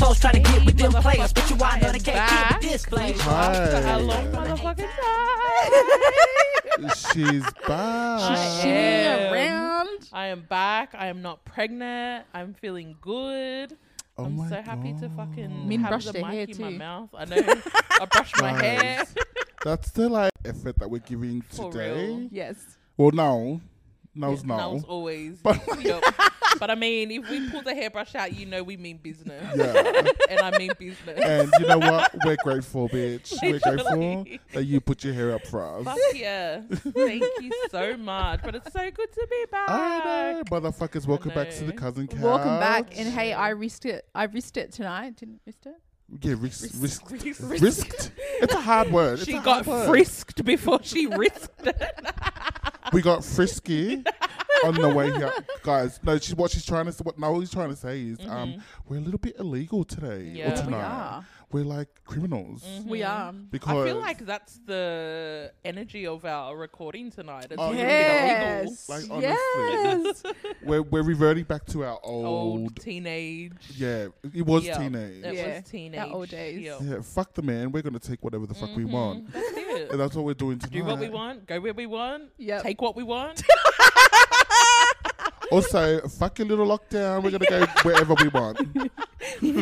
hoes trying to get with them players, but you wind up the gate Back. this place. A long Right. motherfucking time. She's back. She's- am. I am back. I am not pregnant. I'm feeling good. Oh I'm my so happy to fucking God. have brushed the her mic hair in my too. mouth. I know. I brushed my hair. Guys, That's the like effort that we're giving For today. real. Yes. Well, now, now's now. Now's always. But- Yup. but I mean, if we pull the hairbrush out, you know we mean business. Yeah. and I mean business. and you know what? We're grateful, bitch. We're grateful Literally. that you put your hair up for us. Fuck yeah. Thank you so much. But it's so good to be back. I know, motherfuckers. Welcome back to the know. cousin couch. Welcome back. And hey, I risked it. I risked it tonight. Didn't risk it? yeah, risk, risk, Risk- risked. It's a hard word. It's She a got hard word. frisked before she risked it. We got frisky on the way here, guys. No, she's what she's trying to. What Noel's trying to say is, um, we're a little bit illegal today or Mm-hmm. Yeah. tonight. We Mm-hmm. are. We're like criminals We are. because I feel like that's the energy of our recording tonight. It's a Oh, little bit illegal. Yes. Like, honestly. yes. we're we're reverting back to our Old, old. teenage. Yeah, it was Yeah, teenage. It Yeah, was teenage. that old days. yeah. Yeah, fuck the man. We're gonna take whatever the fuck we want, That's and it. that's what we're doing tonight. Mm-hmm. Do what we want, go where we want, Yep. take what we want. Also, fuck your little lockdown. We're gonna go wherever we want.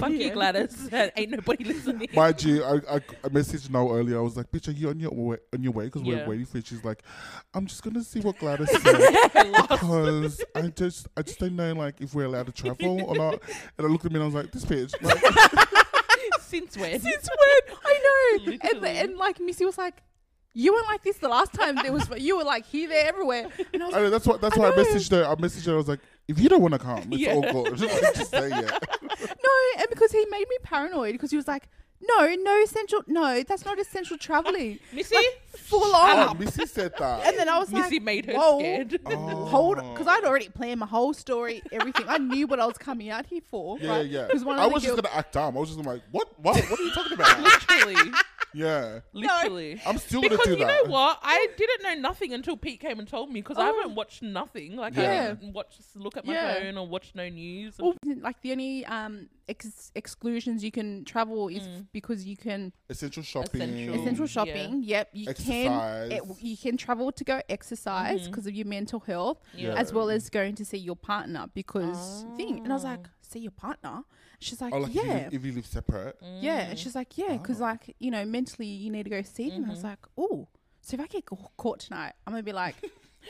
Fuck you, Gladys. Ain't nobody listening. Mind you, I, I, I messaged Noel earlier. I was like, "Bitch, are you on your way, on your way?" Because Yeah. we're waiting for you. She's like, "I'm just gonna see what Gladys says because I just I just don't know like if we're allowed to travel or not." And I looked at me and I was like, "This bitch." Like, Since when? Since when? I know. And, Literally. and like Missy was like, you weren't like this the last time. There was you were like here, there, everywhere. And I was I know, that's what that's I why I know. messaged her. I messaged her. I was like, "If you don't want to come, it's Yeah. all good. Like, just say yeah." No, and because he made me paranoid because he was like, no, no essential, no, that's not essential traveling. Missy? Full Oh, on. Missy said that. And then I was Missy like, made her whoa, scared. Oh. hold, because I'd already planned my whole story, everything. I knew what I was coming out here for. Yeah, right? yeah. 'Cause one of I the was just girls- gonna act dumb. I was just like, "What? What? What are you talking about?" Literally. yeah, Literally. I'm still Because gonna you do that. know what? I didn't know nothing until Pete came and told me because I haven't watched nothing. Like, I Yeah. haven't watched, look at my Oh. Yeah. phone or watch no news. Well, Oh, like the only um, ex- exclusions you can travel is because you can Essential shopping. Essential. Mm. essential Yeah. shopping. Yep, you Oh, Exercise. can it, you can travel to go exercise because of your mental health, Yeah. as well as going to see your partner because thing. And I was like, see your partner. She's like, Or Oh, like yeah, if, you, if you live separate. Mm. yeah. And she's like, yeah, Oh. because like you know, mentally you need to go see them. And I Mm-hmm. was like, oh, so if I get ca- caught tonight, I'm gonna be like,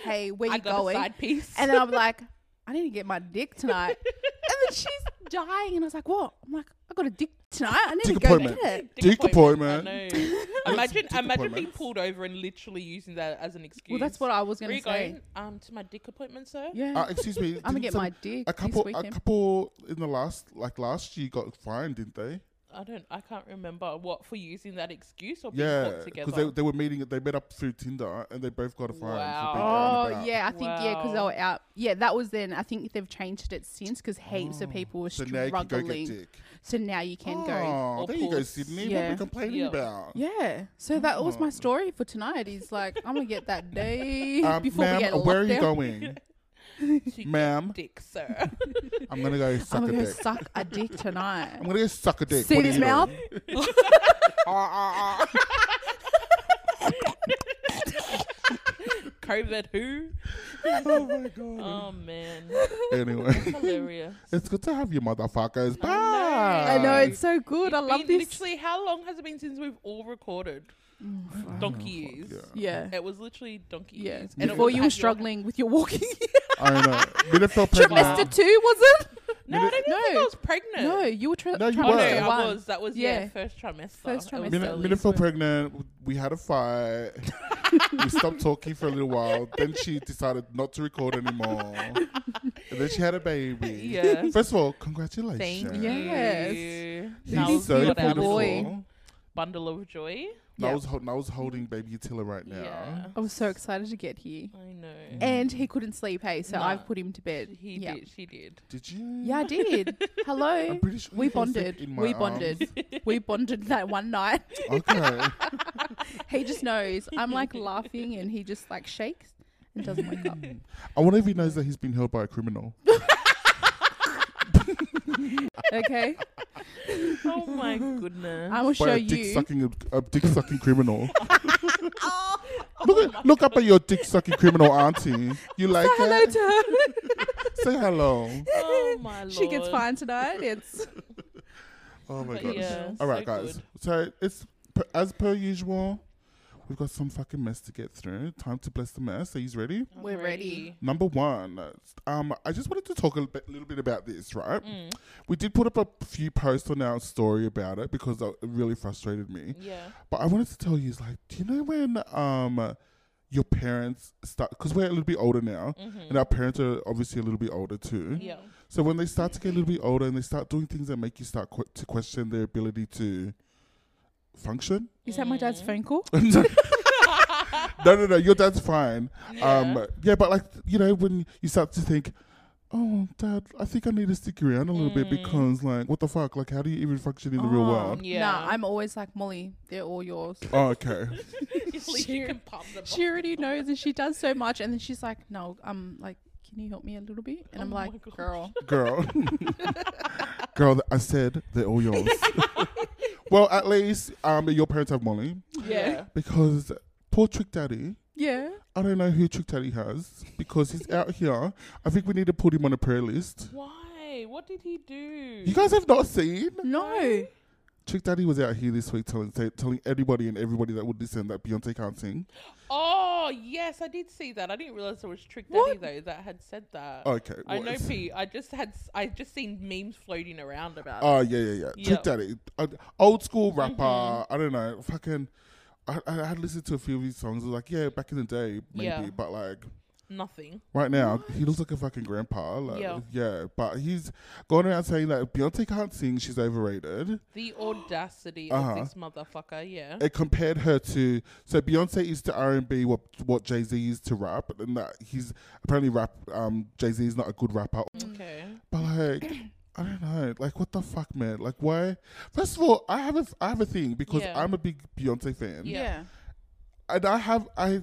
hey, where I you got going? a side piece. And then I'm like, I need to get my dick tonight. and then she's dying, and I was like, what? I'm like, I got a dick tonight. I need Dick to go appointment. get it. Dick appointment. I know. imagine, dick imagine being appointments. pulled over and literally using that as an excuse. Well, that's what I was Where gonna you say. going? Um, to my dick appointment, sir. Yeah. Uh, excuse me. I'm gonna didn't Mm. get some- my dick A couple, this a weekend. couple in the last, like last year, got fined, didn't they? I don't. I can't remember what for using that excuse or being Yeah, caught because together. they, they were meeting. They met up through Tinder, and they both got a fine. Wow. Oh yeah, I think yeah, 'cause yeah, because they Wow. were out. Yeah, that was then. I think they've changed it since because heaps of people were Oh. So now you struggling. can go get dick. So now you can go. Oh, Or there you go, pause. Sydney. What are Yeah. we complaining Yeah. about? Yeah. So that was Oh. my story for tonight. Is like I'm gonna get that day Um, before we get ma'am, where are you lockdown. going? To ma'am, get dick, sir. I'm gonna go I'm suck a gonna go dick. suck a dick tonight. I'm gonna go suck a dick. See What do his you Oh, know? mouth? COVID who? Oh my god. Oh man, Anyway, hilarious. it's good to have you, motherfuckers. Bye. I know it's so good. I love Been this. Literally, how long has it been since we've all recorded? Mm. donkey Oh years. Yeah. It was literally donkey Yeah. years. it Before was you at were your- struggling with your walking. I know. Minute fell you pregnant. missed it too, was it? No, I don't even think I No. was pregnant. No, you were trying. No, you Oh, no, were. I one. was. That was yeah, Yeah. first trimester. First It was trimester. so Mina, Elise Mina fell weird. pregnant. We had a fight. we stopped talking for a little while. Then she decided not to record anymore. and then she had a baby. Yeah. First of all, congratulations. Thank Yeah. Yes. you. He's Now He's we've so got our beautiful. beautiful little Bundle of joy. Yeah. Niall's, hol- Niall's holding baby Attila right now. Yeah. I was so excited to get here. Mm. I know. And he couldn't sleep, hey, so No. I've put him to bed. He yeah. did. She did. Did you? Yeah, I did. Hello. I'm pretty sure We you fell asleep bonded. in my We bonded. we bonded that one night. arms. Okay. He just knows. I'm like laughing and he just like shakes and doesn't wake up. I wonder if he knows that he's been held by a criminal. okay, Oh my goodness. I will by show a dick you. sucking a dick sucking criminal. Ah, look, look up at your dick sucking criminal auntie. You like Say hello her? to Say hello. oh my her. lord. she gets fined tonight. It's Oh my But god. yeah, All so right, guys. good. So it's per, as per usual. We've got some fucking mess to get through. Time to bless the mess. Are you ready? I'm We're ready. Number one, um, I just wanted to talk a bit, little bit about this, right? Mm, We did put up a few posts on our story about it because it really frustrated me. yeah. But I wanted to tell you, is like, do you know when um your parents start? Because we're a little bit older now, Mm-hmm. and our parents are obviously a little bit older too. Yeah. So when they start to get a little bit older and they start doing things that make you start qu- to question their ability to function. is that my dad's Mm. phone call? no, no, no, your dad's fine. Yeah. Um, yeah, but like you know, when you start to think, oh, dad, I think I need to stick around a little bit Mm. because, like, what the fuck? Like, how do you even function in the real Oh, world? Yeah. Nah, I'm always like Molly. They're all yours. Oh, okay. At least you can pop the She already knows, and she does so much. And then she's like, "No, um, like, can you help me a little bit?" And I'm Oh my like, gosh. "Girl, girl. girl, th- I said they're all yours. well, at least um, your parents have money Yeah. because poor Trick Daddy. yeah, I don't know who Trick Daddy has because he's out here. I think we need to put him on a prayer list. Why? What did he do? You guys have not seen no." Trick Daddy was out here this week telling say, telling everybody and everybody that would listen that Beyonce can't sing. Oh yes, I did see that. I didn't realize there was Trick Daddy What? though that had said that. Okay, I well, know it's- P. I just had s- I just seen memes floating around about. Oh yeah, yeah, yeah. Yeah. Mm-hmm. Trick Daddy, uh, old school rapper. I don't know, fucking. I, I had listened to a few of his songs. I was like, yeah, back in the day, maybe, Yeah. but like it. Nothing. right now, he looks like a fucking grandpa. Like, yeah. Yeah. but he's going around saying that Beyonce can't sing; she's overrated. The audacity Uh-huh. of this motherfucker. Yeah. It compared her to so Beyonce is to R and B what what Jay Z is to rap, and that he's apparently rap. Um, Jay Z is not a good rapper, okay. but like. I don't know, like what the fuck, man? Like why? First of all, I have a I have a thing because Yeah. I'm a big Beyonce fan. Yeah. and I have I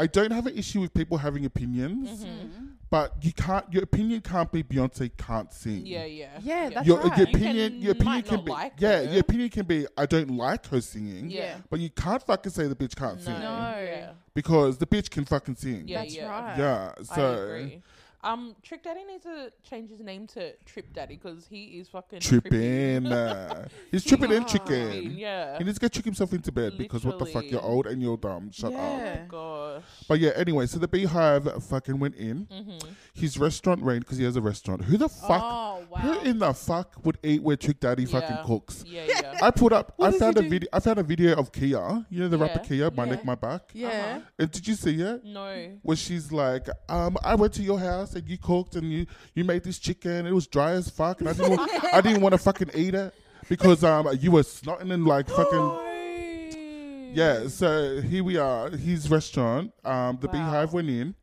I don't have an issue with people having opinions, Mm-hmm. but you can't your opinion can't be Beyonce can't sing. Yeah. Yeah. Yeah, that's- Your, right. your You opinion can- your opinion might can not be like yeah her. your opinion can be I don't like her singing. Yeah. But you can't fucking say the bitch can't No. sing No. Yeah. because the bitch can fucking sing. Yeah. That's yeah. right. Yeah, I So agree. Um, Trick Daddy needs to change his name to Trip Daddy because he is fucking tripping. tripping, uh, he's tripping and Wow. tricking. Yeah. He needs to go trick himself into bed because what the fuck? Literally. You're old and you're dumb. Shut up. Yeah. Oh Gosh. But yeah, anyway, so the Beehive fucking went in. Mm-hmm. His restaurant rained because he has a restaurant. Who the fuck? Oh, wow. Who in the fuck would eat where Trick Daddy Yeah. fucking cooks? Yeah. Yeah. I put up. What I does found he a do? video. I found a video of Kia. You know the rapper Yeah. Kia, my Yeah. neck, my back. Yeah. Uh-huh. And did you see it? no. Where she's like, um, I went to your house and you cooked and you you made this chicken. It was dry as fuck, and I didn't want, I didn't want to fucking eat it because um you were snotting and like Oh. fucking. Yeah, so here we are. His restaurant, um, the Wow. Beehive went in,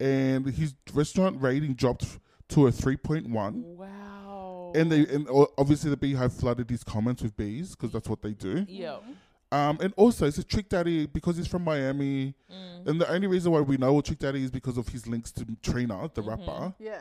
and his restaurant rating dropped to a three point one. Wow. And they and o- obviously the Beehive flooded his comments with bees because that's what they do. Yeah. Um, and also it's a Trick Daddy because he's from Miami, Mm-hmm. Mm. and the only reason why we know Trick Daddy is because of his links to Trina, the rapper. Yeah.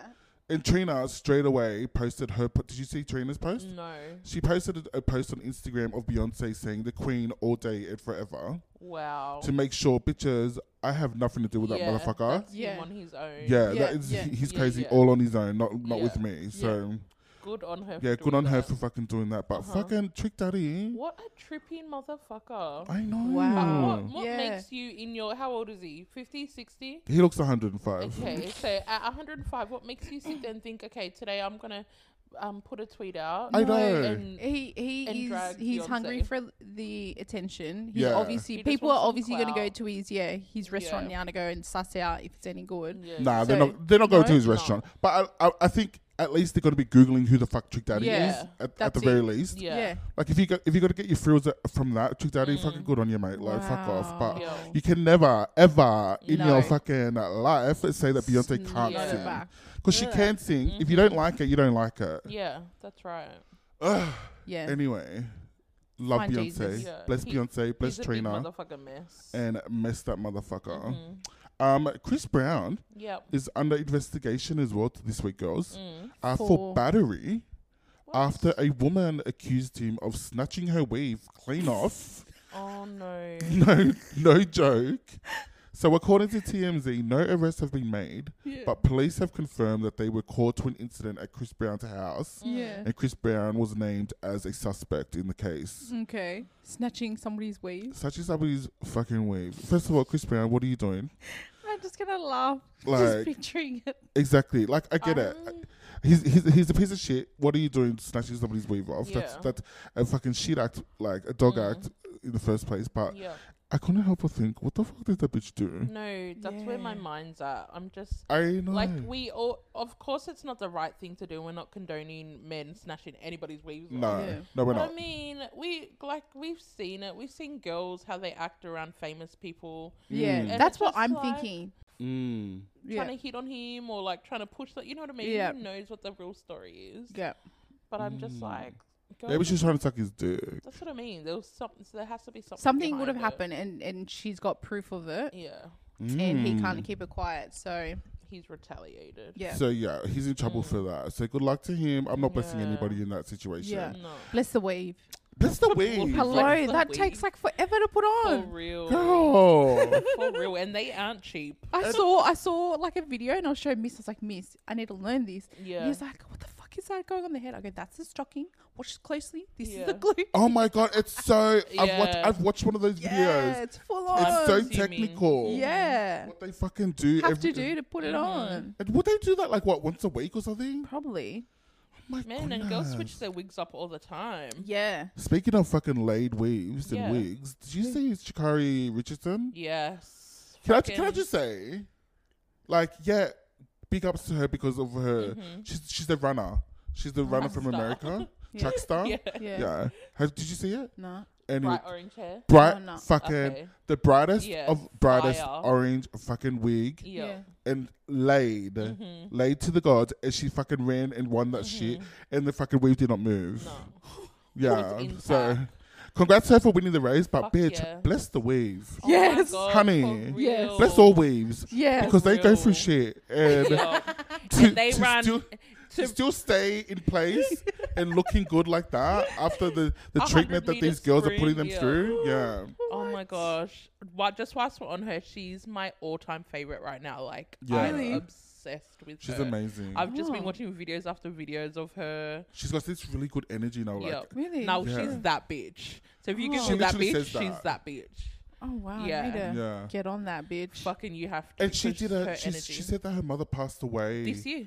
And Trina straight away posted her. po- Did you see Trina's post? No. She posted a post on Instagram of Beyonce saying the Queen all day and forever Wow. to make sure, bitches, I have nothing to do with yeah, that motherfucker. That's Yeah. Him on his own. Yeah, Yeah, that is yeah. he's Yeah, crazy yeah. all on his own, not not with Yeah. me. So Good on her. for yeah, good doing on her that. for fucking doing that. But Uh-huh. fucking Trick Daddy, What a tripping motherfucker. I know. Wow. What, what Yeah. makes you in your. How old is he? 50, 60? He looks 105. Okay, so at 105, what makes you sit there and think, okay, today I'm gonna um put a tweet out? I know. And He And he is drag he's Beyonce. hungry for the attention. He's Yeah. obviously He just people wants are some obviously going to go clout. to his yeah his restaurant Yeah. now Mm, to go and suss out if it's any good. yeah, Nah, yeah. they're So- not they're not going to No? his No. restaurant. But I, I I think at least they're going to be googling who the fuck Trick Daddy Yeah, is at, at the that's very it. least. yeah, yeah. Like if you go, if you got to get your frills a- from that Trick Daddy, Mm. fucking good on you, mate. Like fuck off. But Yeah. you can never ever in No. your fucking life say that Beyonce can't Snot it Mm-hmm. sing back. because she can sing. If you don't like it, you don't like it. yeah, that's right. Ugh. Yeah. Anyway, love Find Beyonce. Jesus. Yeah. Bless He- Beyonce. Bless He's a big Mm-hmm. Trina. motherfucking mess. And uh, mess that motherfucker. Um, Chris Brown yep. is under investigation as well this week, girls, Mm. uh, for For- battery after a woman accused him of snatching her weave clean off. Oh no. No, no joke. So, according to TMZ, no arrests have been made, but police have confirmed that they were called to an incident at Chris Brown's house, Yeah. and Chris Brown was named as a suspect in the case. Okay. Snatching somebody's weave. Such as somebody's fucking weave. First of all, Chris Brown, what are you doing? I'm just gonna laugh. Like- just picturing it. Exactly. Like I get it. Um, He's, he's he's a piece of shit. What are you doing snatching somebody's weave off? Yeah. Mm. That's that's a fucking shit act, like a dog act in the first place. But Yeah. Mm. I couldn't help but think, what the fuck did that bitch do? No, that's where my Yeah. mind's at. I'm just I know. like we all. Of course, it's not the right thing to do. We're not condoning men snatching anybody's weaves. off. no, Yeah. no, we're But not. I mean, we like we've seen it. We've seen girls how they act around famous people. Yeah. Mm. That's And what just I'm like- thinking. Mm. Yeah. trying to hit on him or like trying to push that. You know what I mean? Yeah. Mm. Who knows what the real story is? Yeah. But I'm just like, Hmm. girl, Maybe she's trying to suck his dick. That's what I mean. There was something. So there has to be something. Something would have behind it. happened, and and she's got proof of it, Yeah, and he Mm. can't keep it quiet. So he's retaliated. yeah. So yeah, he's in Hmm. trouble for that. So good luck to him. I'm not blessing Yeah. anybody in that situation. Yeah. No. Bless the weave. That's the weave. Hello, Hello, Bless the that weave. takes like forever to put For on. real. Girl. For real. And they aren't cheap. I saw I saw like a video and I'll show Miss. I was like, Miss, I need to learn this. And Yeah. he's like, What the fuck is that going on the head? I go, That's the stocking. Watch closely. This is Yeah. the glue. oh my god, it's so. I've watched. Yeah. I've watched one of those Yeah, videos. it's full It's on. so you mean. technical. yeah. What they fucking do. Have every- to do to put Mm-hmm. it on. And would they do that like what once a week or something? Probably. My Man, and girls switch their wigs up all the time. Yeah. Speaking of fucking laid weaves Yeah. and wigs, did you see Shikari Richardson? Yes. Can I, can I Fucking- just say, like, yeah, big ups to her because of her. Mm-hmm. She's she's the runner. She's the runner from star. America, track star. Yeah. Yeah. Yeah. Have- did you see it? No. Anyway, Bright orange hair. bright, Oh, no. fucking Okay. the brightest Yeah, of brightest fire. orange fucking wig. Yeah. Yeah. and laid, Mm-hmm. laid to the gods, and she fucking ran and won that shit, and the fucking wave did not move. Yeah, It was so intact. congrats to her for winning the race, but Fuck bitch, yeah. bless the wave, Oh my Yes. God, Honey. for Yes. real. bless all waves, Yeah. because they go Real. through shit, and Yeah. to, And they to ran still, to to- still stay in place and looking good like that after the the 100 treatment that these meters girls are sprint, putting them yeah. through, yeah. Oh my gosh. What just whilst we're on her, she's my all time favourite right now. Like Yeah. Really? I'm obsessed with She's her. amazing. I've just been Oh. watching videos after videos of her. She's got this really good energy now. Oh, Like, Yep. Really? Now Yeah. she's that bitch. So if you give She me that literally bitch, says she's that. that bitch. Oh wow. Yeah. I need to Yeah. Get on that bitch. Fucking you have to and she because did her it. She, energy. she said that her mother passed away this year.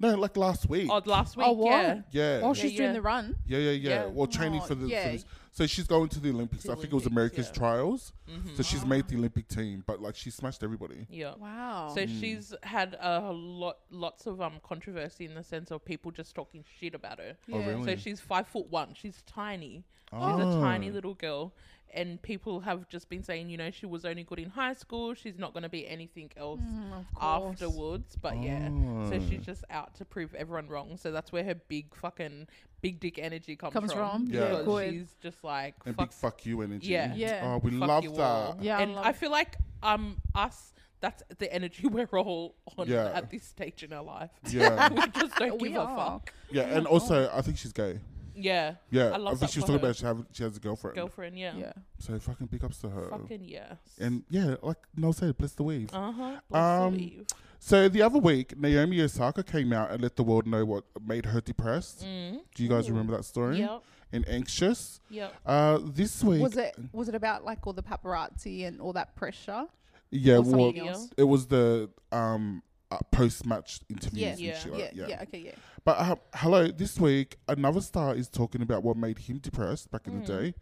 No, like last week. Oh last week, Oh, what? yeah. yeah. While she's yeah. doing the run. yeah, yeah, yeah, Yeah. Well, training for Oh, the. For yeah. this. So she's going to the Olympics. To I think it was Olympics, America's yeah. trials. Mm-hmm. So she's made the Olympic team, but like she Mm. smashed everybody. Yeah. Wow. So Oh, she's had a lot, lots of um controversy in the sense of people just talking shit about her. yeah. Oh, really? So she's five foot one. She's tiny. She's Oh. a tiny little girl. And people have just been saying, you know, she was only good in high school. She's not going to be anything else Mm, of course. Oh. afterwards. But yeah. Ah. So she's just out to prove everyone wrong. So that's where her big fucking big dick energy comes, Comes from, yeah, Because good. She's just like, And fuck big fuck you energy. Yeah. Yeah. Oh, we fuck love you all. that. Yeah, I and love I it. feel like um us. That's the energy we're all on Yeah. at this stage in our life. Yeah. we just don't We give a are. fuck. Yeah, and also I think she's gay. Yeah. Yeah, I love think that she was for talking her. about she, have, she has a girlfriend. Girlfriend. Yeah. Yeah. So fucking big ups to her. Fucking yes. Uh, And yeah, like Noel said, bless the wave. uh huh. Um, So the other week, Naomi Osaka came out and let the world know what made her Mm. depressed. Do you guys remember that story? Mm-hmm. Yep. And anxious. Yep. Uh, this week Was it was it about like all the paparazzi and all that pressure? Yeah, Or well, something else? it was the um uh, post-match interviews. Yeah. and Yeah. shit Yeah, like- yeah, okay, yeah. But uh, hello, this week another star is talking about what made him depressed back in Hmm. the day.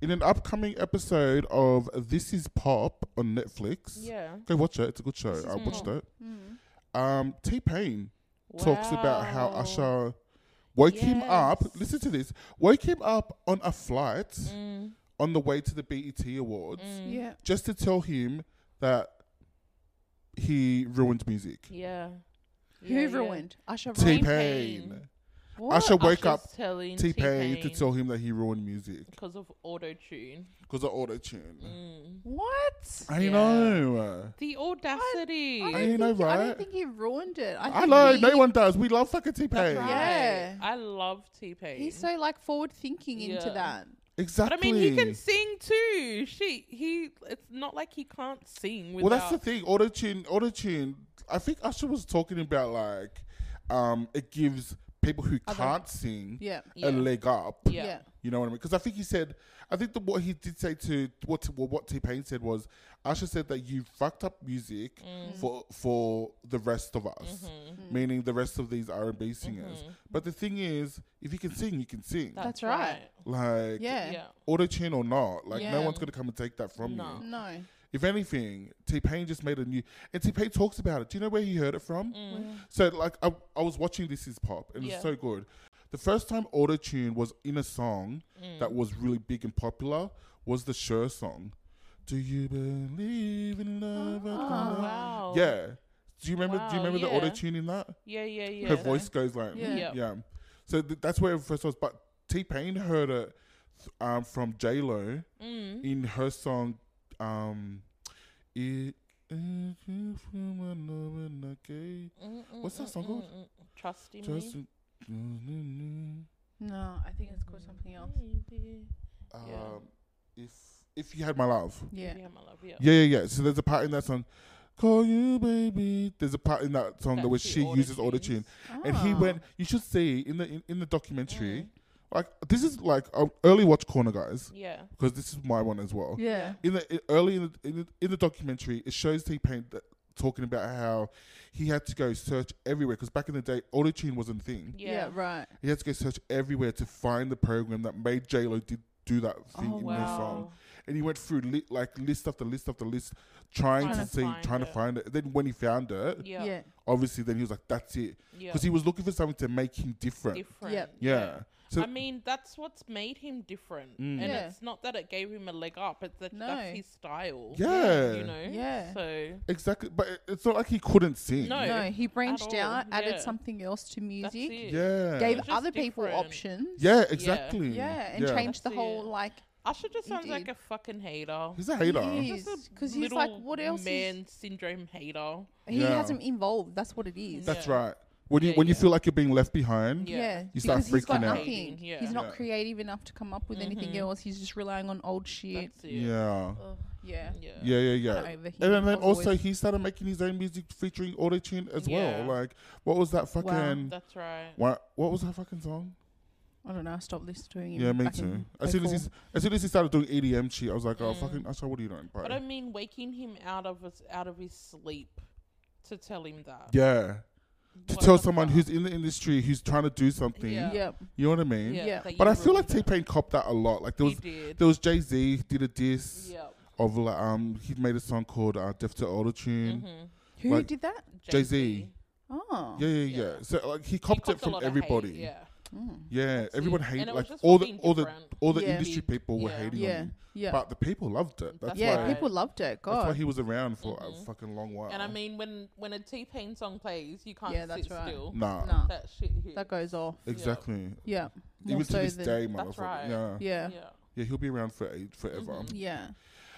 In an upcoming episode of This Is Pop on Netflix, Yeah. go watch it. It's a good show. I watched it. Um, T Pain talks about how Wow. Usher woke him up. Yes. Mm. Listen to this. Woke him up on a flight Mm-hmm. on the way to the BET Awards Yeah. just to tell him that he ruined music. Yeah. Who Yeah, yeah. ruined? Usher T ruined. T-Pain. Pain. I should wake up Usher's telling T Pain to T-Pain tell him that he ruined music because of auto tune. because of auto tune. What? I Mm, Yeah. know. The audacity. I I don't, ain't think, Oh, know, I right? don't think he ruined it. I, I think know. He, No one does. We love fucking T Pain. Right. Yeah. I love T Pain. He's so like forward thinking into Yeah. that. Exactly. But I mean, he can sing too. She, he. It's not like he can't sing. Well, Without, that's the thing. Auto tune, auto tune. I think Usher was talking about like, um, it gives people who can't sing Yeah. Yeah. a leg up. Yeah. Yeah. You know what I mean? Because I think he said, I think the, what he did say to what to, what T Pain said was, Usher said that you fucked up music Mm. for for the rest of us, Mm-hmm. meaning the rest of these R and B singers. But the thing is, if you can sing, you can sing. That's right. like Yeah. Yeah. auto tune or not, like no Yeah. one's gonna come and take that from No. you. No. If anything, T Pain just made a new, and T Pain talks about it. Do you know where he heard it from? So like, I, I was watching This Is Pop, and Mm. Yeah. it's so good. The first time auto tune was in a song Mm. that was really big and popular was the Sure song. Do you believe in love? Oh, wow. Yeah. Do you remember? do you Wow, remember the yeah. auto tune in that? Yeah. Yeah. Yeah. Her voice goes like, Yeah. Yep. yeah. So th- that's where it first was. But T Pain heard it um, from J Lo Mm. in her song. Um, it. if you from another night, okay, Mm, mm, What's that mm, song called? mm, mm. Trusty just- me. No, I think it's called something else. Baby. Mm, Yeah. Um, if if you had my love, Yeah. Yeah, my love. Yeah. yeah, yeah, yeah. So there's a part in that song, "Call You Baby." There's a part in that song that That where she she uses auto auto-tunes. tune, and he Ah. went. You should see in the in, in the Mm. documentary, Mm. like this is like um, early watch corner, guys. Yeah. because this is my one as well. Yeah. In the in, early in the, in the in the documentary, it shows T Pain that, talking about how he had to go search everywhere because back in the day, auto tune wasn't a thing. Yeah. Yeah. right. He had to go search everywhere to find the program that made J Lo did do that thing Oh, in the song. Wow. And he went through li- like list after list after list, trying Trying to to see, find trying to it. find it. Then when he found it, Yeah. Yeah. Yeah. obviously, then he was like, "That's it," Yeah. because he was looking for something to make him different. different. Yep. yeah. So I mean, that's what's made him different, Mm. and Yeah. it's not that it gave him a leg up. It's that No. that's his style. Yeah. You know. Yeah. So exactly, but it- it's not like he couldn't sing. No. No, he branched all, out, added yeah. something else to that's music, it. Yeah. gave It's just other people different. options. Yeah, exactly. Yeah, and changed the That's whole it. like Usher He just sounds like did. a fucking hater. He's a hater. because he's like, little what else? Is, Man syndrome hater. he Yeah. hasn't evolved. That's what it is. That's Yeah. right. When you Yeah, when you yeah. feel like you're being left behind, Yeah. Yeah, You start because he's got freaking out. nothing. Yeah. Mm-hmm. He's not Yeah. creative enough to come up with anything else. He's just relying on old shit. That's it. yeah, Ugh, yeah. Yeah. yeah, yeah, I'm yeah. over him. And then, I then was also always- he started making his own music featuring autotune as Yeah. well. Like what was that fucking That's right. what what was that fucking song? I don't know. I stopped listening to him. Yeah, me back too. in As soon as April. he as soon as he started doing EDM shit, I was like, oh Mm. fucking Usher, what are you doing? But I Bro? mean, waking him out of his out of his sleep to tell him that. Yeah, to What tell the someone fuck? who's in the industry who's trying to do something. Yeah. Yep. You know what I mean? Yeah. that But you I feel like T ruined Pain copped that a lot. Like there it. was He did. there was Jay Z did a diss. Yep. of like um he made a song called uh, Death to Autotune. Mm-hmm. Who Like- did that? Jay-Z. Oh. Yeah, yeah, yeah, Yeah. So like he He copped, copped it a from lot of hate, everybody. Yeah. Mm. Yeah, That's everyone it. hated And it like was just all the fucking all the different. all the Yeah. industry people were Yeah. hating on Yeah. him, Yeah. but the people loved it. That's That's yeah. why right. People loved it. God. that's why he was around for a Mhm. fucking long while. And I mean, when when a T Pain song plays, you can't Yeah, that's sit right. still. nah, Nah. That shit hits. that goes off. exactly. Yeah. Even More to so this than- day, That's motherfucker. right. Yeah. yeah, Yeah. Yeah. he'll be around for eight, forever. Mhm. Yeah.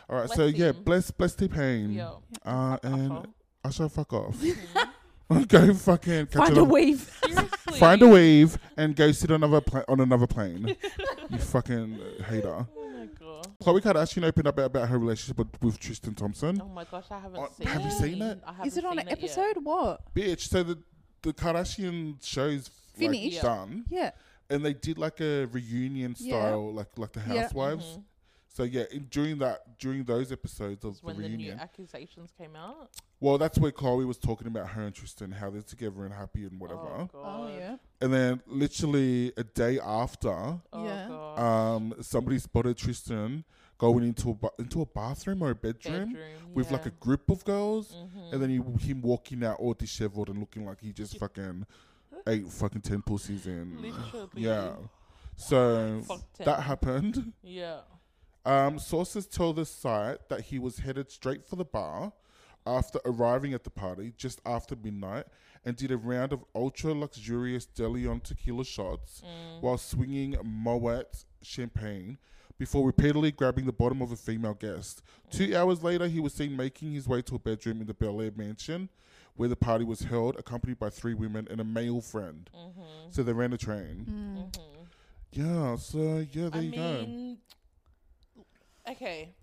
All right, Bless so yeah, him. bless bless T Pain. Yeah. Uh, and Fuck Mm-hmm. I shall fuck off. go fucking catch Find another- a weave. Seriously. find a wave and go sit on another pla- on another plane. you fucking hater. Oh my god. Khloe Kardashian opened up about her relationship with, with Tristan Thompson. Oh my gosh, I haven't Uh, seen. have you seen it? I Is it haven't on seen an yet. episode? What? Bitch, so the the Kardashian shows Finished? like Yeah. done, Yeah. and they did like a reunion Yeah. style, like like the Yeah. Housewives. Mhm. So yeah, in, during that during those episodes of It's when the the new reunion, accusations came out. well, that's where Chloe was talking about her and Tristan, how they're together and happy and whatever. Oh god. Oh yeah. And then literally a day after, Oh Yeah. god. um, somebody spotted Tristan going into a ba- into a bathroom or a bedroom, Bedroom, with like yeah. Mm-hmm. a group of girls, and then he, him walking out all disheveled and looking like he just fucking ate fucking ten pussies in. Literally. yeah, so Fuck 10. that happened. Yeah. Um, sources tell the site that he was headed straight for the bar after arriving at the party just after midnight and did a round of ultra luxurious deli on tequila shots Mm. while swinging Moet champagne before repeatedly grabbing the bottom of a female guest. Mm. Two hours later, he was seen making his way to a bedroom in the Bel Air mansion where the party was held, accompanied by three women and a male friend. Mm-hmm. So they ran a train. Yeah, so yeah, there I you go. mean, okay.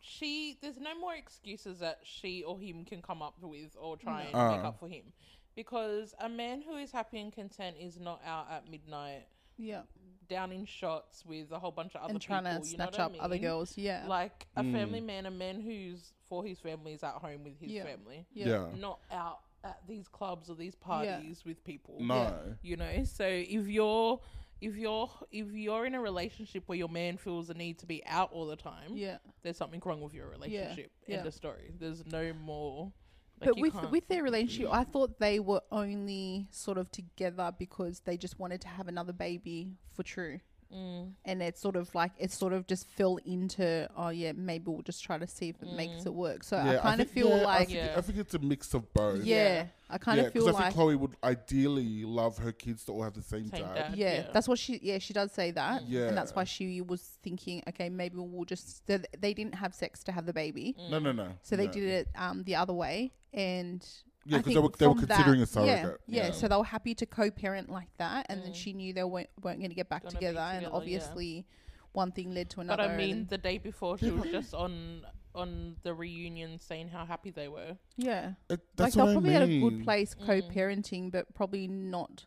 She, there's no more excuses that she or him can come up with or try and make Uh. up for him, because a man who is happy and content is not out at midnight Yeah. down in shots with a whole bunch of other And trying people. to you know snatch what I up other mean? girls. Yeah. Like a family Hmm. man, a man who's for his family is at home with his Yeah. family, yeah. Yeah. not out at these clubs or these parties with people No. you know so if you're if you're if you're in a relationship where your man feels the need to be out all the time Yeah. there's something wrong with your relationship end yeah. of story there's no more like, But you with can't- with their relationship, I thought they were only sort of together because they just wanted to have another baby for true. Mm. And it's sort of like it sort of just fell into oh yeah maybe we'll just try to see if it Mm. makes it work. So I kind of think- feel yeah, I like think, yeah, Yeah. I think it's a mix of both. Yeah. I kind of Yeah, 'cause feel I think like Chloe would ideally love her kids to all have the same, Same dad. dad. yeah, Yeah. that's what she yeah she does say that Yeah. and that's why she was thinking okay maybe we'll just they, they didn't have sex to have the baby Mm. No, no, no. so they no. did it um the other way and Yeah, I 'cause they think were- they were from considering a that, surrogate, yeah, yeah yeah. so they were happy to co-parent like that and then she knew they weren't, weren't going to get back Mm. Gonna be together, and together, yeah. obviously one thing led to but another i mean and- the day before she was just on on the reunion saying how happy they were yeah It, like that's they're what probably I at mean. a good place co-parenting but probably not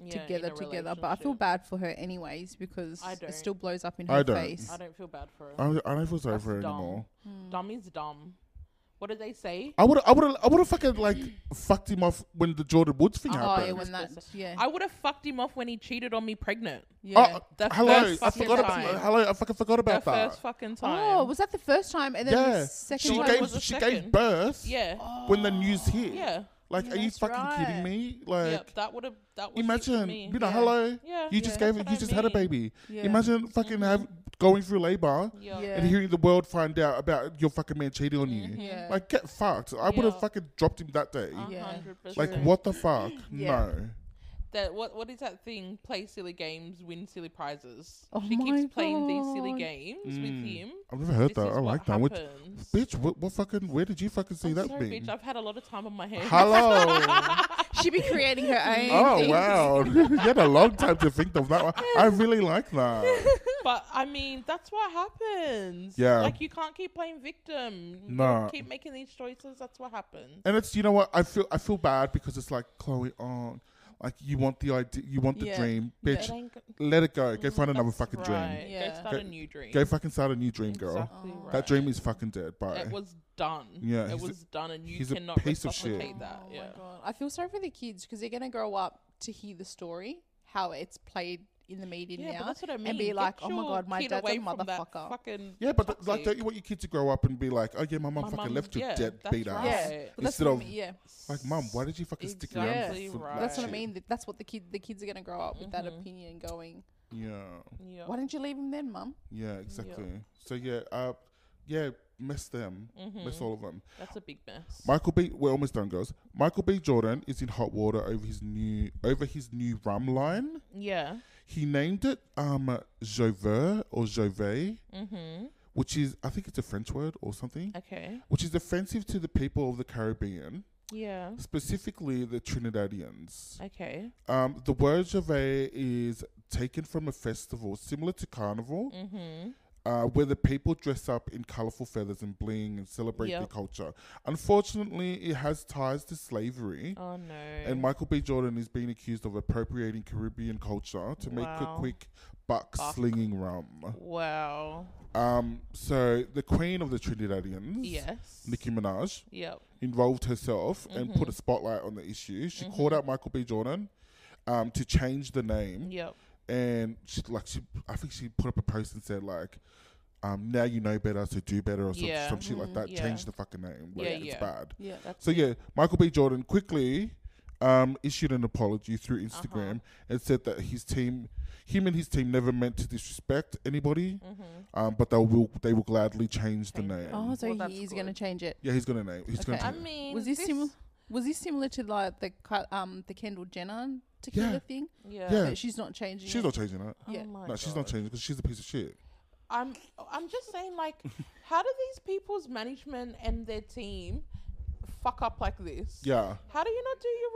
Mm. yeah, in together a together but i feel relationship. bad for her anyways because I it don't. still blows up in her I don't. face i don't feel bad for her I, I don't feel sorry That's for her dumb. anymore. Hmm. dumb is dumb what did they say I would, I would, I would have fucking like fucked him off when the Jordan Woods thing oh happened. yeah when that yeah i would have fucked him off when he cheated on me pregnant yeah Oh, The hello, first I fucking forgot. time. About, hello, I fucking forgot the about that. first fucking time oh was that the first time and then yeah, the second she time gave was the she second. gave birth yeah when the news hit. yeah like, Yeah, are you that's fucking right. kidding me? Like, yep, that would have that was imagine me. you know, Yeah. hello, Yeah, you just yeah. gave it, That's you what just I had a mean. baby. Yeah. Imagine fucking have going through labor yeah. Mm-hmm. Yeah. and hearing the world find out about your fucking man cheating on you. Yeah. Like, get fucked. I would have Yeah. fucking dropped him that day. A Yeah. hundred percent. Like, what the fuck? Yeah. No. That what what is that thing? Play silly games, win silly prizes. Oh she my keeps playing these silly God. games with him. I've never heard This that. is Hmm. I what like that. What, happens. bitch, what, what fucking, where did you fucking see I'm that sorry, thing? bitch. I've had a lot of time on my hands. Hello. She'd be creating her own. oh, things. wow. you had a long time to think of that one. I really like that. but I mean, that's what happens. Yeah. Like you can't keep playing victim. You Nah. Keep making these choices. That's what happens. And it's, you know what? I feel, I feel bad because it's like, Chloe, oh, like you want the idea, you want the Yeah. dream. Yeah. Bitch, It ain't go- let it go. Go find another That's fucking right. dream. Yeah. Go start Go- a new dream. Go fucking start a new dream, girl. Exactly That right. dream is fucking dead. Bye. It was done. Yeah, It he's a- was done, and you he's a cannot piece of shit. replicate that. Oh Yeah. my god! I feel sorry for the kids because they're gonna grow up to hear the story, how it's played in the media Yeah, now, but that's what I mean. and be Get like, "Oh my your god, my kid dad's a away from that motherfucker." Fucking Yeah, but th- like, toxic- don't you want your kid to grow up and be like, oh yeah, my mum My fucking mum- left your yeah, dead that's beat right. ass. Yeah, Right. but that's Instead what I of- mean, yeah, Like, mum, why did you fucking stick around Exactly for right. Mm-hmm. that that's what I shit?" mean. that- That's what the kid, the kids are gonna grow up with that opinion, going, Yeah, Yeah. Mm, "Why didn't you leave him then, mum?" yeah, exactly. So yeah, uh, yeah, miss them, miss all of them. Mm-hmm. That's a big mess. Michael B. We're almost done, girls. Michael B. Jordan is in hot water over his new over his new rum line. yeah. He named it um Jover or Jovet, Mm-hmm. which is I think it's a French word or something, Okay. which is offensive to the people of the Caribbean, Yeah. specifically the Trinidadians. Okay. Um, the word Javé is taken from a festival similar to Carnival, Mm-hmm. uh, where the people dress up in colorful feathers and bling and celebrate their Yep. culture. Unfortunately, it has ties to slavery, Oh no. and Michael B. Jordan is being accused of appropriating Caribbean culture to make a Wow. quick buck, Buck. slinging rum. wow. Um, so, the queen of the Trinidadians, Yes. Nicki Minaj, Yep. involved herself and Mm-hmm. put a spotlight on the issue. She called out Michael B. Jordan um, to change the name Yep. and she like she I think she put up a post and said like um now you know better so do better or some, Yeah. Mm-hmm. some shit like that yeah. change the fucking name like Yeah, it's yeah. bad Yeah, That's so yeah Michael B Jordan quickly um issued an apology through Instagram Uh-huh. and said that his team him and his team never meant to disrespect anybody um but they will they will gladly change the Mm-hmm. Change it. name Oh, so Well, that's he is gonna good. change it. yeah he's gonna name he's Okay. gonna I change- mean, Was this, similar? Was this similar to like the Ka- um the Kendall Jenner tequila Yeah. thing? Yeah. Yeah. But she's not changing. She's it. not changing that. Oh Yeah. my No, she's not God. changing because she's a piece of shit. I'm I'm just saying like how do these people's management and their team fuck up like this? Yeah, How do you not do your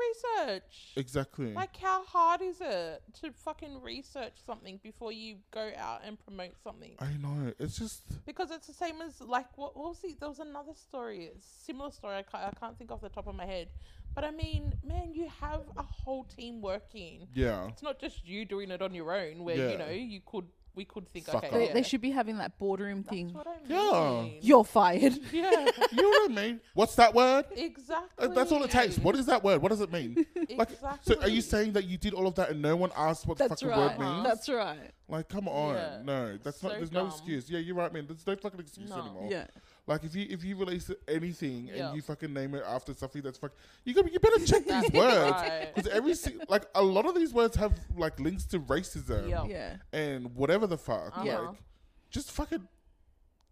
research? exactly. Like how hard is it to fucking research something before you go out and promote something? I know. It's just Because it's the same as like what, what was it? There was another story, a similar story. I can't, I can't think off the top of my head, but I mean, man, you have a whole team working. yeah. It's not just you doing it on your own. Where Yeah. you know you could, we could think, Fuck okay, They, yeah. they should be having that boardroom That's thing. what I Yeah. mean. You're fired. Yeah, You know what I mean? What's that word? exactly. Uh, That's all it takes. What is that word? What does it mean? Like, so are Exactly. you saying that you did all of that and no one asked what That's the fucking right. word means? That's right. Like, come on, Yeah. no, that's So not. There's dumb. no excuse. Yeah, you're right, man. There's no fucking excuse No. anymore. Yeah. Like, if you if you release anything Yeah. and you fucking name it after something that's fuck, you gotta, you better check these words right. because every si- like a lot of these words have like links to racism Yeah. Yeah. and whatever the fuck. Yeah. Like, just fucking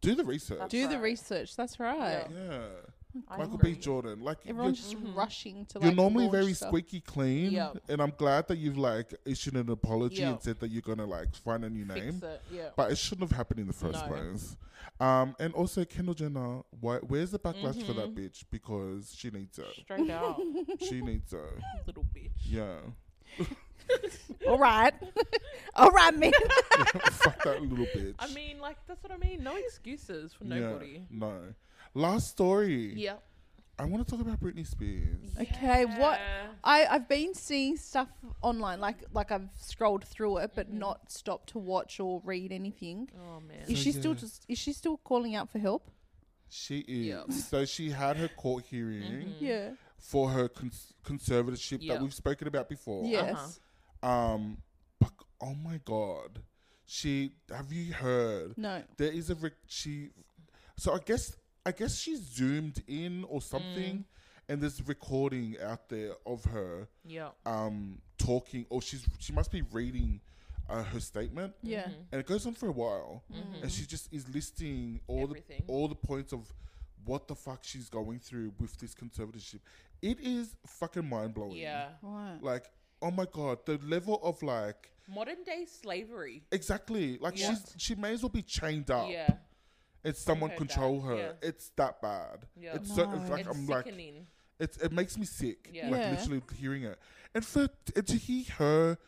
do the research. Uh-huh. That's Do the right. research. That's right. Yeah. Mm-hmm. yeah, I Michael agree. B. Jordan. Like, you're, Everyone's just rushing to. you're like, normally launch very stuff. squeaky clean, Yeah. and I'm glad that you've like issued an apology Yeah. and said that you're gonna like find a new Fix name. it, Yeah. But it shouldn't have happened in the first No. place. Um, and also Kendall Jenner, why, where's the backlash for Mm-hmm. that bitch? Because she needs it. Straight out, she needs it. little bitch. Yeah. All right. All right, man. Fuck that little bitch. I mean, like that's what I mean. No excuses for Yeah, nobody. no. Last story. Yeah. I want to talk about Britney Spears. okay. What? I, I've been seeing stuff online, like like I've scrolled through it, but not stopped to watch or read anything. Oh man. Is So, she still yeah. just? Is she still calling out for help? She is. Yeah. So she had her court hearing Yeah. for her cons- conservatorship Yeah. that we've spoken about before. Yes. Um, but, oh my God. She, have you heard? No. there is a rec- she so i guess i guess she's zoomed in or something and there's a recording out there of her Yeah. um talking or she's she must be reading uh, her statement Yeah. and it goes on for a while Mm-hmm. and she just is listing all Everything. the all the points of what the fuck she's going through with this conservatorship it is fucking mind-blowing Yeah. Right. like oh my god the level of like Modern day slavery. exactly like Yeah. she's she may as well be chained up Yeah. it's someone heard that. control her. Yeah. It's that bad. Yeah. It's, so, No. it's like it's I'm like sickening. it's, it makes me sick. Yeah. Like Yeah. literally hearing it, and for and to hear her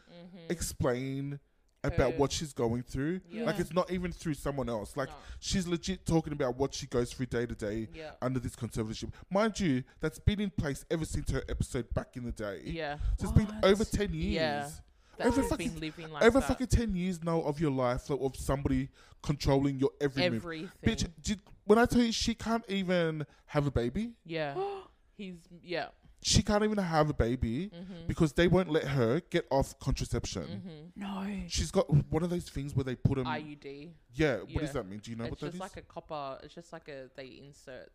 explain about Mm-hmm. Her- what she's going through, Yeah. like it's not even through someone else. Like No. she's legit talking about what she goes through day to day Yeah. under this conservatorship. Mind you, that's been in place ever since her episode back in the day. yeah. so it's been What? over ten years. Yeah. That Over has fucking- been living like over that. fucking ten years now of your life like, of somebody controlling your every move. everything. Bitch, did, when I tell you she can't even have a baby, Yeah. He's yeah. she can't even have a baby Mm-hmm. because they won't let her get off contraception. Mm-hmm. No. She's got one of those things where they put them. IUD. yeah, what yeah. does that mean? Do you know it's what that just is? like a copper. It's just like a they insert.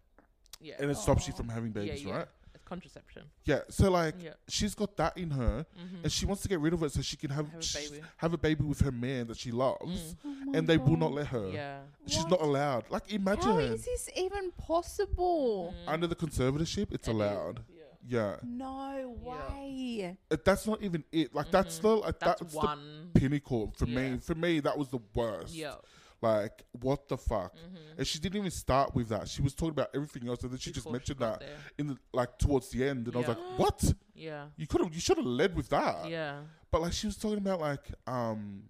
Yeah. and it stops you from having babies, Oh. yeah, yeah. right? It's contraception. Yeah. So like, Yeah. Mm-hmm. she's got that in her, and she wants to get rid of it so she can have Have a sh- baby. have a baby with her man that she loves, and they will not let her. Mm, Yeah. She's not allowed. Like, imagine Oh How is this even possible? Mm-hmm. under the conservatorship, it's allowed. Mm. Yeah. Yeah, Mm. No way. Uh, that's not even it. Like, that's not. Like, Mm-hmm. That's, that's, the one. pinnacle for Yeah. me. For me, that was the worst. Yeah. Mm-hmm. Like, what the fuck? And she didn't even start with that. She was talking about everything else, and then she just Before she mentioned got that there. in the like towards the end. And I was Yeah. like, what? Yeah. You could have, you should have led with that. Yeah. But like, she was talking about like, um,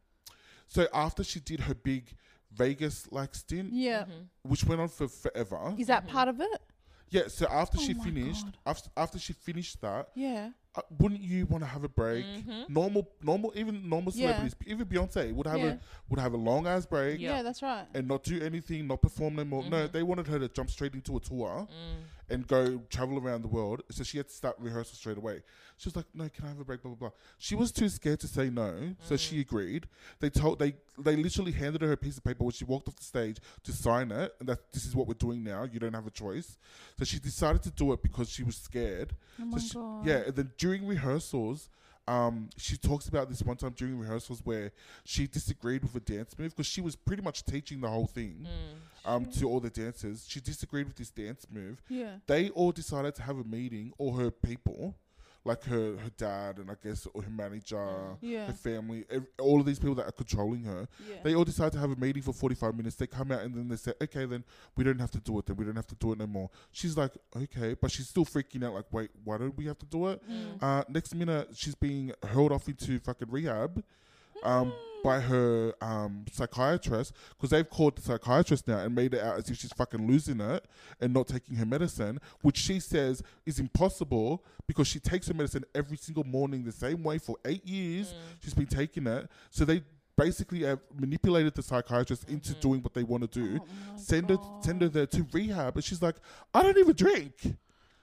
so after she did her big Vegas like stint, Yeah. Mm-hmm. which went on for forever. Is that part of it? yeah. So after Oh she my finished, God. after after she finished that, Yeah. uh, wouldn't you want to have a break? Mm-hmm. Normal, normal, even normal Yeah. celebrities, even Beyonce would have Yeah. a would have a long ass break. Yeah. Mm-hmm. Yeah, that's right. and not do anything, not perform no more. No, they wanted her to jump straight into a tour and go travel around the world. So she had to start rehearsal straight away. She was like, "No, can I have a break?" Blah blah blah. She was too scared to say no, so Mm. she agreed. They told they they literally handed her a piece of paper when she walked off the stage to sign it, and that this is what we're doing now. You don't have a choice. So she decided to do it because she was scared. Oh So my she- God. Yeah, and then during rehearsals, um, she talks about this one time Mm-hmm. during rehearsals where she disagreed with a dance move because she was pretty much teaching the whole thing. Mm. um, to all the dancers. She disagreed with this dance move. Yeah. They all decided to have a meeting, all her people, like her, her dad, and I guess or her manager, Yeah. her family, ev- all of these people that are controlling her. Yeah. They all decide to have a meeting for 45 minutes. They come out and then they say, okay, then we don't have to do it. Then we don't have to do it no more. She's like, okay, but she's still freaking out. Like, wait, why don't we have to do it? Mm. Uh, next minute, she's being hurled off into fucking rehab um, by her um, psychiatrist because they've called the psychiatrist now and made it out as if she's fucking losing it and not taking her medicine, which she says is impossible because she takes her medicine every single morning the same way for eight years. Mm. She's been taking it. So they basically have manipulated the psychiatrist into Mm-hmm. doing what they want Oh to do. send her send her there to rehab and she's like, I don't even drink.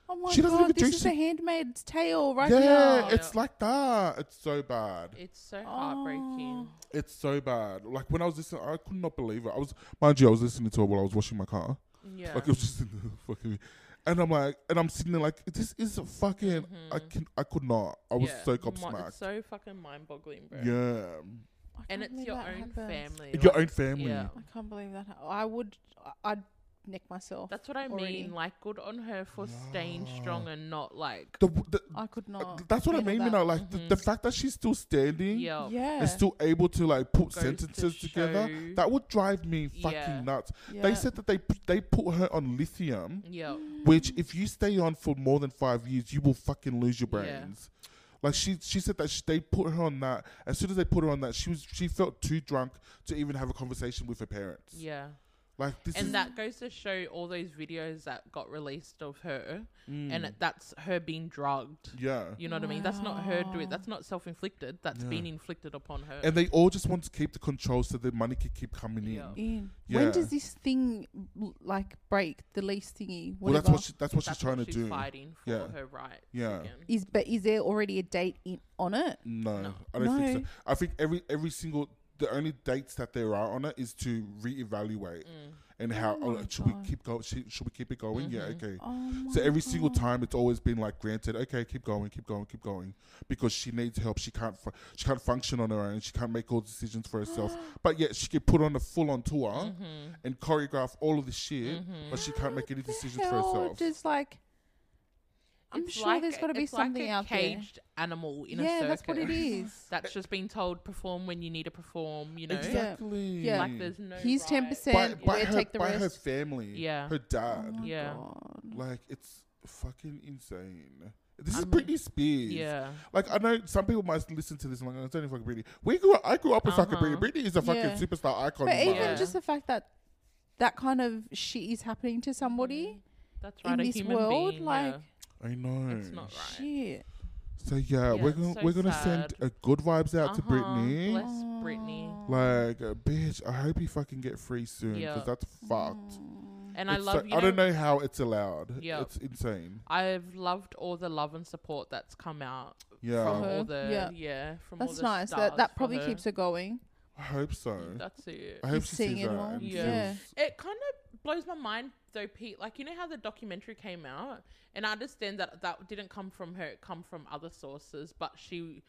Oh my She doesn't god, even this drink- is she- a handmaid's tale right yeah, now. it's like that. It's so bad. It's so Oh, heartbreaking. It's so bad. Like when I was listening, I could not believe it. I was, mind you, I was listening to it while I was washing my car. Oh. Yeah. Like it was just in the fucking, and I'm like, and I'm sitting there like, this is fucking. I can, I could not. I Mm-hmm. was Yeah. so Mi- gobsmacked. It's so fucking mind boggling, bro. yeah, I can't And it's believe your own that happened. family. your like- own family. yeah. I can't believe that. hap- I would. I- I'd nick myself. That's what I already. mean. Like, good on her for staying strong and not like. The, the, I could Oh, not. that's what I handle mean. You that. know, like the, the fact that she's still standing. Mm-hmm. Yeah. Yeah. And still able to like put Goes to sentences together. show- That would drive me fucking Yeah. nuts. Yeah. They said that they p- they put her on lithium. Yeah. Which, if you stay on for more than five years, you will fucking lose your Yeah. brains. Like she, she said that sh they put her on that. As soon as they put her on that, she was she felt too drunk to even have a conversation with her parents. Yeah. Like this is And that goes to show all those videos that got released of her, Mm. and it- that's her being drugged. yeah. You know what I mean? That's not her doing. That's not self-inflicted. That's been inflicted upon her. And they all just want to keep the control so the money could keep coming in. Yeah. in. Yeah. When does this thing l- like break? The lease thingy. Well, Whatever. that's what she, that's what that's she's trying what to she's do. Fighting for Yeah. her right. Yeah. is but is there already a date in, on it? No, No. I don't think No. so. I think every every single the only dates that there are on it is to reevaluate Mm. and how oh, should we keep going? Should, should we keep it going? Yeah, Mm-hmm. okay. Oh so every single time, it's always been like granted. Okay, keep going, keep going, keep going, because she needs help. She can't fu- she can't function on her own. She can't make all decisions for herself. but yet she can put on a full on tour Mm-hmm. and choreograph all of this shit, but she can't make any decisions for Hell, herself. Just like. I'm It's sure like there's a- got to be it's like something a out there. caged animal in a yeah, circus. that's what it is. That's just been told perform when you need to perform. You know, exactly. Yeah. like there's no. He's right. ten by, percent. by we her, take the by rest. her family. Yeah. her oh dad. Yeah, Like it's fucking insane. This is Britney Spears. yeah. Like I know some people might listen to this and like, I don't know fucking Britney. We grew up, I grew up with fucking Britney. Britney is a fucking Uh-huh. Yeah. superstar icon. But in my even Yeah. eyes. just the fact that that kind of shit is happening to somebody That's right. in a this Mm. human world, being, like I know. yeah. it's not right. shit. So yeah, Yeah, we're it's gonna so we're gonna sad. send uh, good vibes out to Uh-huh. Britney. Bless Mm. Britney. Like uh, bitch, I hope you fucking get free soon because Yeah. that's Mm. fucked. Mm. And I It's love so- you. I don't know how it's allowed. Yeah. it's insane. I've loved all the love and support that's come out Yeah, from her. all the yeah, Yeah. from all That's the nice. stars That that for probably her. keeps her going. I hope so. That's it. I hope Keep she seeing sees it that. all. and Yeah. feels- It kind of blows my mind though, Pete. Like you know how the documentary came out, and I understand that that didn't come from her; it come from other sources. But she,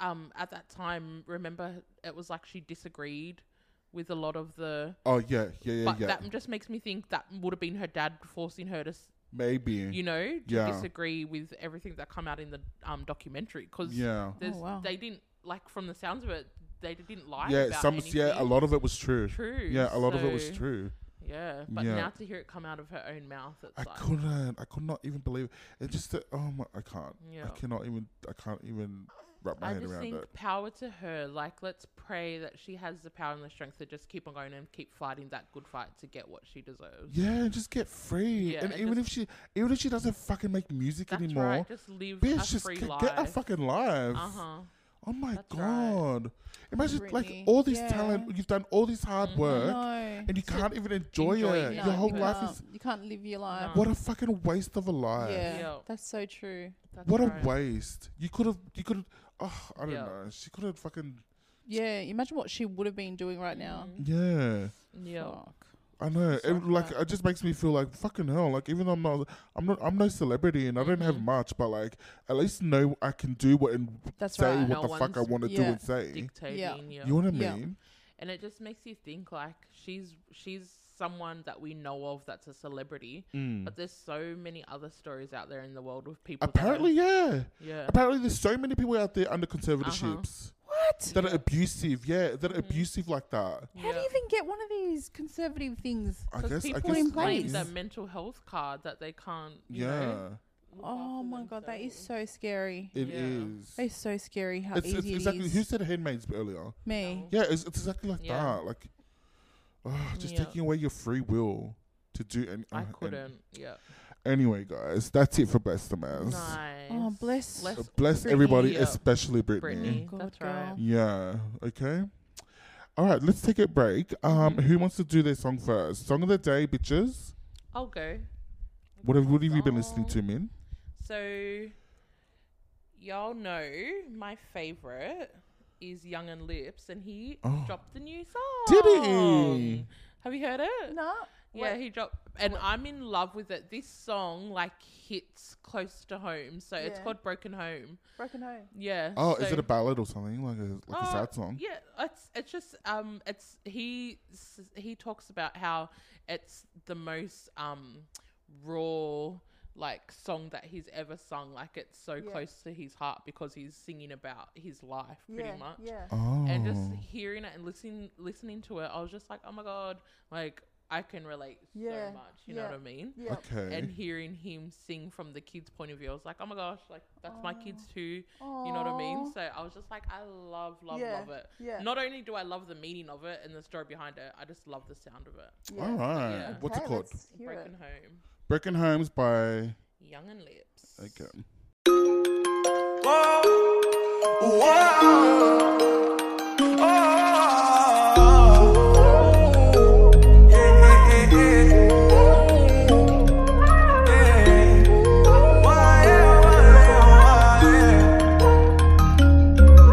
um, at that time, remember it was like she disagreed with a lot of the. Oh yeah, yeah, yeah, But yeah. that just makes me think that would have been her dad forcing her to, s- Maybe. you know, to Mm. Yeah. disagree with everything that come out in the um documentary because Yeah. there's wow. they didn't like from the sounds of it they didn't lie. Yeah, about some yeah, a anything. lot of it was true. True, Yeah, a lot of it was so- true. Yeah, but Yeah. now to hear it come out of her own mouth, it's I like couldn't. I could not even believe it. It just. uh, Oh my! I can't. Yeah. I cannot even. I can't even wrap my I head just around think it. power to her. Like, let's pray that she has the power and the strength to just keep on going and keep fighting that good fight to get what she deserves. Yeah, and just get free. Yeah, and and even just- if she, even if she doesn't fucking make music That's anymore, right. Just live a bitch, just free get, life. get a fucking life. uh huh. Oh my That's right. god! Imagine like Britney. all this Yeah. talent. You've done all this hard work, No. and you can't even enjoy, Mm-hmm. enjoy Uh-huh. it. it. Your No, whole you life can't. is You can't live your life. what a fucking waste of a life. Yeah, Yeah. that's so true. That's What right. a waste. You could have, you could have, oh, I don't Yeah. know. She could have fucking, Yeah, imagine what she would have been doing right now. Mm-hmm. yeah. Yeah. Fuck. I know. It, like, it just makes me feel like fucking hell. Like, even though I'm not, I'm not, I'm no celebrity and I don't Mm-hmm. have much, but like, at least know I can do what and That's say right. what No the fuck I one's want to do Yeah. and say. Dictating. Yeah. You know what I Yeah. mean? and it just makes you think like she's she's someone that we know of that's a celebrity, Mm. Mm. but there's so many other stories out there in the world with people. that are- Apparently, yeah. yeah. Apparently, there's so many people out there under conservatorships Uh-huh. What? that are abusive. Yeah, that are Mm-hmm. abusive like that. How do you even get one of these conservative things? I guess. I people guess. in place. it claim is. their mental health card that they can't. You Know, Yeah, look Oh after my god, that is themselves. so scary. it is. Yeah. It's so scary how It's, easy it's it exactly is. who said handmaids earlier. Me. Yeah, it's, it's exactly like Yeah. that. Like, oh, just Yeah. taking away your free will to do any. I uh, and- couldn't. Yeah. anyway, guys, that's it for bless the man. Nice. Oh, bless. Bless Uh, Bless Brittany, everybody, yeah. especially Brittany. Brittany. Good That's girl. right. Yeah. Okay. All right, let's take a break. Um, Mm-hmm. who wants to do their song first? Song of the day, bitches. I'll go. What have, what have you been listening Song. to, Min? So, y'all know my favorite is Young and Lips, and he Oh. dropped a new song. Did he? Have you heard it? No. Yeah, he dropped, and I'm in love with it. This song like hits close to home, so it's Yeah. called Broken Home. Broken home. Yeah. Oh, is so- it a ballad or something like a like a Uh, sad song? Yeah, it's it's just um, it's he s- he talks about how it's the most um raw like song that he's ever sung. Like it's so Yeah. close to his heart because he's singing about his life pretty much. Yeah. Oh, And just hearing it and listening listening to it, I was just like, oh my god, like I can relate Yeah, so much. You know yeah. what I mean? Yeah. okay. And hearing him sing from the kids' point of view, I was like, oh my gosh, like that's my kids Oh. too. You know what I mean? So I was just like, I love, love, Yeah, love it. yeah. Not only do I love the meaning of it and the story behind it, I just love the sound of it. All right. Yeah. What's it called? Broken Home, Broken Homes by. Young and Lips. Okay.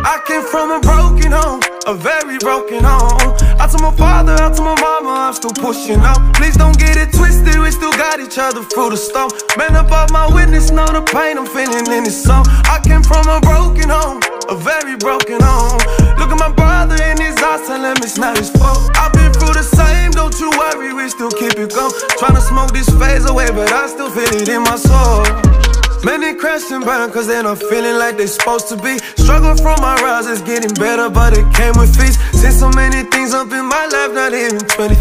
I came from a broken home, a very broken home. Out to my father, out to my mama, I'm still pushing up. Please don't get it twisted, we still got each other through the storm. Man above my witness, know the pain I'm feeling in this song. I came from a broken home, a very broken home. Look at my brother in his eyes, tell him it's not his fault. I've been through the same, don't you worry, we still keep it going. Tryna smoke this phase away, but I still feel it in my soul. Many crash and burn cause they not feeling like they supposed to be. Struggle from my rise, it's getting better, but it came with fees. Seen so many things up in my life, not even 23.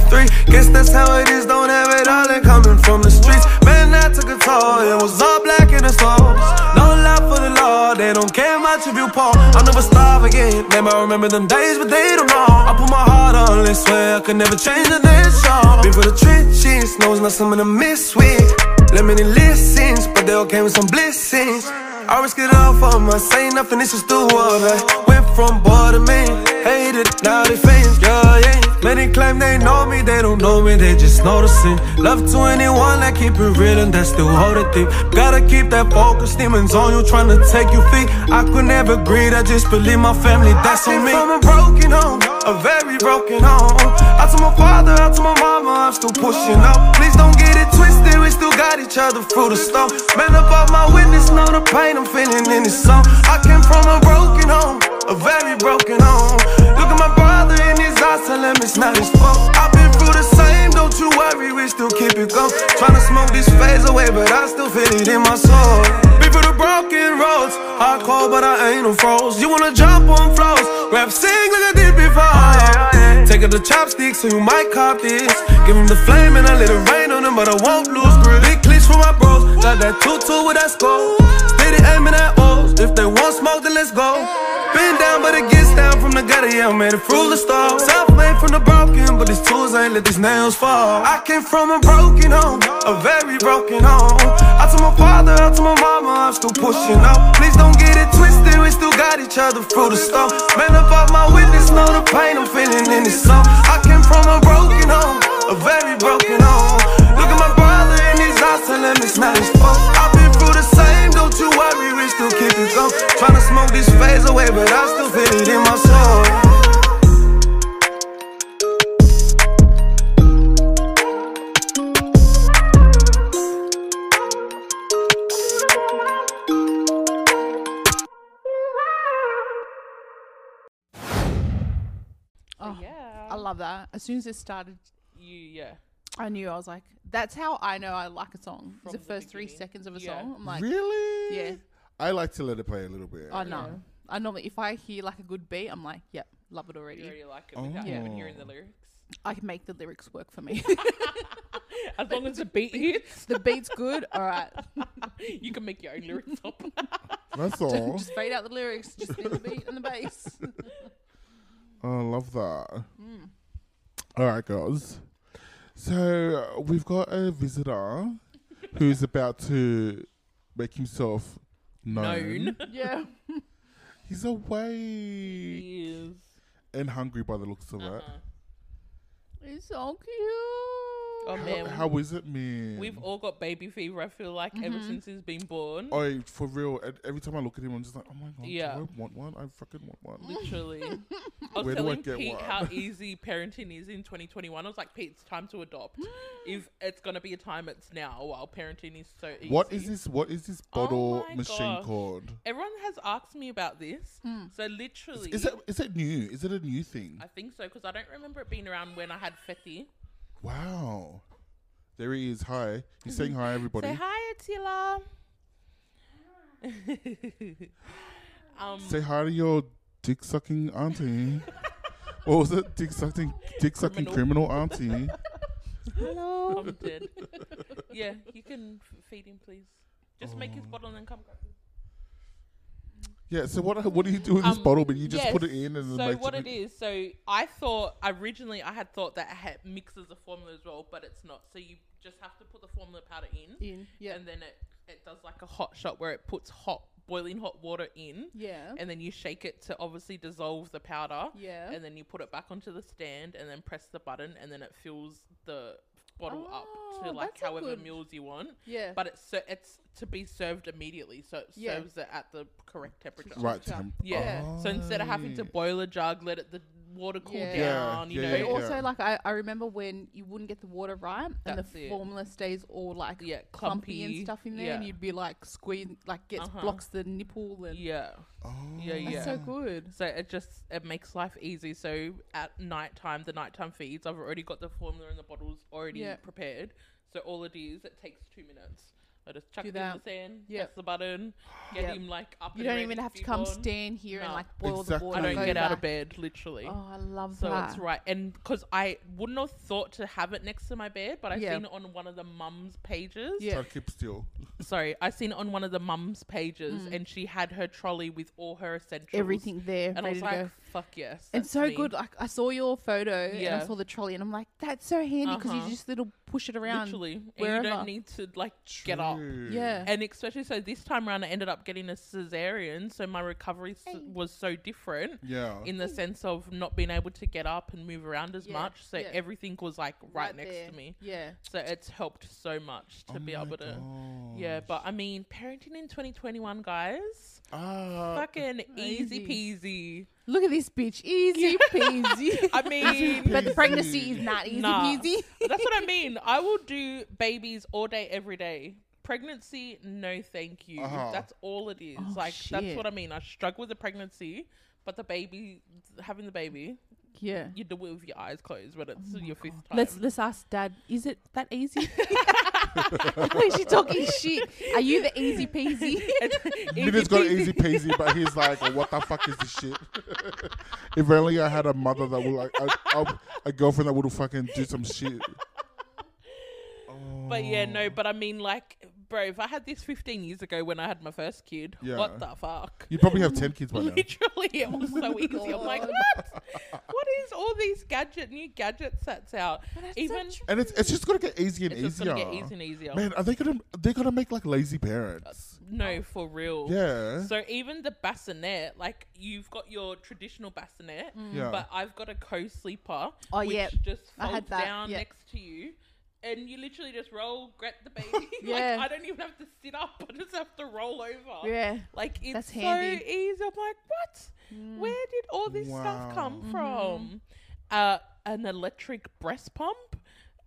Guess that's how it is, don't have it all and coming from the streets. Man, I took a toll, it was all black in the souls. No love for the law, they don't care much if you poor. I'll never starve again. They might remember them days, but they don't know. I put my heart on, this swear I could never change the this show. Been for the trenches, knows not something to miss with. Let many listens, but they all came with some blessings. I risk it all for my say nothing, it's just the water. Went from boy to man, hated, now they fans, yeah, yeah. Many claim they know me, they don't know me, they just noticing. Love to anyone that keep it real and that still hold it deep. Gotta keep that focus, demons on you, trying to take you feet. I could never greed, I just believe my family, that's on me. From a broken home, a very broken home. Out to my father, out to my mama, I'm still pushing up. Please don't get it twisted, we still got each other through the storm. Man above my witness, know the pain I'm feeling in this song. I came from a broken home, a very broken home. Look at my brother in his eyes, tell him it's not his fault. I've been through the same, don't you worry, we still keep it going. Tryna smoke this phase away, but I still feel it in my soul. Been through the broken roads, hardcore, but I ain't no froze. You wanna jump on flows, rap sing like I did before. Take out the chopsticks, so you might cop this. Give him the flame and I let it rain on him, but I won't lose. Big cleats for my bros, got that tutu with that skull. Steady aiming at O's, if they want smoke, then let's go. Been down, but it gets down from the gutter, yeah, I made it through the storm. Self made from the broken, but these tools ain't let these nails fall. I came from a broken home, a very broken home. Out to my father, out to my mama, I'm still pushing up. Please don't get it twisted, we still got each other through the storm. Man, above my witness, know the pain I'm feeling in this song. I came from a broken home, a very broken home. Look at my brother in his eyes, tell him it's not his fault. I've been through the same, don't you worry, we still keep it going. Tryna smoke this phase away, but I still feel it in my soul. So, yeah. that, as soon as it started, You yeah. I knew I was like, that's how I know I like a song. From the the first three beginning. seconds of a Yeah. song, I'm like, really? yeah. I like to let it play a little bit. Oh no. I normally if I hear like a good beat, I'm like, yep, love it You already. already like it without Yeah. even hearing the lyrics. I can make the lyrics work for me. As long as the beat hits, the beat's good, all right. you can make your own lyrics up. That's all. just fade out the lyrics, just do the beat and the bass. I love that. Mm. All right, girls. So uh, we've got a visitor who's about to make himself known. Known. Yeah. He's awake Yes. and hungry by the looks of it. Uh-huh. It's so cute. Oh man, How, how is it, man? we've all got baby fever. I feel like ever since he's been born, Oh, for real. and Every time I look at him, I'm just like, oh my god, Yeah. do I want one? I fucking want one. literally. I was Where do I telling get Pete one? how easy parenting is in 2021. I was like, Pete, it's time to adopt. if it's gonna be a time, it's now. While parenting is so easy. What is this? What is this bottle Oh my machine gosh. called? Everyone has asked me about this. So literally, Is it is it new? Is it a new thing? I think so because I don't remember it being around when I had Fetty. Wow. There he is. Hi. He's saying hi, everybody. Say hi, Attila. um, Say hi to your dick sucking auntie. what was it? Dick sucking, dick sucking criminal auntie. Hello. I'm dead. yeah, you can f- feed him, please. Just make Oh. his bottle and then come grab him. Yeah. So what? What do you do with this Um, bottle? But you just put yes. it in and So like. what it is, so I thought originally I had thought that it had mixes the formula as well, but it's not. So you just have to put the formula powder in, In. Yeah. and then it it does like a hot shot where it puts hot boiling hot water in, yeah. and then you shake it to obviously dissolve the powder. Yeah. And then you put it back onto the stand and then press the button and then it fills the bottle up Oh, to like that's a however good- meals you want. Yeah. But it's ser- it's to be served immediately, so it Yeah. serves it at the correct temperature. Right. Yeah. Temp- Yeah. So instead of having to Oh. boil a jug, let it the water cool Yeah. Yeah, down, you yeah, know. But yeah, or- also, like I, I remember when you wouldn't get the water right, and That's the it. formula stays all like Yeah, clumpy, and clumpy. stuff in there, and Yeah. you'd be like squeeze, like gets Uh-huh. blocks the nipple, and Yeah. Oh. Yeah, that's yeah. so good. So it just it makes life easy. So at nighttime, the nighttime feeds, I've already got the formula and the bottles already Yeah. prepared. So all it is, it takes two minutes. I just chuck Do it in the that. sand, Yep. press the button, get Yep. him like up. You and don't ready even have be to come gone. stand here and No. like boil the water. I Exactly. and don't go get out of back. bed, literally. Oh, I love So that. it's right, and because I wouldn't have thought to have it next to my bed, but I Yeah. seen it on one of the mums' pages. Yeah. Try to keep still. Sorry, I seen it on one of the mums' pages, and she had her trolley with all her essentials, Mm. Everything there, and I ready was to like, go. "Fuck yes!" And that's so me. good. Like I saw your photo and Yeah. I saw the trolley, and I'm like, that's so handy because Uh-huh. you just little push it around. literally, and you wherever. don't need to like get up. True. Yeah. And especially so, this time around, I ended up getting a cesarean, so my recovery s- was so different. Yeah. in the sense of not being able to get up and move around as Yeah, much. So yeah. everything was like right, next there. to me. Yeah. So it's helped so much to Oh be my able to. gosh. Yeah, but I mean, parenting in 2021, guys, Ah. fucking easy Look at this bitch. Easy peasy. peasy. I mean, but the pregnancy is not easy Nah. peasy. that's what I mean. I will do babies all day, every day. Pregnancy, no thank you. Uh-huh. That's all it is. Oh, like, that's shit. what I mean. I struggle with the pregnancy, but the baby, having the baby, yeah. you do it with your eyes closed when it's your fifth time. Let's let's ask Dad. Is it that easy? Why is she talking shit? Are you the easy peasy? Nina's got easy peasy, but he's like, what the fuck is this shit? if only I had a mother that would like a, a, a girlfriend that would fucking do some shit. But yeah, no, but I mean, like, bro, if I had this 15 years ago when I had my first kid, Yeah. what the fuck? You probably have ten kids by now. Literally, it was so easy. I'm like, what? What is all these gadget, new gadgets that's out? Even And it's, it's just gonna get easier and it's just easier. gonna get easier and easier. Man, are they gonna they're gonna make like lazy parents? Oh. No, for real. Yeah. So even the bassinet, like you've got your traditional bassinet, Yeah. but I've got a co-sleeper, Mm. Oh, which yep. just I folds had that, down yep. next to you, and you literally just roll, grab the baby. Yeah. like, I don't even have to sit up; I just have to roll over. yeah. Like it's That's so handy. Mm. easy. I'm like, what? Where did Mm-hmm. all this stuff come Wow. from? Uh, an electric breast pump,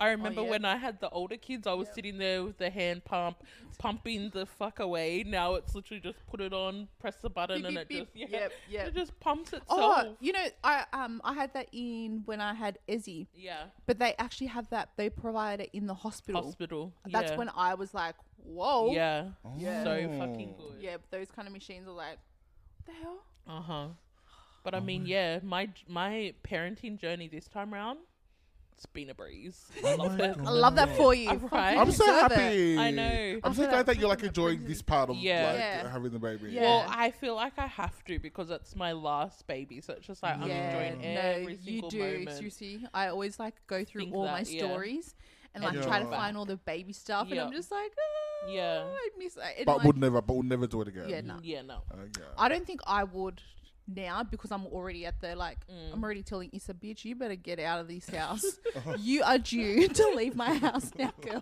I remember Oh, yeah. when I had the older kids, I was sitting there with the hand pump, pumping the fuck away. Now it's literally just put it on, press the button, Beep, and beep, it beep. just yeah, Yep, yep. it just pumps itself. Oh, you know, I um I had that in when I had Izzy, yeah, but they actually have that. They provide it in the hospital. hospital. That's yeah. when Oh. I was like, whoa. Yeah, Oh. Yeah. so fucking good. Yeah, but those kind of machines are like, what the hell? Uh huh. But Oh, I mean, yeah, my my parenting journey this time round, it's been a breeze. I love it. I love that for you. All Fuck, right. you I'm so deserve it. happy. I know. I'm so feel glad like that you're like enjoying this part of Yeah. like Yeah. having the baby. Yeah. Well, I feel like I have to because it's my last baby, so it's just like I'm Yeah, enjoying no, every you single do. moment. You see, I always like go through Think all that, my yeah. stories and like And try to think find all the baby stuff, and I'm Yeah. just like, oh, Yeah. I miss. I- and, But like, would never, but would never do it again. Yeah, no. Yeah, no. Uh, yeah. I don't think I would now because I'm already at the like Mm. I'm already telling Issa bitch, you better get out of this house. you are due to leave my house now, girl.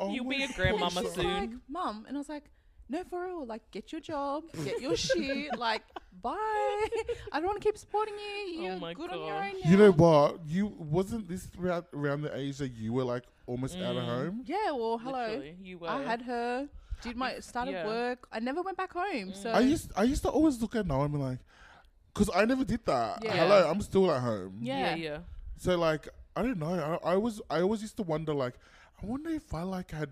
Oh You'll be my a grandmama God. She's soon. like, Mum and I was like, No for real, like get your job, get your shit, like bye. I don't wanna keep supporting you. Oh You're my good on your God. own now. You know what? You wasn't this around, around the age that you were like almost Mm. out of home. Yeah, well hello. Literally, you were. I had her, did my started yeah. Mm. work. I never went back home. So I used I used to always look at now and be like, because I never did that. Yeah. Hello, I'm still at home. Yeah, yeah. yeah. So like, I don't know. I, I was I always used to wonder like, I wonder if I like had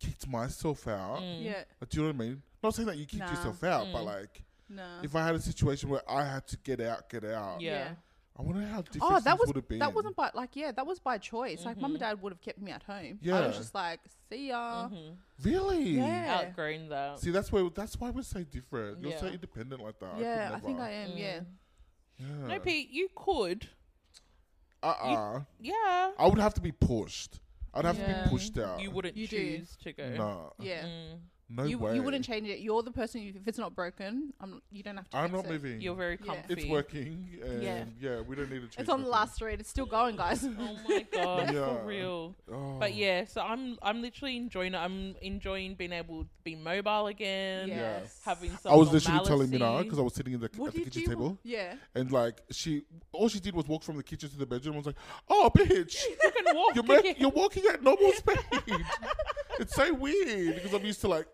kicked myself out. Mm. Yeah. Like, Do you know what I mean? Not saying that you kicked Nah. yourself out, but like, No. if I had a situation where I had to get out, get out. Yeah. I wonder how different Oh, that was would have been. that wasn't by like yeah, that was by choice. Like mum and Mm. dad would have kept me at home. I Yeah. was just like, see ya. Mm-hmm. really. Yeah, Outgrown that. See, that's why that's why we're so different. You're so Yeah. independent like that. yeah, I, could think I never. am. Yeah, Mm. Yeah. No, Pete, you could. Uh-uh. Yeah. I would have to be pushed. I'd have to Yeah. be pushed out. You wouldn't You do. choose to go. No. yeah. Mm. No You way. you wouldn't change it. You're the person. You, if it's not broken, I'm. not- You don't have to. I'm fix not it. moving. You're very Yeah. comfy. it's working. And Yeah. yeah. we don't need to change. It's on the nothing. last thread. It's still going, guys. Oh my god, Yeah. for real. Oh. But yeah, so I'm I'm literally enjoying it. I'm enjoying being able to be mobile again. Yes. Having some Oh. I was literally telling Mina normalcy. because I was sitting in the, What at did the kitchen you? table, Yeah. and like she, all she did was walk from the kitchen to the bedroom. I was like, "Oh, bitch, you can walk. you're again. ma- you're walking at normal speed." it's so weird because I'm used to like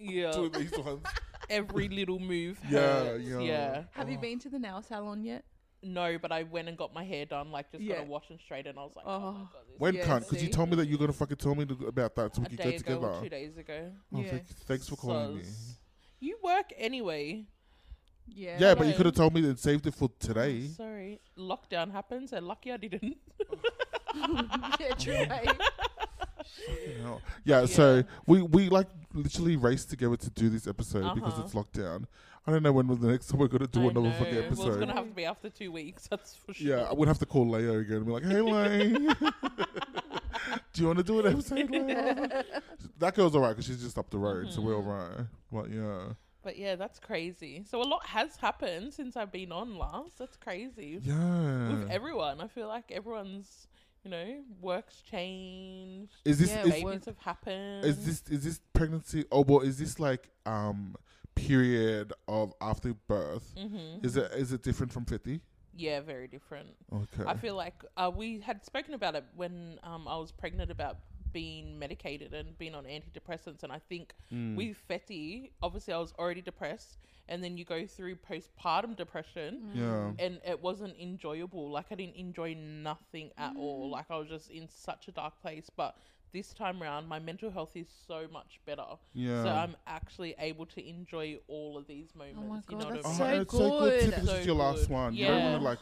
Yeah. doing Oh. these ones. Every little move. Yeah, Hurts. yeah. yeah. Have Oh. you been to the nail salon yet? No, but I went and got my hair done, like just Yeah. got a wash and straighten. I was like, oh, my Oh. god, this When Yeah, can't? Because you see? told me that you're gonna fucking tell me to, about that so we a could go day ago together. or two days ago. Oh, Yeah. thank- thanks for calling me. Soz. You work anyway. Yeah. Yeah, but you Yeah. could have told me and saved it for today. Sorry, lockdown happens, and lucky I didn't. yeah, true. mate. Yeah, Yeah, so we, we like literally raced together to do this episode because Uh-huh. it's lockdown. I don't know when was the next time we're gonna do I another know. fucking Well, it's episode. gonna have to be after two weeks. That's for sure. yeah, I would have to call Leo again and be like, "Hey, Leo, do you want to do an episode?" Leo? that girl's alright because she's just up the road, so we're Mm-hmm. alright. But yeah, But yeah, that's crazy. So a lot has happened since I've been on last. That's crazy. With yeah. everyone, I feel like everyone's, you know, works changed. Is this Yeah, is, Babies have happened. is this is this pregnancy? Oh, well, is this like um period of after birth? hmm Is it is it different from fifty? Yeah, very different. Okay. I feel like uh, we had spoken about it when um, I was pregnant about being medicated and being on antidepressants. And I think Mm. with Fetty, obviously, I was already depressed. And then you go through postpartum depression. yeah. And it wasn't enjoyable. Like, I didn't enjoy nothing at all. Like, I was just in such a dark place. But this time round, my mental health is so much better. Yeah. So I'm actually able to enjoy all of these moments. you Oh God, know what I that's mean? so Oh, it's so good. too, good. because So it's your last good. one. You don't Yeah. want to like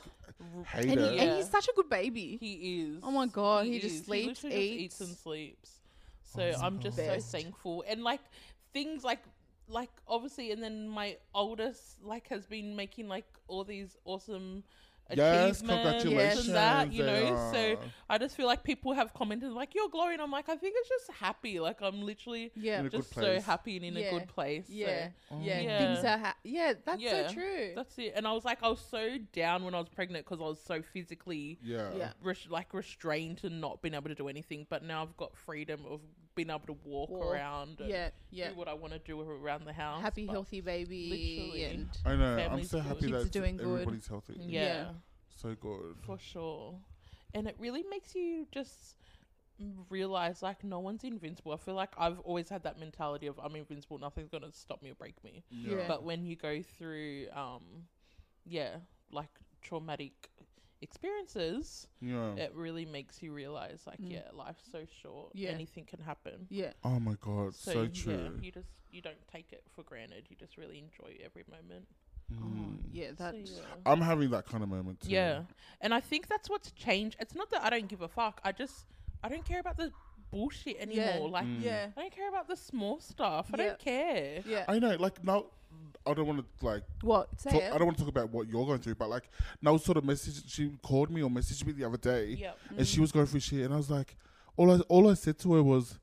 hate And, he, it. Yeah. and he's such a good baby. He is. Oh my God, he just sleeps, literally eats. just eats and sleeps. So Oh, I'm just Best. so thankful. And like things like like obviously and then my oldest like has been making like all these awesome achievements Yes, and that, you congratulations, know. they So are. I just feel like people have commented like you're glowing. I'm like, I think it's just happy. Like I'm literally Yeah. In a good just so place. Oh. happy and in Yeah. a good place. So Yeah. yeah. Yeah. Things are. Ha- yeah. That's Yeah. so true. that's it. And I was like I was so down when I was pregnant because I was so physically Yeah. yeah. res- like restrained and not being able to do anything. But now I've got freedom of being able to walk, Walk. around and Yeah. Yeah. do what I want to do around the house. Happy, but- healthy baby. Literally. And I know. I'm Family's so good. happy Kids that are doing good. everybody's healthy. Yeah, Yeah. So good. for sure. and it really makes you just realize like no one's invincible. I feel like I've always had that mentality of I'm invincible, nothing's gonna stop me or break me. Yeah. But when you go through, um, yeah, like traumatic experiences, Yeah. it really makes you realize like yeah, life's so short. Mm. Yeah. Anything can happen. Yeah. Oh my god, so, Yeah, true. you just you don't take it for granted. You just really enjoy every moment. Oh, yeah. So, That. yeah. Mm. I'm having that kind of moment too. Yeah. And I think that's what's changed. It's not that I don't give a fuck. I just I don't care about the bullshit anymore. Like Mm. Yeah. I don't care about the small stuff. I Yeah. don't care. Yeah. I know, like now I don't wanna like what? Say talk, it. I don't want to talk about what you're going through, but like now sort of message she called me or messaged me the other day Yep. and she was going through shit and I was like all I all I said to her was,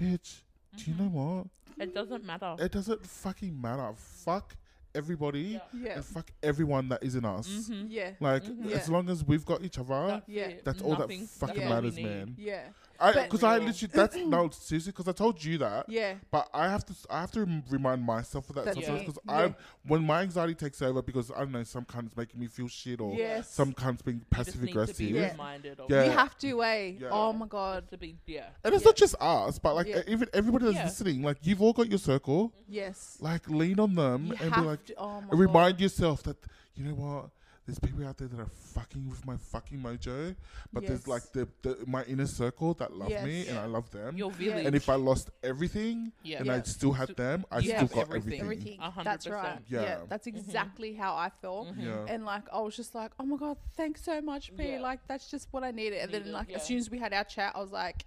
Bitch, do you know what? It doesn't matter. It doesn't fucking matter. Fuck everybody Yeah. and fuck everyone that isn't us. Mm-hmm. yeah. Like as Yeah. long as we've got each other, That's Yeah. it. that's all Nothing- that fucking that's all we matters, need. man. Yeah. I But- because I Yeah. literally that's no seriously because I told you that. Yeah. But I have to I have to rem- remind myself of that That's sometimes it. because Yeah. I when my anxiety takes over because I don't know some cunt's making me feel shit or Yes. some cunt's being You just passive need to aggressive. be Yeah. reminded of Yeah. You have to, eh? Yeah. Oh my god. to be yeah. And it's not just us, but like Yeah. even everybody that's Yeah. listening, like you've all got your circle. Yes. Like lean on them You and have be like, to. Oh my and god. remind yourself that you know what there's people out there that are fucking with my fucking mojo, but Yes. there's like the, the my inner circle that love Yes. me and I love them. Your village. and if I lost everything Yeah. and Yeah. I still had them, I You still have got everything. everything. everything. A hundred That's right. percent. Mm-hmm. Yeah. Yeah. That's exactly how I felt. Yeah. And like I was just like, oh my god, thanks so much, P. Yeah. Like that's just what I needed. And then Needed, like yeah. as soon as we had our chat, I was like,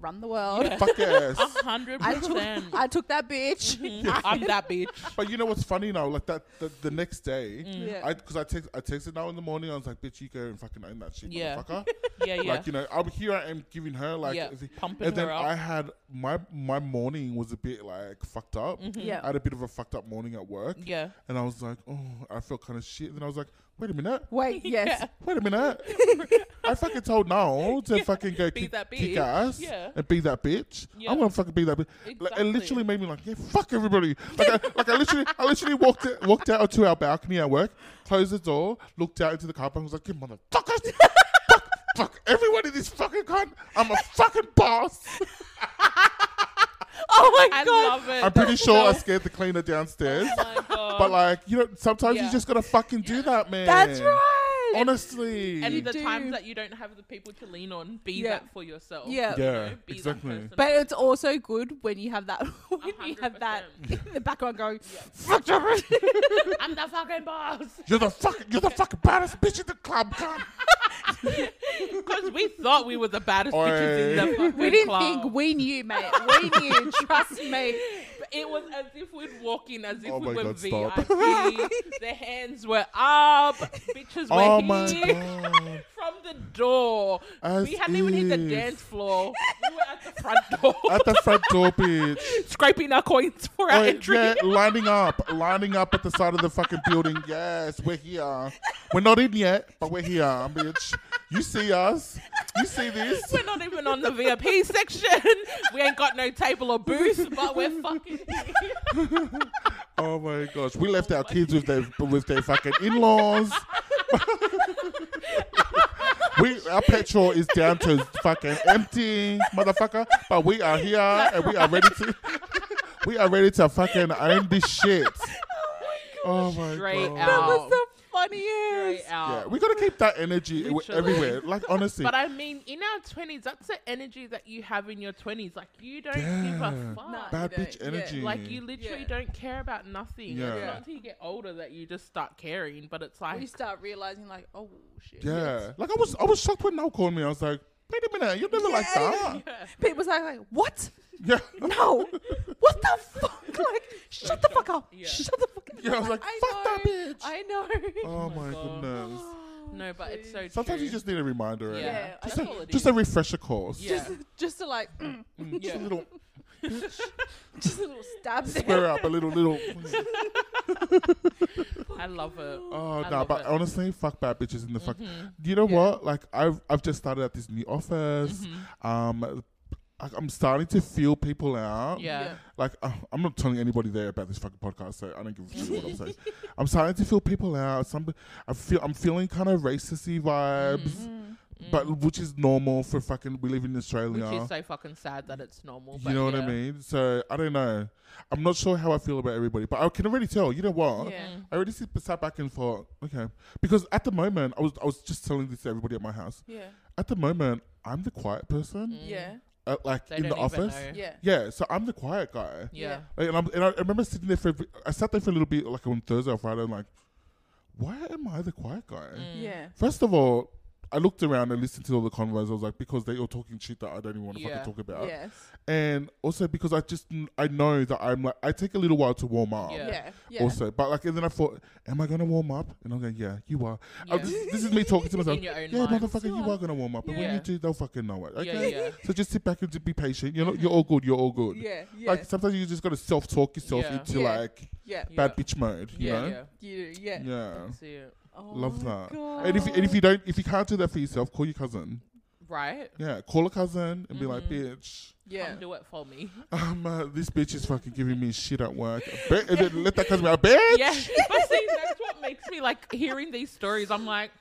run the world. Fuck A yes. hundred I took, percent. I took that bitch. I'm that bitch. but you know what's funny now? Like that, the, the next day, Mm. Yeah. I because I text I texted now in the morning. I was like, "Bitch, you go and fucking own that shit, Yeah. motherfucker." Yeah, yeah. Like you know, I'm here. I am giving her like, Yeah, the- pumping and then her up. I had my my morning was a bit like fucked up. Yeah. I had a bit of a fucked up morning at work. Mm-hmm. yeah. And I was like, oh, I felt kind of shit. And then I was like, wait a minute. Wait, yes. Wait a minute. I fucking told now to fucking go Be kick, that kick bitch. ass Yeah. and be that bitch. Yeah. I'm gonna fucking be that bitch. Like, it Exactly. literally made me like, yeah, fuck everybody. Like, I, like I literally, I literally walked out, walked out to our balcony at work, closed the door, looked out into the car park, and was like, you motherfuckers, fuck, fuck everyone in this fucking cunt. I'm a fucking boss. Oh my I god. love it. I'm pretty sure No. I scared the cleaner downstairs. Oh my god. But like, you know, sometimes you Yeah. just gotta fucking do that, man. That's right. Honestly. and You the do. times that you don't have the people to lean on, be Yeah. that for yourself. Yeah. You yeah, know, be that exactly. person. But it's also good when you have that when you have that in the background going, fuck everything. I'm the fucking boss. You're the fucking, you're the fucking baddest bitch in the club. Come. Because we thought we were the baddest Oi. bitches in the fucking We didn't club. think we knew, mate. We knew, trust me. But it was as if we'd walk in as if Oh my we were God, stop. VIP. the hands were up, bitches were Oh here. my god. From the door. As we hadn't even hit if. the dance floor. We were at the front door. At the front door, bitch. scraping our coins for our Oi, entry. yeah, lining up, lining up at the side of the fucking building. Yes, we're here. We're not in yet, but we're here, bitch. You see us? You see this? We're not even on the VIP section. We ain't got no table or booth, but we're fucking here. Oh my gosh, we left our kids with their with their fucking in laws. we our petrol is down to fucking empty, motherfucker. But we are here and we are ready to we are ready to fucking own this shit. Oh my Straight god. out. That was the Straight funniest. Yeah, out. we gotta keep that energy w- Literally. everywhere. Like honestly, But I mean, in our twenties, that's the energy that you have in your twenties. Like you don't give Yeah. a fuck. No. bad Yeah. bitch energy. Like you literally Yeah. don't care about nothing. Yeah. It's Yeah. not until you get older that you just start caring. But it's We like, start realizing, like, oh shit. yeah, like I was, I was shocked when Nell called me. I was like, wait a minute, you never like Yeah. that. People's like, like, what? Yeah, No. what the fuck? Like, shut the fuck up. Yeah. Shut the fuck up. Yeah, I was like, fuck know, that bitch. I know. Oh, my my God. goodness. no, but it's so. Sometimes true. you just need a reminder. eh? yeah. Yeah, That's Just a, all it just is. a refresher course. Yeah. Just, just to like, mm, Mm, Just a Yeah. little just a little stab there. square up, a little little. I love it. Oh I no, nah, love but it. Mm-hmm. honestly, fuck bad bitches in the fuck. You know Yeah. what? Like I've I've just started at this new office. Mm-hmm. Um, I, I'm starting to feel people out. Yeah. Like uh, I'm not telling anybody there about this fucking podcast, so I don't give a shit what I'm saying. I'm starting to feel people out. Some I feel I'm feeling kind of racisty vibes. but which is normal for fucking we live in Mm-hmm. Australia. Mm. Which is so fucking sad that it's normal. you but know what yeah. I mean? So I don't know. I'm not sure how I feel about everybody, but I can already tell. You know what? Yeah. Mm. I already sit- sat back and thought, okay, because at the moment I was I was just telling this to everybody at my house. Yeah. At the moment, I'm the quiet person, Yeah. uh, like Mm. They in don't even the office. know. Yeah. Yeah, so I'm the quiet guy. Yeah. Like, and, I'm, and I remember sitting there for, I sat there for a little bit, like on Thursday or Friday, and like, why am I the quiet guy? Mm. Yeah. First of all, I looked around and listened to all the convos. I was like, because they all talking shit that I don't even want to Yeah. fucking talk about. Yes. And also because I just, I know that I'm like, I take a little while to warm up. Yeah. Yeah. Yeah. Also, but like, and then I thought, am I gonna warm up? And I'm going, yeah, you are. Yeah. Oh, this, this is me talking to myself. In your own yeah, mind. motherfucker, you are gonna warm up, but when Yeah. you do, they'll fucking know it. Okay, Yeah, yeah. so just sit back and just be patient. You're not, you're all good. You're all good. Yeah. Like sometimes you just gotta self talk yourself Yeah. into Yeah. like Yeah. Yeah. bad bitch mode, you yeah, know? yeah. You do, Yeah. Yeah. See it. Oh Love my that. And if and if you don't if you can't do that for yourself, call your cousin. Right? Yeah, call a cousin and be like, Mm-hmm. bitch, Yeah. Come do it for me. um, uh, this bitch is fucking giving me shit at work. Bi- and then let that cousin be like, bitch. yeah. But see, that's what makes me like hearing these stories. I'm like,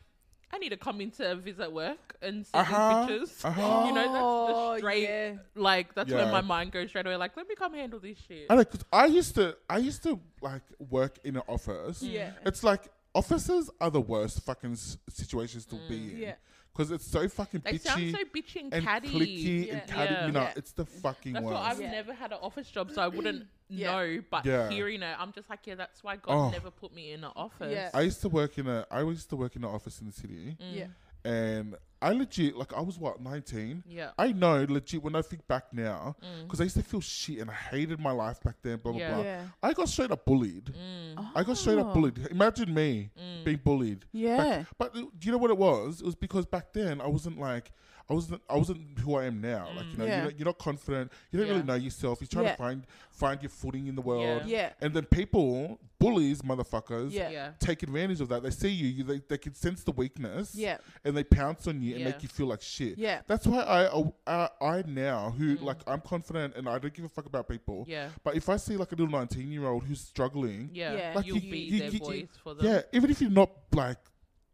I need to come into a visit work and see Uh-huh, these bitches. uh-huh. You know, that's Oh, the straight. yeah. Like that's Yeah. where my mind goes straight away. Like, let me come handle this shit. I know, 'cause I used to I used to like work in an office. Yeah. It's like offices are the worst fucking s- situations to be in. Yeah. Cause it's so fucking Mm. They bitchy sound so bitchy and, and catty. clicky Yeah. and catty. Yeah. You know, Yeah. it's the fucking That's worst. why I've Yeah. never had an office job, so I wouldn't Yeah. know. But Yeah. hearing it, I'm just like, yeah, that's why God Oh. never put me in an office. Yeah. I used to work in a I used to work in an office in the city Mm. Mm. Yeah. and I legit like I was what 19 Yeah. I know legit when I think back now because I used to feel shit and I hated my life back then blah blah Mm. Yeah. blah Yeah. I got straight up bullied Mm. I got straight Oh. Mm. up bullied imagine me being bullied Yeah. but do you know what it was it was because back then I wasn't like I wasn't I wasn't who I am now like you know Mm, Yeah. you're, not, you're not confident you don't Yeah. really know yourself you're trying Yeah. to find find your footing in the world Yeah. and then people bullies motherfuckers Yeah. Yeah. take advantage of that. They see you, you they, they can sense the weakness, Yeah. and they pounce on you and Yeah. make you feel like shit. Yeah. Mm. that's why I I, I now who like I'm confident and I don't give a fuck about people. Yeah. but if I see like a little 19 year old who's struggling, Yeah. Yeah. Like, You'll you- be you- their you- voice for them. yeah, even if you're not like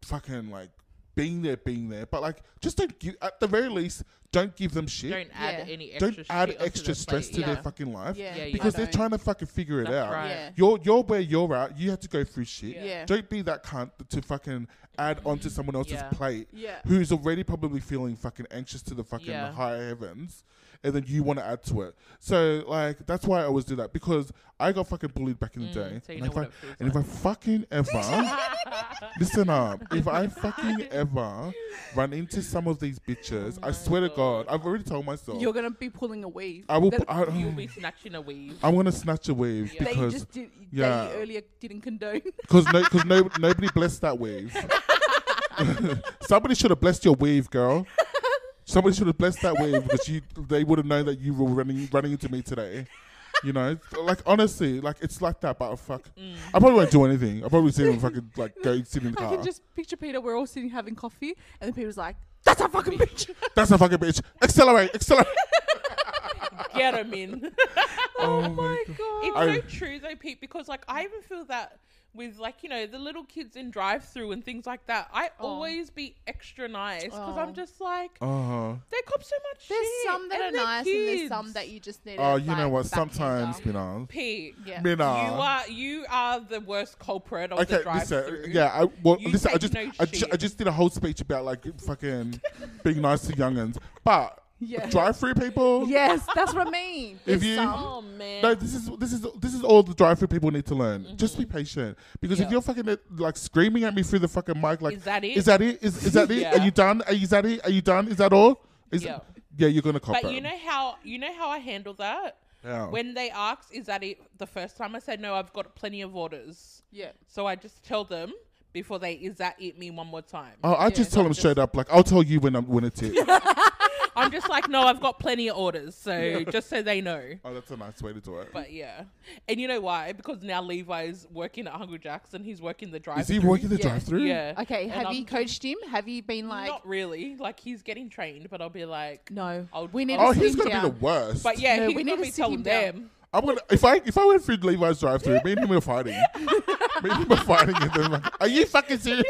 fucking like being there, being there, but like just don't give at the very least don't give them shit. Don't add Yeah. any extra Don't add shit onto extra their stress plate. to their Yeah. fucking life Yeah. Yeah, yeah. because I they're don't. trying to fucking figure it That's out. right. Yeah. You're you're where you're at. You have to go through shit. Yeah. Yeah. Don't be that cunt to fucking add onto someone else's Yeah. plate Yeah. who's already probably feeling fucking anxious to the fucking Yeah. high heavens and then you want to add to it. So like that's why I always do that because I got fucking bullied back in the day. Mm, so you and know if what I, it feels and if I fucking ever listen up, if I fucking ever run into some of these Oh bitches, I swear to God, I've already told myself You're gonna be pulling a weave. Oh. I will. That- I, You'll be snatching a weave. I'm gonna snatch a wave Yeah. That you because just did. yeah. That you earlier didn't condone. Because no, cause no, nobody blessed that wave. Somebody should have blessed your wave, girl. Somebody should have blessed that wave because you, they would have known that you were running, running into me today. You know, like honestly, like it's like that. But fuck, I probably won't do anything. I probably sit and fucking like go sit in the I car. can just picture Peter. We're all sitting having coffee, and then Peter's like, "That's a fucking bitch." That's a fucking bitch. Accelerate, accelerate. Get them in. Oh, my god. It's I- so true though, Pete, because like I even feel that with like you know the little kids in drive-through and things like that. I always be extra nice because Oh. I'm just like Uh huh. they cop so much. There's shit, some that and are they're nice and there's kids." some that you just need. to, Oh, you know like, what? back yourself. Sometimes, you know. Pete, Yeah. You you are you are the worst culprit of the Okay, drive-through. listen, yeah, I well, You listen, I take just, no I, ju- I shit. just did a whole speech about like fucking being nice to youngins, but Yeah. drive-through people. yes, that's what I mean. if you Oh man. no, this is this is this is all the drive-through people need to learn. Just be patient because Mm-hmm. Yeah. if you're fucking uh, like screaming at me through the fucking mic, like Is that it? Is that it? Is, is that it? Yeah. Are you done? Are you is that it? Are you done? Is that all? Is Yeah. yeah, you're gonna cop but it. you know how you know how I handle that. Yeah. When they ask, is that it? The first time I said no, I've got plenty of orders. Yeah. So I just tell them before they is that it me one more time. Oh, I just tell them straight up, like I'll tell you when I'm when it's it. I'm just like, no, I've got plenty of orders, so just so they know. oh, that's a nice way to do it. But yeah, and you know why? Because now Levi's working at Hungry Jack's and he's working the drive. is he working the Yeah. drive-through? Yeah. Okay, And have I'm you coached him? Have you been like? not really. Like he's getting trained, but I'll be like, no, I'll- we need. Oh, to he's sit gonna down. be the worst. But yeah, No, he's we need gonna to be sit him telling them. I'm gonna if I if I went through Levi's drive through, me and him were fighting. me and him were fighting and then like, Are you fucking serious?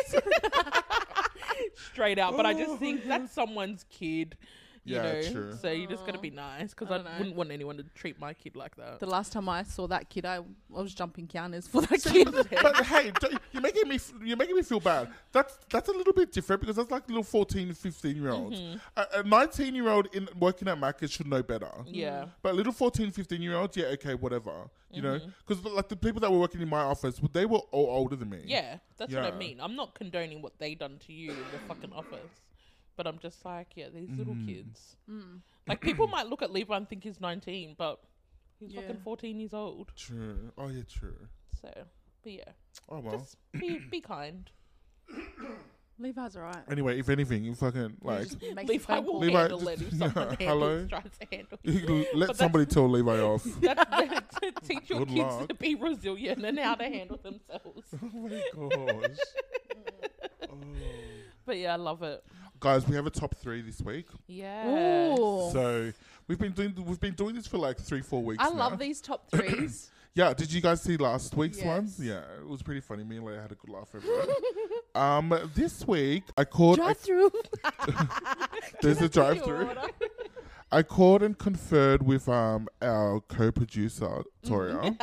straight out, but I just think that's someone's kid. You Yeah, know? true. So you just gotta be nice because I I, don't know. wouldn't want anyone to treat my kid like that. The last time I saw that kid, I, I was jumping counters for that kid. But hey, don't- you're making me f- you're making me feel bad. That's that's a little bit different because that's like little 14, 15 year olds. Mm-hmm. A, a 19 year old in working at Macca's should know better. Mm. Yeah. Mm. But little 14, 15 year olds, yeah, okay, whatever. You know, Mm-hmm. because like the people that were working in my office, well, they were all older than me. Yeah, that's what Yeah. I mean. I'm not condoning what they done to you in the fucking office, but I'm just like, yeah, these little Mm. kids. Mm. Like people might look at Levi and think he's 19, but he's Yeah. fucking 14 years old. True. Oh yeah, true. So, but yeah, Oh well. just be be kind. Levi's alright. anyway, if anything, you fucking like Levi will Levi, handle it just- if someone yeah, hello? handles, tries to handle you it. can let that's- somebody tell Levi off. That's, that's to teach your Good kids luck. to be resilient and how to handle themselves. oh my gosh. But yeah, I love it. Oh. Guys, we have a top three this week. Yeah. So we've been doing we've been doing this for like three four weeks. I now. love these top threes. Yeah, did you guys see last week's one? Yes. Yeah, it was pretty funny. Me and Leia had a good laugh over it. um, this week I called. I, Drive through. there's a drive through. I called and conferred with um our co-producer Mm-hmm. Toria,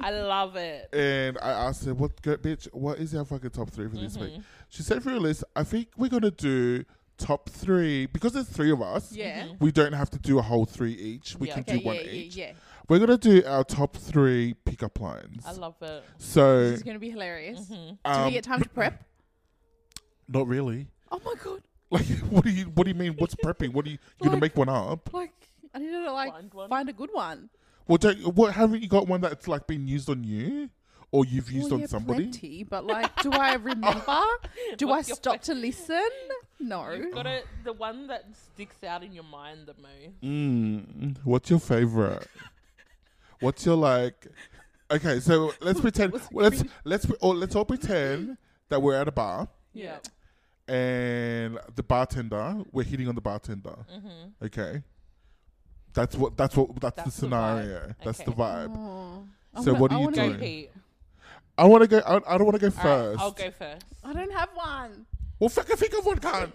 I love it. and I asked her, "What go, bitch? What is our fucking top three for this Mm-hmm. week?" She said, "For your list, I think we're gonna do top three because there's three of us. Mm-hmm. Yeah. We don't have to do a whole three each. We Yeah. can Okay, do one yeah, each. yeah, yeah. We're gonna do our top three pickup lines. I love it. So This is going to be hilarious. Mm-hmm. Do um, we get time to prep? not really. Oh my god. Like, what do you what do you mean? What's prepping? What are you you gonna Like- make one up? Like, I need to like Find one. find a good one. Well, don't, what haven't you got one that's like been used on you or you've used Well, on yeah, somebody? Oh plenty, but like, do I remember? do I What's your stop to listen? You've No. got it. The one that sticks out in your mind the most. Mm, what's your favorite? what's your like? Okay, so let's pretend. let's let's pre- or let's all pretend that we're at a bar Yeah. and the bartender we're hitting on the bartender. Okay, that's what that's what that's, Mm-hmm. the That's the vibe. scenario. That's the Okay. vibe. Oh. So what are you wanna- Go, doing? Pete. I want to go. I, I don't want to go All right, first. I'll go first. I don't have one. Well, fucking think of one, can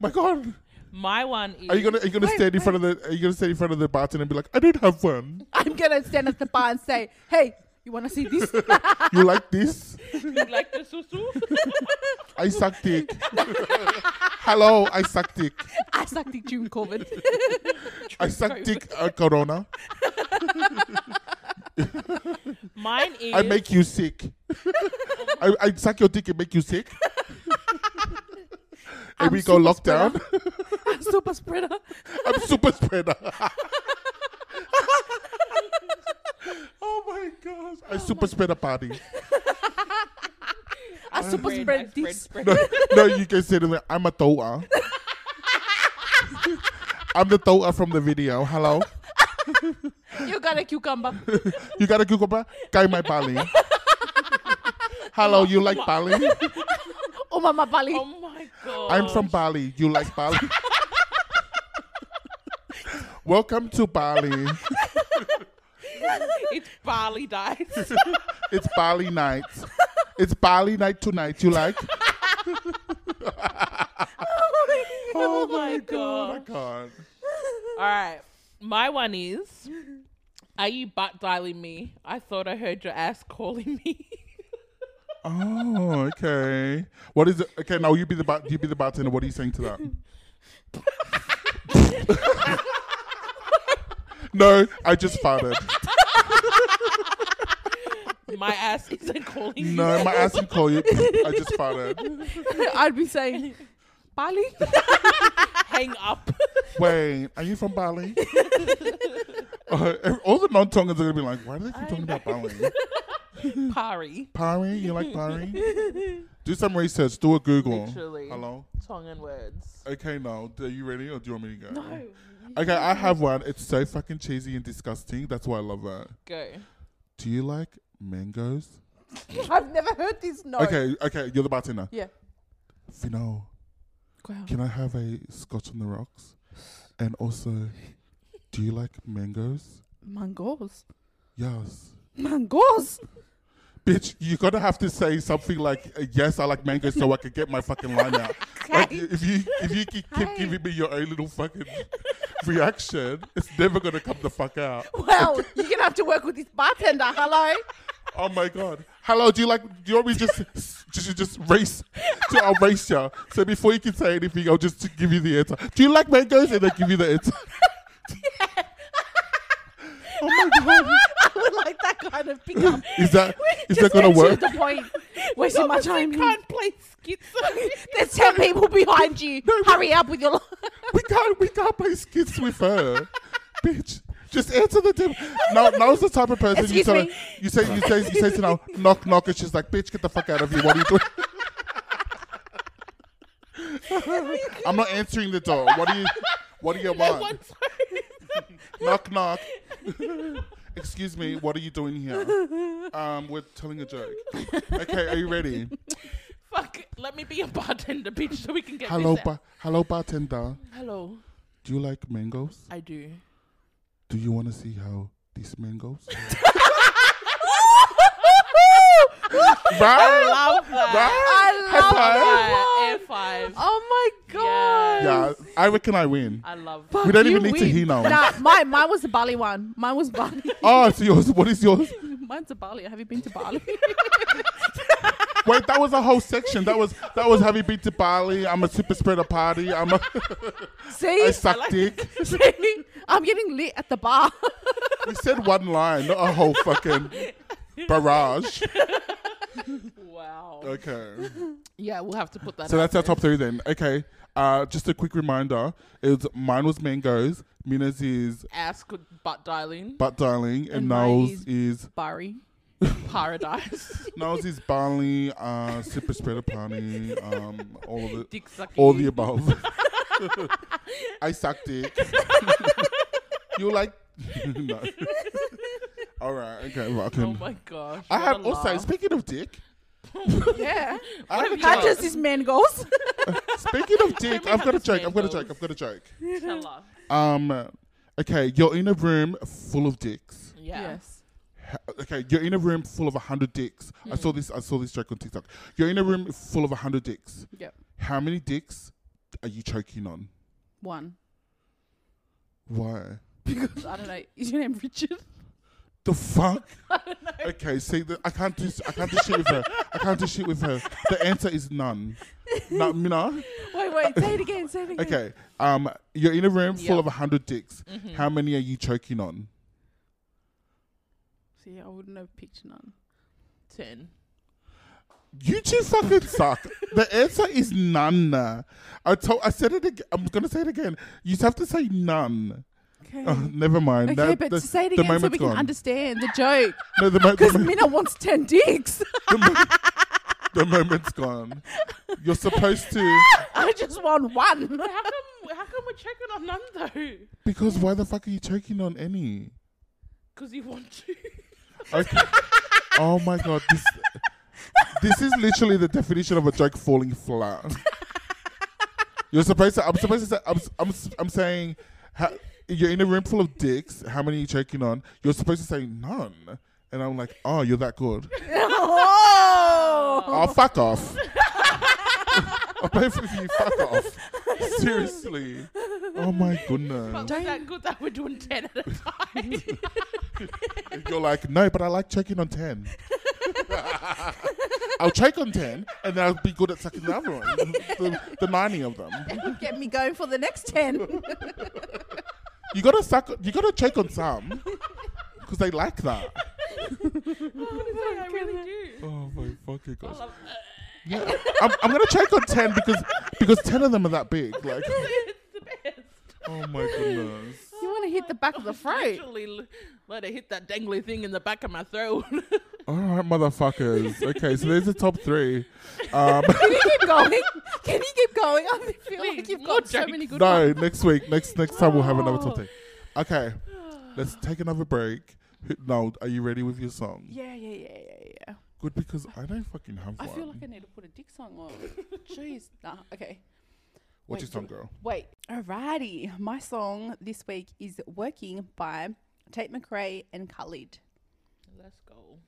My God, My one is. are you gonna are you gonna Wait, stand in front of the are you gonna stand in front of the bartender and be like, I don't have one. I'm gonna stand at the bar and say, "Hey, you want to see this?" no, You like this? You like the susu? I suck dick. Hello, I suck dick. I suck dick during COVID. I suck dick. Uh, corona. Mine is. I make you sick. I, I suck your dick and make you sick. and I'm we go super lockdown. Super spreader. I'm super spreader. oh my gosh! I super spreader party. I super Spread, spread I spread, this. spread. No, no, you can say to me, I'm a Toa. I'm the Toa from the video. Hello. You got a cucumber. You got a cucumber? Guy my Bali. Hello, you like Bali? Oh, mama Bali. Oh my god. I'm from Bali. You like Bali? Welcome to Bali. It's Bali dice. It's Bali night. It's Bali night tonight. You like? oh my Oh god. my god. All right. My one is. Are you butt dialing me? I thought I heard your ass calling me. Oh, okay. What is it? Okay, now you be the bar- you be the bartender. What are you saying to that? no, I just farted. my ass isn't calling No, you. my ass can call you. I just farted. I'd be saying, Bali. Hang up. Wait, are you from Bali? Uh, all the non-Tongans are gonna be like, why do they keep talking about Bali? Pari. Pari, you like Pari? do some research. Do a Google. Literally. Hello. Tongan words. Okay, now, are you ready or do you want me to go? No. Okay, I have one. It's so fucking cheesy and disgusting. That's why I love it. Go. Do you like mangoes? I've never heard this. No. Okay, okay, you're the bartender. Yeah. Fino, Wow. can I have a scotch on the rocks? And also, do you like mangoes? Mangoes. Yes. Mangoes. bitch, you're gonna have to say something like, "Yes, I like mango," so I can get my fucking line out. Like, if you if you keep, keep giving me your own little fucking reaction, it's never gonna come the fuck out. Well, you're gonna have to work with this bartender. Hello. Oh my god. Hello, do you like? Do you want me just just just race? To, I'll race you. So before you can say anything, I'll just give you the answer. Do you like mangoes? And I give you the answer. oh my god. I would like that kind of pickup. Is that is Just that gonna get to work? The point. Wasting my time. can't play schizo. There's ten people behind you. No, we- Hurry up with your. We can't we can't play skits with her, bitch. Just answer the door. Now, now's the type of person you Excuse tell me. her, you say you say you say to now knock knock and she's like bitch get the fuck out of here what are you doing? I'm not answering the door. What do you what do you want? knock knock. Excuse me, what are you doing here? Um, we're telling a joke. Okay, are you ready? Fuck, it, let me be a bartender, bitch, so we can get Hello, this out. ba- hello, bartender. Hello, Do you like mangoes? I do. Do you want to see how this man goes? I right? love that. High I love. five. Yeah, Air five. Oh my god. Yeah, I reckon I win. I love. we don't even need to hear now. Nah, mine, mine was the Bali one. Mine was Bali. Oh, so yours? What is yours? Mine's a Bali. Have you been to Bali? Wait, that was a whole section. That was that was. Have you been to Bali? I'm a super spreader party. I'm a. See, I suck dick. see, I'm getting lit at the bar. We said one line, not a whole fucking barrage. Wow. Okay. Yeah, we'll have to put that. So out that's our there. top three then. Okay. Uh, just a quick reminder: is mine was mangoes, Mina's is Ass good butt dialing butt dialing, and, And mine Noel's is Bari. paradise. Nose is Barley, uh, super spreader party, um, all of the, Dick sucking. Oh all the above. I sucked it. you like? no. all right. Okay. Well, I Oh can. my gosh. I what have a also laugh. speaking of dick. Yeah. I have a How joke. does this man goes? Speaking of dick, Tell me I've how got a this joke. man I've got a goes. joke. I've got a joke. Tell us. Um, okay. You're in a room full of dicks. Yeah. Yes. okay, you're in a room full of a hundred dicks. I Hmm. saw this. I saw this joke on TikTok. You're in a room full of a hundred dicks. Yep. How many dicks are you choking on? One. Why? Because I don't know. Is your name Richard? The fuck? Okay, see, the, I can't do. I can't do shit with her. I can't do shit with her. The answer is none. No, you know? Wait, wait. Say it again. Say it again. Okay. Um, you're in a room full Yeah. of a hundred dicks. Mm-hmm. How many are you choking on? See, I wouldn't have picked none. Ten. You two fucking suck. The answer is none. I told. I said it. Again. I'm gonna say it again. You have to say none. Okay. Oh, never mind. okay, That- but the- say it the again so we moment's can gone. understand the joke. No, the, mo- the, Because mo- Mina wants 10 dicks. the, mo- the moment's gone. You're supposed to. I just want one. How come? How come we're checking on none though? Because why the fuck are you choking on any? Because you want to. Okay. oh my god. This, this is literally the definition of a joke falling flat. You're supposed to. I'm supposed to say. I'm. s- I'm. s- I'm saying. Ha, you're in a room full of dicks. How many are you choking on? You're supposed to say none. And I'm like, oh, you're that good. oh. Oh, fuck off. oh, both of you, fuck off. Seriously. Oh my goodness. Was that good that we're doing ten at a time? You're like, no, but I like checking on 10. I'll check on 10 and then I'll be good at sucking the other one, the, the 90 of them. Get me going for the next ten. You gotta suck, you gotta check on some because they like that. Like, I really do. Oh my fucking I gosh. love. Yeah. I'm, I'm gonna check on 10 because because 10 of them are that big. Like, it's the best. oh my goodness. You want to hit the back of the throat. Literally, l- let it hit that dangly thing in the back of my throat. All right, motherfuckers. Okay, so there's the top three. Um, Can you keep going? Can you keep going? I feel like Please, you've more got so jokes. many good ones. no, next week. Next next time we'll have another top Oh. three. Okay, let's take another break. Who- No, are you ready with your song? Yeah, yeah, yeah, yeah, yeah. Good because I don't fucking have I one. feel like I need to put a dick song on. Jeez. Nah, okay. What's your wait, song, do- girl? Wait. Alrighty. My song this week is Working by Tate McRae and Khalid. Let's go.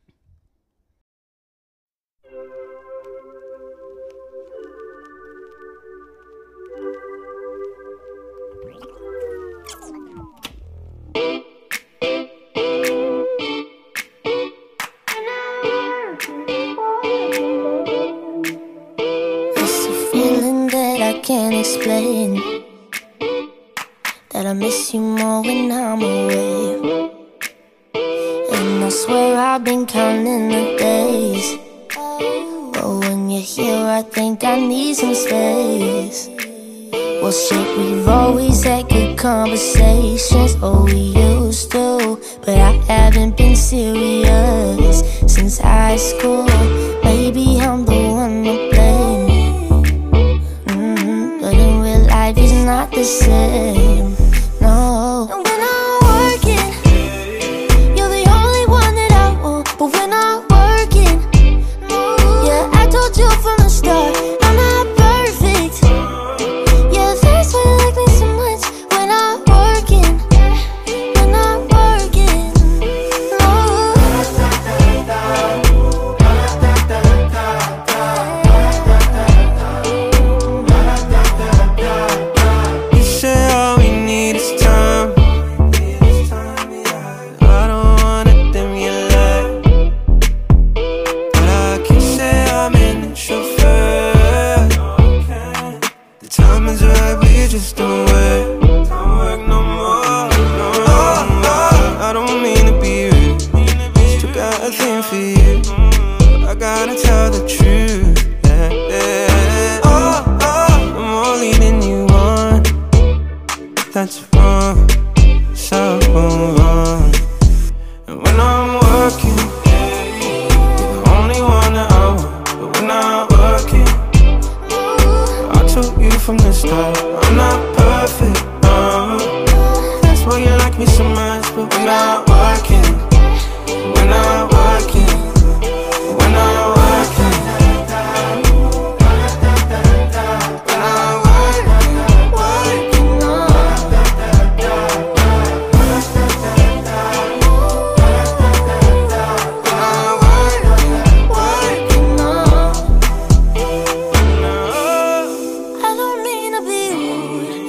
It's a feeling that I can't explain. That I miss you more when I'm away. And I swear I've been counting the days. But when you're here, I think I need some space. Well, shit, we've always had good conversations. Oh, we used to. But I haven't been serious since high school. Maybe I'm the one to blame. Mhm, But in real life, it's not the same. No. And when I'm working, you're the only one that I want. But when I'm working, yeah, I told you from the start, I'm not perfect. Yeah, that's why you like me so much. When I'm working, when I'm working, no. You said all we need is time. I don't wanna dim your light, but I can say I'm in chauffeur. The time is right, but you just don't work. Don't work no more. No, no more. I don't mean to be rude. Still got a thing for you. I gotta tell the truth. Yeah, yeah. Oh, oh, I'm more leading you on that's wrong. So move on. And when I'm working, you're the only one that I want. But when I'm working, I told you from the start, I'm not perfect. No. That's why you like me so much. But when I'm working, when I'm working, when I'm working, when I'm working, working on. I don't mean to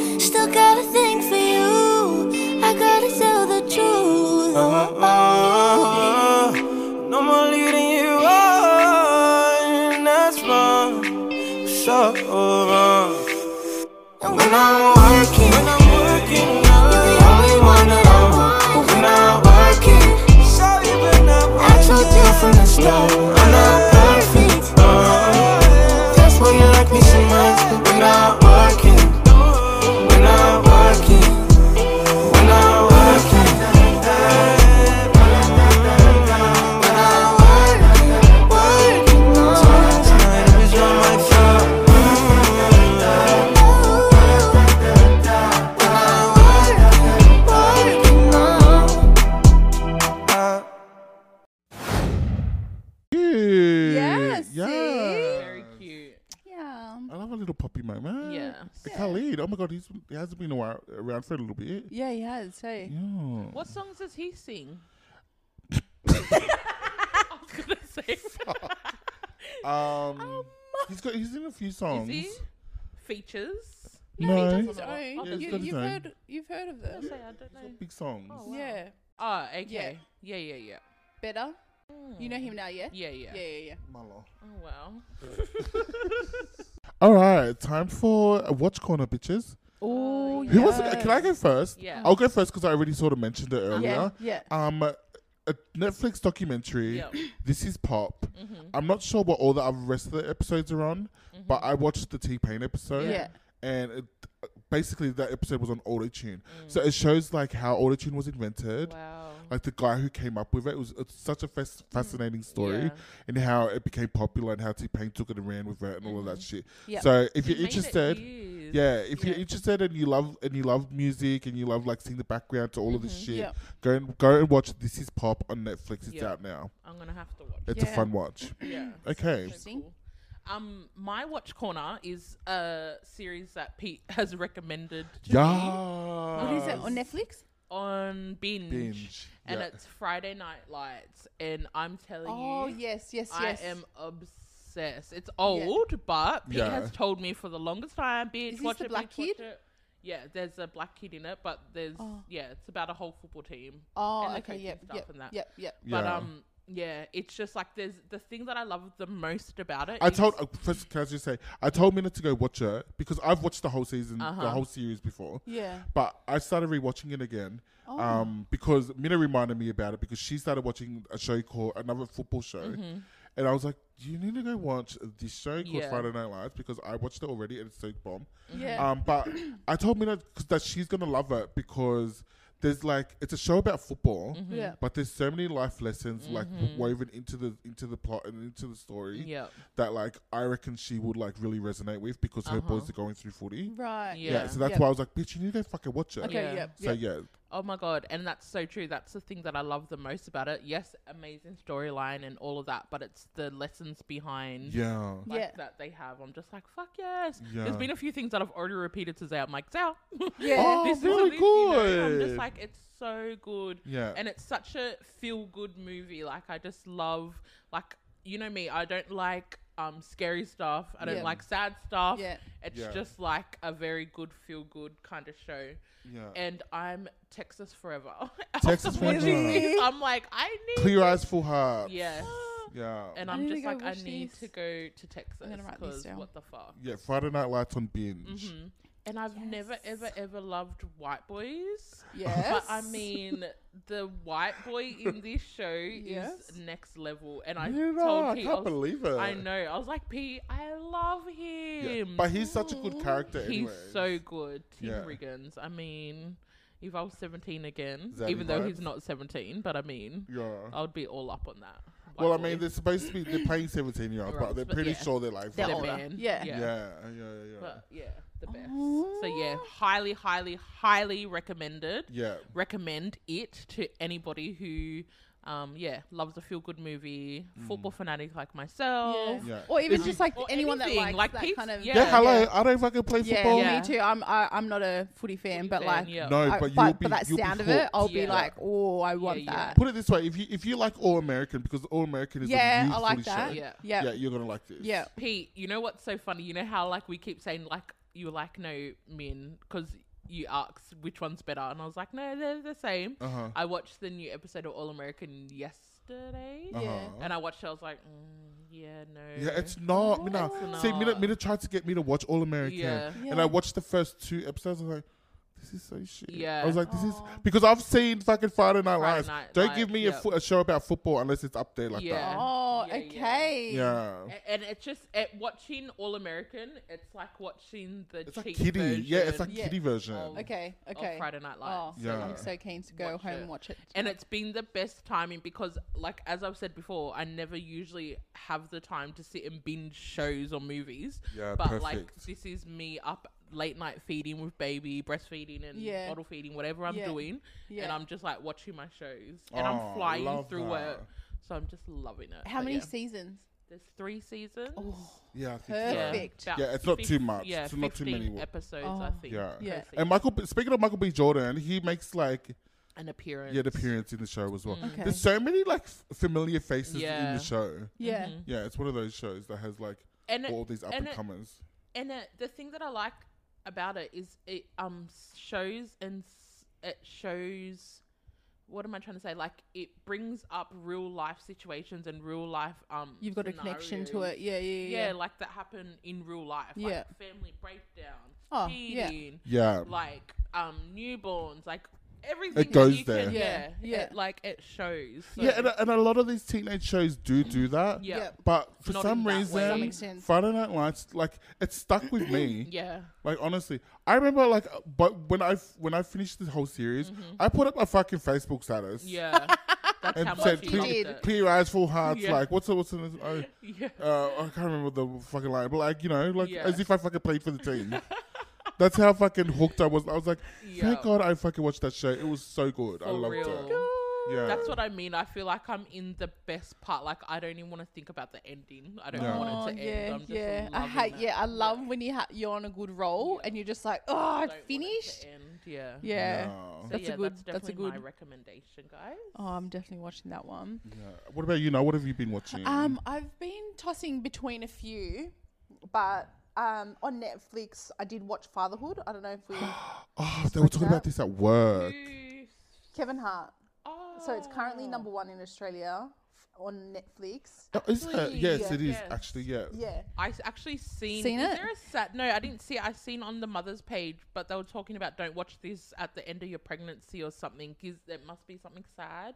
be rude. Still got a thing for you. I gotta tell the truth. Oh, oh. uh-uh, No more leading you on, and that's wrong, so wrong. And when I'm working, when I'm working, you're the only one that I want. But when I'm working, sorry, but not I told you from the No, start, I'm not perfect. uh, That's why you like me so much. But when I'm working, when I'm working, when I'm working, when I'm working, working on. Tonight it was all my fault. Mm, When I'm working, working on. Yeah. Yes, Yeah. Very Uh, cute. Yeah. I love a little puppy moment. Yeah. The Khalid. Oh my God, he's, he hasn't been a while, around for a little bit. Yeah, he has. Hey. Yeah. What songs does he sing? I was gonna say. Um, he's got he's in a few songs. Is he? Features. No, He does his Oh, own. yeah, he's you, got his you've own. heard. You've heard of them. Say, I don't know. big songs. wow. Yeah. Oh, okay. Yeah, yeah, yeah. Better. You know him now, yeah? Yeah, Yeah, yeah. yeah, yeah. Malo. Oh, wow. All right, time for a watch corner, bitches. Oh, Who was? Can I go first? Yeah. I'll go first because I already sort of mentioned it Yeah, earlier. yeah. Um, a Netflix documentary. Yep. This is pop. Mm-hmm. I'm not sure what all the other rest of the episodes are on, but I watched the T Pain episode. Yeah. And it, basically, that episode was on auto tune, so it shows like how auto tune was invented. Mm. Wow. Mm. like the guy who came up with it. It was it's such a fas- fascinating story Yeah. and how it became popular and how T Pain took it and ran with it and all of that Mm-hmm. shit. Yep. So if you're Made it interested, years. yeah, if you're Yeah. interested and you love and you love music and you love like seeing the background to all of this Mm-hmm. shit, Yep. go and go and watch This Is Pop on Netflix. It's Yep. out now. I'm gonna have to watch. It's a Yeah. fun watch. Yeah. Okay. Interesting. Cool. Um, my watch corner is a series that Pete has recommended to me Yeah. What is it on Netflix? on binge, Binge. and Yeah. it's Friday Night Lights, and I'm telling Oh you, yes, yes, I yes. am obsessed. obsessed. It's old, but Pete Yeah. has told me for the longest time, bitch. this watch the it, black bitch, watch kid? it." Yeah, there's a black kid in it, but there's yeah, it's about a whole football team. Oh, and the okay. coaching Yep. staff Yep. and that. Yep. Yep. But Yeah. um, yeah, it's just like there's the thing that I love the most about it. I is- told uh, first, can I just say I told Minna to go watch it because I've watched the whole season, Uh-huh. the whole series before. Yeah. But I started rewatching it again um, because Minna reminded me about it because she started watching a show called another football show, and I was like, "You need to go watch this show called Yeah. Friday Night Lights because I watched it already and it's so bomb." Yeah. Um, but I told Minna 'cause that she's gonna love it because there's like it's a show about football, Mm-hmm. Yeah. but there's so many life lessons like woven into the into the plot and into the story Yep. that like I reckon she would like really resonate with because her boys are going through footy. Right. Yeah. Yeah. so that's Yep. why I was like, bitch, you need to go fucking watch it. Okay. Yeah. Yep. So yep. yeah, Oh my god, and that's so true. That's the thing that I love the most about it. Yes, amazing storyline and all of that, but it's the lessons behind yeah, like, Yeah. that they have. I'm just like, fuck yes. Yeah. There's been a few things that I've already repeated to Zay. I'm like, Zay, Yeah. Oh, this is very what this, you know? I'm good. just like, it's so good. Yeah. And it's such a feel good movie. Like I just love like you know me, I don't like um scary stuff. I don't Yeah. like sad stuff. Yeah. It's Yeah. just like a very good feel good kind of show yeah. and I'm Texas forever. Texas After watching Forever. this, I'm like, I need Clear eyes, full heart. yes, Yeah. and I I'm need to just go like, I watch need this. to go to Texas gonna write these because down. what the fuck? yeah. Friday Night Lights on binge. Mhm. And I've never, ever, ever loved white boys. Yes. But I mean, the white boy in this show Yes. is next level. And I Yeah, told I P, can't was- believe it. I know. I was like, P, I love Yeah. him. But he's such a good character. He's anyway. so good. Tim Yeah. Riggins. I mean, if I was 17 again, Zaddy even though he's vibes. not 17, but I mean, Yeah. I would be all up on that. well, I White mean, Oh, boy. they're supposed to be they're playing seventeen year olds, but Right, they're but pretty yeah. sure they're like They're The fucking- older. man. Yeah. Yeah, Oh. yeah, yeah, yeah. But yeah, the best. So yeah, highly, highly, highly recommended. yeah. Recommend it to anybody who, um, yeah, loves a feel good movie, football fanatic like myself. Mm. Yeah. Or even just like Or anyone anything, that likes like that peeps- kind of Oh, yeah. Yeah, hello. I don't fucking play Yeah, football. Yeah. me too. I'm I, I'm not a footy fan, but Fan, like yeah. No, I- but Oh, but, you'll but, be- that you'll be sound of it, hooked. I'll be Yeah. like, oh, I want yeah. that. Put it this way: if you if you like All American, because All American is a Yeah, youth I like footy that. show, Yeah, Yeah. yeah, yeah, you're gonna like this. yeah. Pete, you know what's so funny? You know how like we keep saying like you're like no men because you asked which one's better, and I was like no, they're the same. Uh-huh. I watched the new episode of All American yesterday, Uh-huh. and I watched. it, I was like, mm, yeah, no, Yeah, it's not. Mina, It's see, Mina, not. Mina tried to get me to watch All American, Yeah. and I watched the first two episodes. I was like, "This is so shit." Yeah. I was like, "This is because I've seen fucking Friday Night Friday Lights. Night Don't Light, give me a, yeah. fo- a show about football unless it's up there like Yeah. Oh, Yeah, yeah. okay. that." Yeah, A- and it's just it, watching All American. It's like watching the it's like cheap kiddie. version. Oh. Yeah, it's like Yeah. kiddie version. Of- Okay. of Okay. Friday Night Oh, Lights. Yeah. I'm so keen to go Watch home it. and watch it. And it's been the best timing because, like, as I've said before, I never usually have the time to sit and binge shows or movies. Yeah, but, like, perfect. this is me up late night feeding with baby, breastfeeding and Yeah. bottle feeding, whatever I'm Yeah. doing. And Yeah. I'm just like watching my shows and Oh, I'm flying love through that. it. So I'm just loving it. How But many yeah. Mm-hmm. seasons? There's three seasons. Oh, yeah, I think so. Perfect. about Yeah, it's not too fif- much. Yeah, It's not too many 15 wa- episodes, I Oh. think. Yeah. per Yeah. season. And Michael, B- speaking of Michael B. Jordan, he makes like an appearance. yeah, the appearance in the show as well. Okay. There's so many like f- familiar faces in Yeah. the show. Yeah. Yeah, it's one of those shows that has like Mm-hmm. And it- all these up and and it- comers. and it, the thing that I like about it is it um shows and s- it shows what am I trying to say? Like it brings up real life situations and real life um. You've got a connection to scenarios. it. Yeah, yeah, yeah. Yeah, like that happen in real life. Yeah. like family breakdown, Oh, yeah. cheating, Yeah. like um newborns, like everything. that goes you can- there. yeah, Yeah, yeah. It, like it shows. So, Mm. Yeah, and, and a lot of these teenage shows do do that. yeah, Yep. But for Not some in that way. reason, Some extent. Friday Night Lights, like it stuck with me. yeah. Like honestly, I remember like, uh, but when I f- when I finished this whole series, I put up my fucking Facebook status. Mm-hmm. Yeah. That's And how much said, you clear, loved it. clear eyes, full hearts. Yeah. Like, what's the, what's the, oh, Yeah. uh, I can't remember the fucking line, but like, you know, like Yeah. as if I fucking played for the team. That's how fucking hooked I was. I was like, Yeah. thank God I fucking watched that show. It was so good. I For loved real. it. Yeah. That's what I mean. I feel like I'm in the best part. Like I don't even want to think about the ending. I don't Yeah. want it to end. Oh, yeah, yeah. I'm just I loving ha- that. yeah, I love when you ha- you're on a good roll and you're just like, oh, Don't I want it to finished. end, Yeah. Yeah. No. So That's a yeah, good- That's, that's a definitely my good- recommendation, guys. Oh, I'm definitely watching that one. Yeah. What about you? Now, what have you been watching? Um, I've been tossing between a few, but um, on Netflix, I did watch Fatherhood. I don't know if we oh, they were talking that. about this at work. Kevin Hart. Oh. So it's currently number one in Australia f- on Netflix. Oh, is that? Actually, Yes, it is yes. actually. Yeah. Yeah. Oh. I s- actually seen. Seen is it? there a sad? No, I didn't see. it. I seen on the mother's page, but they were talking about don't watch this at the end of your pregnancy or something. Is there must be something sad,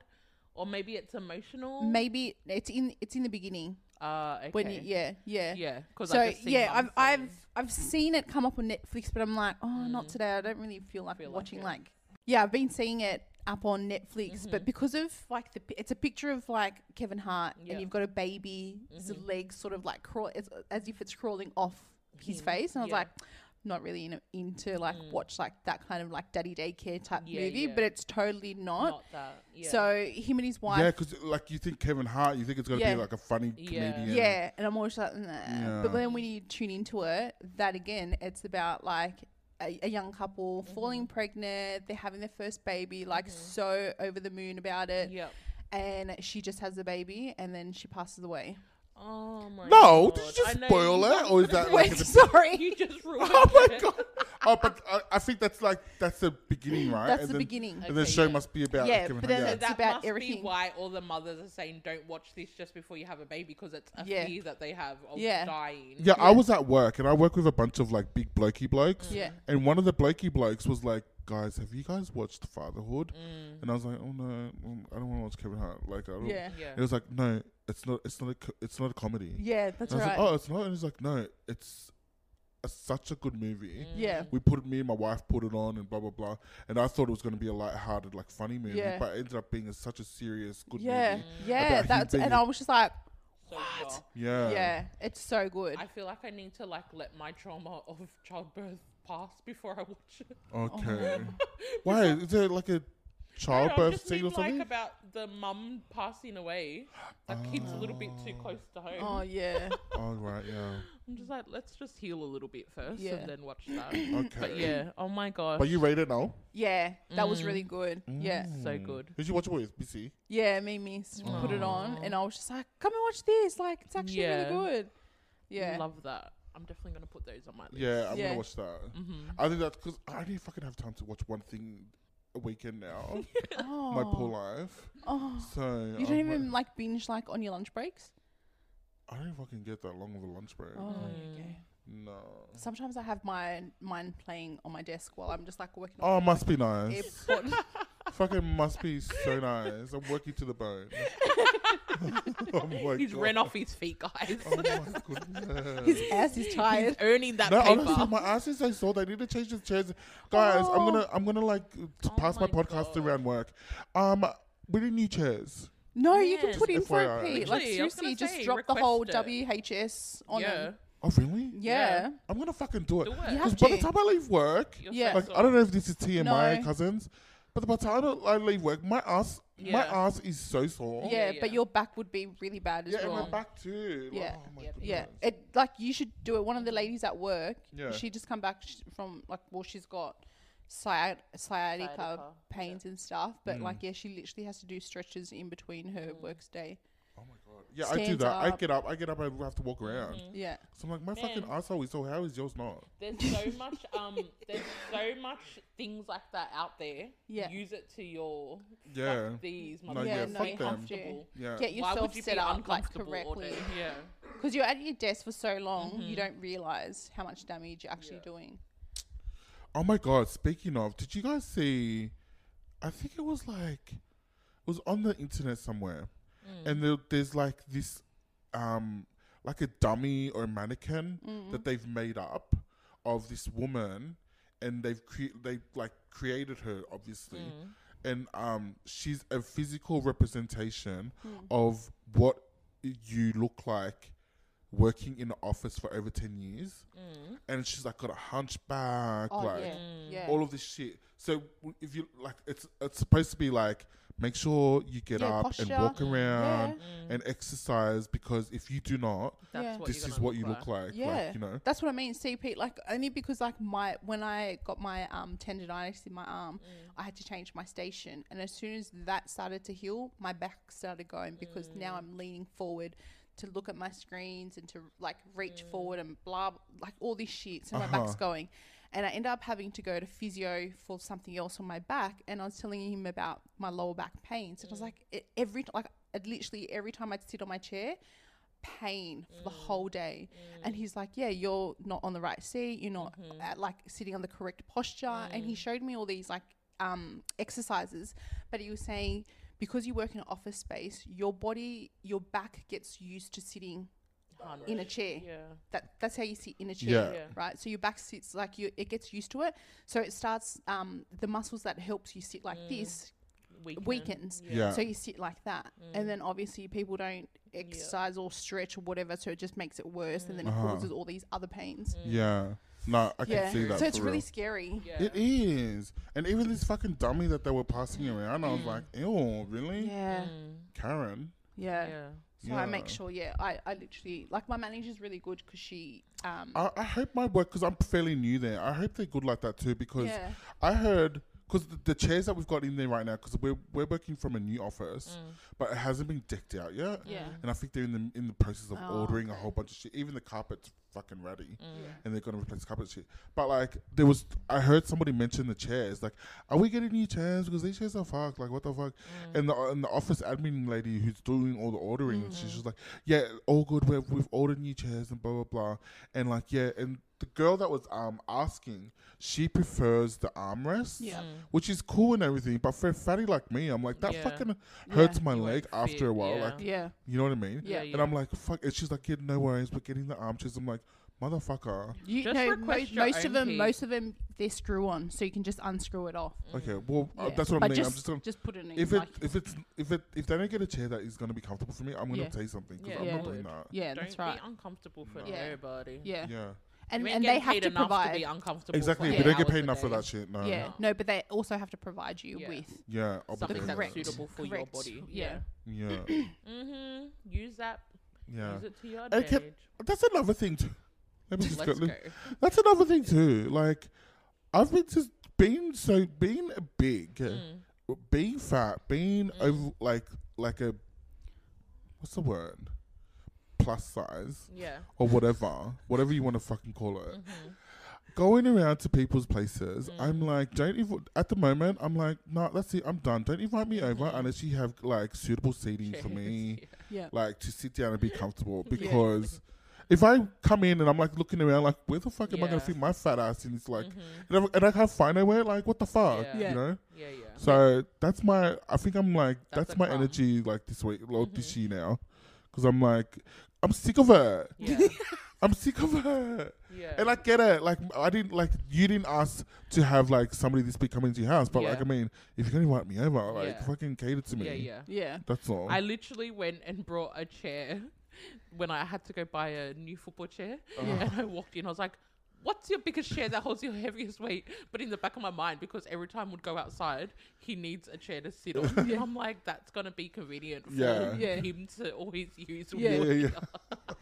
or maybe it's emotional. Maybe it's in it's in the beginning uh, okay. when you, yeah yeah yeah. Because So I just seen yeah, mum I've I've saying- I've seen it come up on Netflix, but I'm like, oh, not today. I don't really feel like Mm. Feel like watching. it. Mm-hmm. Like, yeah, I've been seeing it up on Netflix, but because of like the, pi- it's a picture of like Kevin Hart, Yeah. Mm-hmm. and you've got a baby, his legs sort of like crawl as, as if it's crawling off his Him. face, and I was Yeah. Mm. like. Not really in, into like watch like that kind of like daddy daycare type Yeah, movie, yeah. but it's totally not. not that. Yeah. So him and his wife, Yeah, because like you think Kevin Hart, you think it's gonna Yeah. be like a funny Yeah. comedian. Yeah. and I'm always like, nah. but Yeah. then when you tune into it, that again, it's about like a, a young couple Mm-hmm. falling pregnant, they're having their first baby, like so over the moon about it, yeah. and she just has the baby, and then she passes away. Oh my. No, God. did you I just know spoil you- it, or is that like? Wait, at the- sorry, You just ruined. Oh my it. god! Oh, but I, I think that's like that's the beginning, right? that's And the then- beginning. And the Okay, show yeah. must be about Yeah, Kevin but Hart. then yeah. it's that about must everything. be why all the mothers are saying don't watch this just before you have a baby because it's a Yeah. fear that they have of Yeah. dying. Yeah, I was at work and I work with a bunch of like big blokey blokes. Yeah. And one of the blokey blokes was like, Guys, have you guys watched Mm. Fatherhood? And I was like, Oh no, mm, I don't want to watch Kevin Hart. Like, I don't. Yeah. Yeah. And it was like, No, it's not. It's not a. co- It's not a comedy. yeah, that's And I was right. like, Oh, it's not. And he's like, No, it's, a, such a good movie. Yeah, We put me and my wife put it on and blah blah blah, and I thought it was going to be a light-hearted, like funny movie, Yeah. but it ended up being a, such a serious good yeah, Mm. movie. about yeah. him That's being and a- I was just like, So shocked. Yeah, yeah, it's so good. I feel like I need to like let my trauma of childbirth pass before I watch it. Okay, why is there like I a don't know, I childbirth just scene mean, or something? like about the mum passing away. Like it's a little bit too close to home. oh yeah, Oh right, yeah. I'm just like, let's just heal a little bit first Yeah. and then watch that. Okay. but yeah, oh my gosh. But you rate it now? yeah, that was Mm. really good. Yeah. Mm. so Hmm. good. Did you watch it with BC? Yeah, Mimi s- put it on, and I was just like, "Come and watch this! Like, it's actually Yeah. really good." Yeah, Love that. I'm definitely gonna put those on my list. Yeah, I'm Yeah. gonna watch that. Mm-hmm. I think that's because I only fucking have time to watch one thing a weekend now. My poor life. So Oh. you don't even like binge like on your lunch breaks. I don't fucking get that long of a lunch break. Oh. Oh, okay. No. Mm. Sometimes I have my mine playing on my desk while I'm just like working. Oh, on must be my nice. airport. fucking must be so nice. I'm working to the bone. oh my He's God. ran off his feet, guys. Oh my goodness. His ass is tired. Earning that No, paper. honestly, my ass is so sore. They need to change the chairs, guys. I'm gonna, I'm gonna like t- pass my, my podcast around work. Um, we need new chairs. No, you can Yes. put in for it, FYI. Pete. Like Literally, I was gonna seriously, just say, drop the whole request it. WHS on yeah. them. Oh really? Yeah, I'm gonna fucking do it. Do it. You Because have by the to. time I leave work, You're Yeah. so like I don't soft. know if this is TMI, No. cousins, but by the time I I leave work, my ass, my Yeah. ass is so sore. yeah, Yeah, but yeah. your back would be really bad as Yeah, and well. my back too. Like, Yeah. Oh my Yep. goodness. Yeah, it like you should do it. One of the ladies at work, Yeah. she just come back sh- from like well, she's got sciat- sciatica, Sciatica, pains and stuff, but Mm. like yeah, she literally has to do stretches in between her Mm. works day. Oh my god. Yeah, I do Stands that. I up. Mm-hmm. get up. I get up. I have to walk around. Mm. Yeah, So I'm like, my fucking Man. asshole is so. How is yours not? There's so much um there's so much things like that out there. Yeah. Use it to your Oh, Yeah. fuck these No, motherfuckers. yeah, fuck no, Be you have to comfortable. Yeah. get Why yourself would you set be up like uncomfortable all correctly day? Yeah. because you're at your desk for so long, Mm-hmm. you don't realize how much damage you're actually doing. Oh my god, speaking of, did you guys see I think it was like it was on the internet somewhere. Hmm. And there, there's like this um like a dummy or a mannequin Mm-hmm. that they've made up of this woman and they've cre- they like created her obviously. Hmm. And um she's a physical representation Hmm. of what i- you look like working in the office for over 10 years and she's like got a hunchback Hmm. Oh like yeah, yeah. Mm. all of this shit. So w- if you like, it's it's supposed to be like make sure you get Yeah, up posture. and walk around Yeah. Mm. and exercise because if you do not, That's Yeah. what this you're is gonna what you look look like. Yeah, Like, you know. that's what I mean. CP, like only because like my when I got my um tendonitis in my arm, I had to change my station, and as soon as that started to heal, my back started going because now I'm leaning forward to look at my screens and to like reach forward and blah like all this shit. So my Uh-huh. back's going, and I end up having to go to physio for something else on my back. And I was telling him about my lower back pains, and I was like, e- every like I'd literally every time I'd sit on my chair pain for the Mm. whole day. And he's like, Yeah, you're not on the right seat, you're not Mm-hmm. at, like sitting on the correct posture. And Mm. he showed me all these like um, exercises, but he was saying, Because you work in an office space, your body, your back gets used to sitting in a chair. Yeah. That, that's how you sit in a Yeah. chair, Yeah. right? So your back sits like you, it gets used to it. So it starts, um, the muscles that helps you sit like Mm. this Weekend. weekends. Yeah. So you sit like that. Mm. And then obviously people don't exercise or stretch or whatever. So it just makes it worse. And then it causes all these other Mm. pains. Yeah. No, Mm. Uh-huh. I can Yeah. see that. So it's for really real. scary. Yeah. It is. And even this fucking dummy that they were passing around, I was like, ew, really? Mm. Yeah. Karen? Yeah. Mm. Yeah. So I make Yeah. sure, yeah, I, I literally, like my manager's really good because she, um, I, I hope my work, because I'm fairly new there, I hope they're good like that too, because Yeah. I heard, because the, the chairs that we've got in there right now, because we're, we're working from a new office, but it hasn't been decked out yet. Yeah. And I think they're in the, in the process of Oh, Mm. ordering a whole bunch of shit. Even the carpet's fucking ratty. And they're going to replace the carpet shit. But like, there was, I heard somebody mention the chairs. Like, are we getting new chairs? Because these chairs are fucked. Like, what the fuck? Mm. And, the, and the office admin lady who's doing all the ordering, Mm-hmm. she's just like, yeah, all good. We've, we've ordered new chairs and blah, blah, blah. And like, yeah. And the girl that was um asking, she prefers the armrest. Yeah. Mm. Which is cool and everything. But for a fatty like me, I'm like, that Yeah. fucking hurts my You leg won't after fit, a while. yeah. Like, yeah. you know what I mean? Yeah. And I'm like, fuck. And she's like, yeah, no worries. We're getting the armchairs. I'm like, motherfucker. You Just know, mo- request your most own of them, key. most of them, they're screw on. So you can just unscrew it off. Okay. Well, uh, Yeah. that's what I But mean. Just, I'm just gonna. just put it in. If it like, if it's if it if they don't get a chair that is gonna be comfortable for me, I'm gonna Yeah. say something because Yeah. I'm Yeah. not doing that. yeah, Don't that's right. be uncomfortable for Yeah. nobody. Yeah. Yeah. And, You ain't and getting they have paid to enough provide. to be uncomfortable. Exactly. for We don't eight get hours paid a enough for day. that shit. No. yeah. No, but they also have to provide you Yeah. with Yeah. I'll be Something doing that's that. correct- suitable for correct, your body. yeah. Yeah. Mm-hmm. Use that. Yeah. Use it to your I advantage. kept- That's another thing too. Let me just Let's quickly- go. That's another thing too. Like, I've been just being so being big, Mm. Mm-hmm. being fat, being over like like a what's the word plus size Yeah. or whatever, whatever you want to fucking call it. Mm-hmm. Going around to people's places, Mm. I'm like, don't even. At the moment, I'm like, no, that's it. I'm done. Don't invite me over Mm-hmm. unless you have like suitable seating for me Yeah. like to sit down and be comfortable because if I come in and I'm like looking around like where the fuck am I gonna Yeah. fit fit my fat ass in? It's like and, I, and I can't find nowhere. Like what the fuck, Yeah. Yeah. you know? Mm-hmm. Yeah. Yeah. So that's my. I think I'm like That's a that's, Mm-hmm. my crumb. energy like this week or this year now because I'm like I'm sick of it. Yeah. I'm sick of it. Yeah. And I get it. Like I didn't like you didn't ask to have like somebody this big come into your house, but like Yeah. I mean, if you're gonna invite me over, like Yeah. fucking cater to me. Yeah. Yeah. Yeah. That's all. I literally went and brought a chair when I had to go buy a new football chair, Uh-huh. and I walked in. I was like. What's your biggest chair that holds your heaviest weight? But in the back of my mind, because every time we'd go outside, he needs a chair to sit on. And I'm like, that's gonna be convenient for Yeah. Yeah. him to always use. Yeah. yeah, yeah.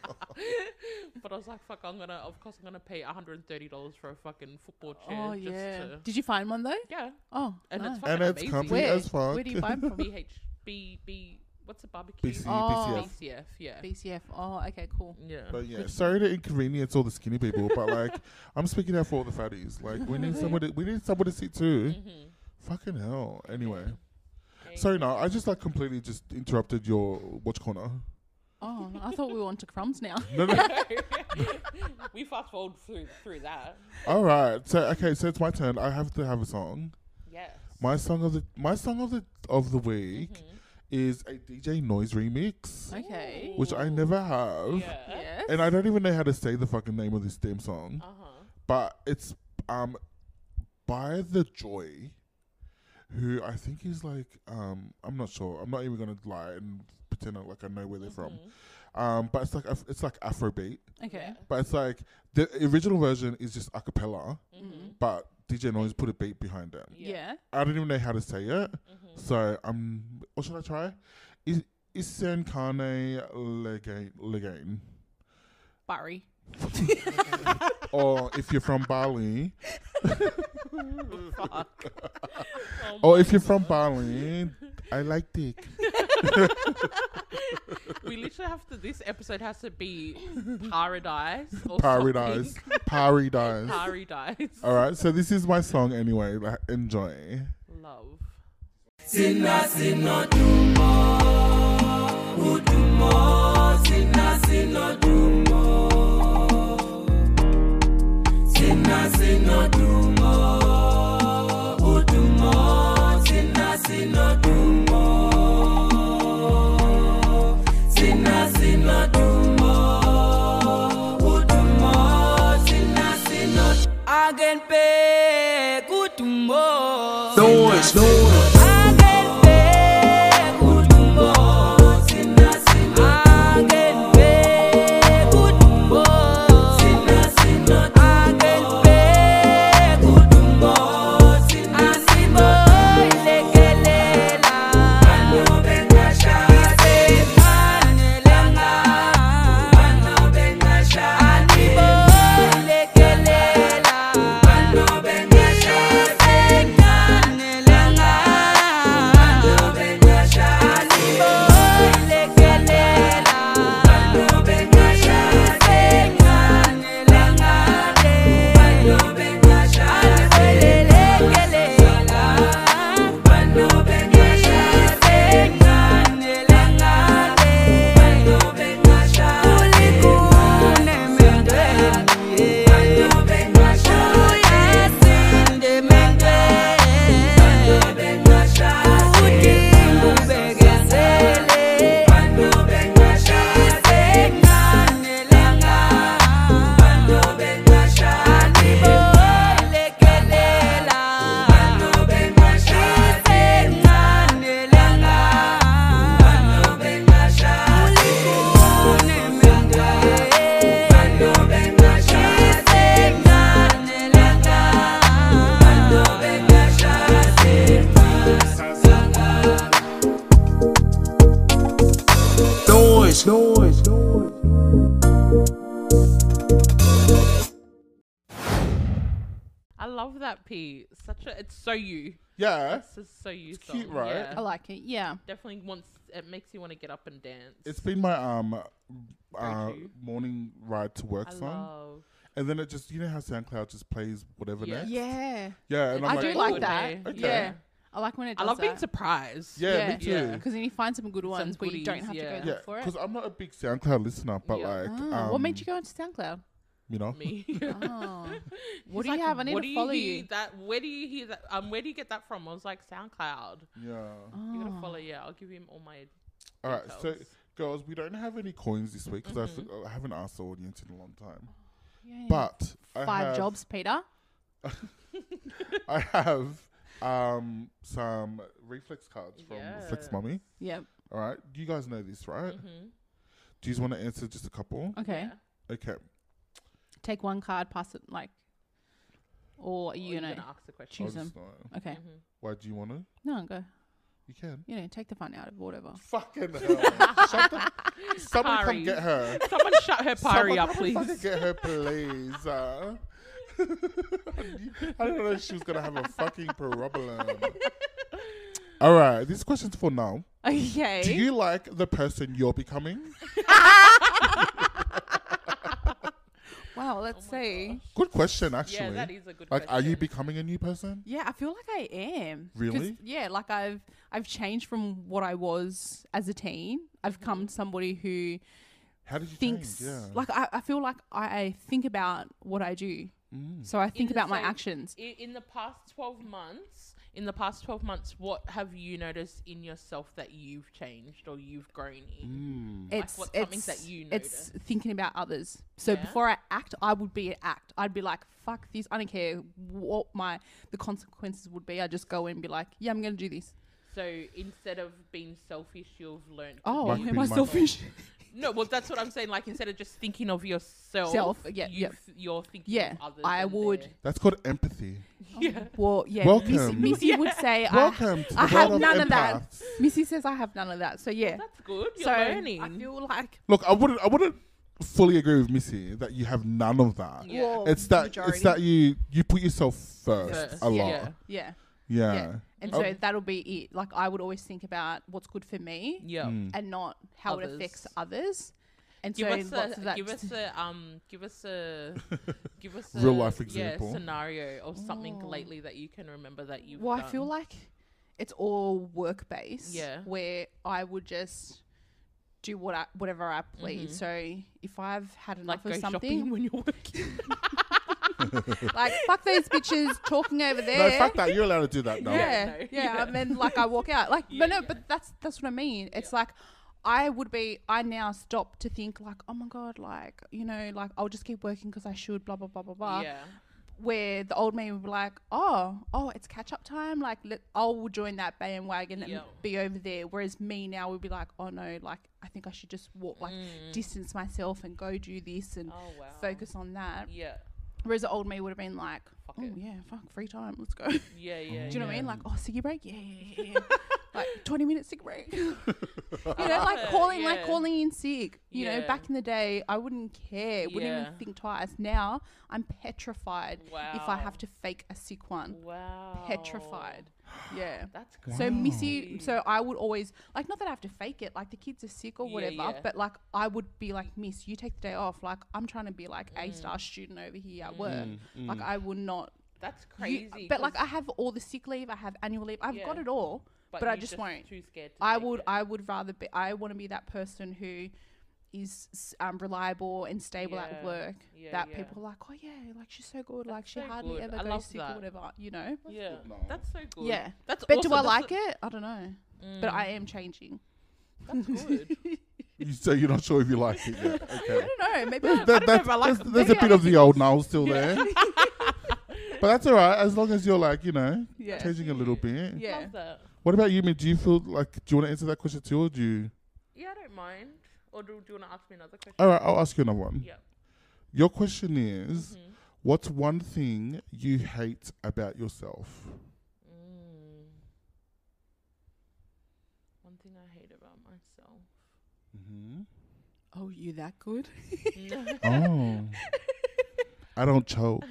But I was like, fuck, I'm gonna, of course, I'm gonna pay $130 for a fucking football chair Oh just yeah. to. Did you find one though? Yeah. Oh, And nice. it's fucking and it's amazing. comfy Where? as fuck. Where do you buy 'em from? BH, B, B, what's a barbecue? BC, Oh. BCF. BCF, yeah. BCF. Oh, okay, cool. yeah. But yeah, sorry to inconvenience all the skinny people, but like, I'm speaking out for all the fatties. Like, we need someone. To, we need someone to sit too. Fucking hell. Anyway, sorry. No, I just like completely just interrupted your watch corner. Oh, I thought we were on to crumbs now. No, no. we fast forward through through that. all right. So okay. So it's my turn. I have to have a song. Yes. My song of the my song of the of the week is a DJ Noise remix, Okay. which I never have. Yeah. Yes. And I don't even know how to say the fucking name of this damn song. Uh huh. but it's um by the joy who i think is like um i'm not sure i'm not even gonna lie and pretend I- like i know where they're from um but it's like Af- it's like afrobeat Okay. Mm-hmm. but it's like the original version is just a cappella but DJ Noise put a beat behind it. Mm-hmm. Yeah. Yeah. I don't even know how to say it. So um, or should I try? Is Isen Kane Legain Legain? Barry. or if you're from Bali, Fuck. or if you're from Bali, I like dick. we literally have to. This episode has to be paradise. Or Paradise, something. paradise. Paradise. All right, so this is my song anyway. Like, enjoy. Love. Again, pay good to more. Noise, noise. Again, pay good to more. Again, pay good to more. Again, pay good to more. Asibo lekelela. Isemfanelanga. Asibo lekelela. Noise, noise, noise. I love that P. Such a. It's so you. Yeah, This is so you. It's cute, right? Yeah. I like it. Yeah. Definitely wants. It makes you want to get up and dance. it's been my um uh, Go-to. morning ride to work I song, love. and then it just you know how SoundCloud just plays whatever Yeah. next. Yeah. Yeah, and I'm I like, do oh, like that. okay. Yeah. I like when it I does love that. being surprised. Yeah, me too. yeah. Because then you find some good ones where you don't goodies, have yeah. to go Yeah, look for it. because I'm not a big SoundCloud listener, but Yeah. like, Ah, um, what made you go into SoundCloud? You know, Me. Oh. what He's do like, you have? I need what to do follow hear you. That where do you hear that? Um, where do you get that from? I was like SoundCloud. yeah. You gotta Oh. follow. Yeah, I'll give him all my. All right, Uh, so details. girls, we don't have any coins this week because Mm-hmm. I, haven't asked the audience in a long time. You only have But I five have, jobs, Peter. I have um some reflex cards from Flex Yes. Mummy. Yep. All right, you guys know this, right? Mm-hmm. Mhm. Do you want to answer just a couple? Okay. Yeah. Okay. Take one card, pass it like, or are you You're gonna gonna ask Mm-hmm. the question. I'll choose them? just not- Okay. Why do you want to? No, go. You can. You know, take the fun out of whatever. Fucking hell! Shut the, somebody Sorry. come get her. Someone shut her party Someone up, come and fucking please. Get her, please. Uh, I didn't know she was gonna have a fucking problem. All right, this question's for now. Okay. Eh? Do you like the person you're becoming? wow, Oh let's see. Good question, actually. Yeah, that is a good. like, are you question. becoming a new person? Yeah, I feel like I am. 'Cause, Really? Yeah, like I've I've changed from what I was as a teen. I've Mm-hmm. come to somebody who How did you thinks change? Yeah. like I, I feel like I think about what I do. Mm. So I think the about my same- actions. I- in the past 12 months in the past 12 months what have you noticed in yourself that you've changed or you've grown in Mm. It's what's something it's that you it's notice? thinking about others. So Yeah. before I act, I would be an act. I'd be like, "Fuck this! I don't care what my the consequences would be." I just go in and be like, "Yeah, I'm gonna do this." so instead of being selfish you've learned Oh, Might be am I my- selfish? No, well, that's what I'm saying. Like, instead of just thinking of yourself, Self, yeah, you, yeah. th- you're thinking Yeah, of others. I and would- Oh, their- That's called empathy. Yeah. Well, yeah. Welcome. Missy, Missy would say, Welcome to I, I the have world of none of that. empaths. Missy says, I have none of that. So, yeah. That's good. You're so, learning. I feel like Look, I wouldn't. I wouldn't fully agree with Missy that you have none of that. Yeah. Well, It's that. majority. It's that you you put yourself first, First, a lot. yeah. Yeah. Yeah. Yeah. Yeah. And so that'll be it. Like I would always think about what's good for me yeah. Hmm. Mm. and not how it Others. affects others. And Give so us lots of a that give us a um give us a give us a Real life yeah, example. scenario of something lately that you can remember that you. Oh. Well, done. I feel like it's all work based. Yeah. Where I would just do what I, whatever I please. So if I've had enough Mm-hmm. like go of shopping something, when you're working. like fuck these bitches talking over No, there. fuck that. You're allowed to do that now. yeah, no, yeah. yeah. And then like I walk out, like, but no, but that's that's what I mean. It's like I would be. I now stop to think like, oh my god, like you know, like I'll just keep working because I should. Blah blah blah blah blah. yeah. Where the old man would be like, oh, oh, it's catch up time. Like let, I'll join that bandwagon and Yeah. be over there. Whereas me now would be like, oh no, like I think I should just walk, like distance myself and go do this and Mm. Oh, wow. focus on that. Yeah. Whereas the old me would have been like, Fuck oh it. yeah, fuck free time, let's go. Yeah. Yeah. Do you know what I yeah. mean? Like, oh, ciggy break? Yeah, yeah, yeah. yeah. like, 20 minutes ciggy break. you know, like calling, like yeah. calling in sick. You know, Yeah. back in the day, I wouldn't care. Wouldn't Yeah. even think twice. Now, I'm petrified if I Wow. have to fake a sick one. Wow. Petrified. Yeah. That's So Missy, so I would always like not that I have to fake it, like the kids are sick or Yeah, whatever, yeah. but like I would be like, Miss, you take the day off. Like I'm trying to be like Mm. A star student over here at work. Like I would not That's you- crazy. but like 'cause- I have all the sick leave, I have annual leave, I've got Yeah. it all, but, I you're just, won't. Too scared. To I take would it. I would rather be I want to be that person who is s- um, reliable and stable at Yeah. work. Yeah, that yeah. people are like, oh yeah, like she's so good, like she so hardly good. ever I goes love sick or that. whatever, you know. Yeah. No. That's so good. Yeah. That's. But awesome. do I That's like a- it? I don't know. Mm. But I am changing. That's good. You say you're not sure if you like it yet. Okay. I don't know. Maybe That- I- that- if I like that's it. there's a bit of the old Niles still there. but that's all right, as long as you're like, you know, Yeah. changing a little bit. yeah. Love that. What about you, Min? Do you feel like, do you want to answer that question too, or do you? Yeah, I don't mind. Or do, do you want to ask me another question? All right, I'll ask you another one. Yeah. Mm-hmm. Your question is, Mm. what's one thing you hate about yourself? Mm. One thing I hate about myself. Mm-hmm. Oh, you that good? Oh. I don't choke.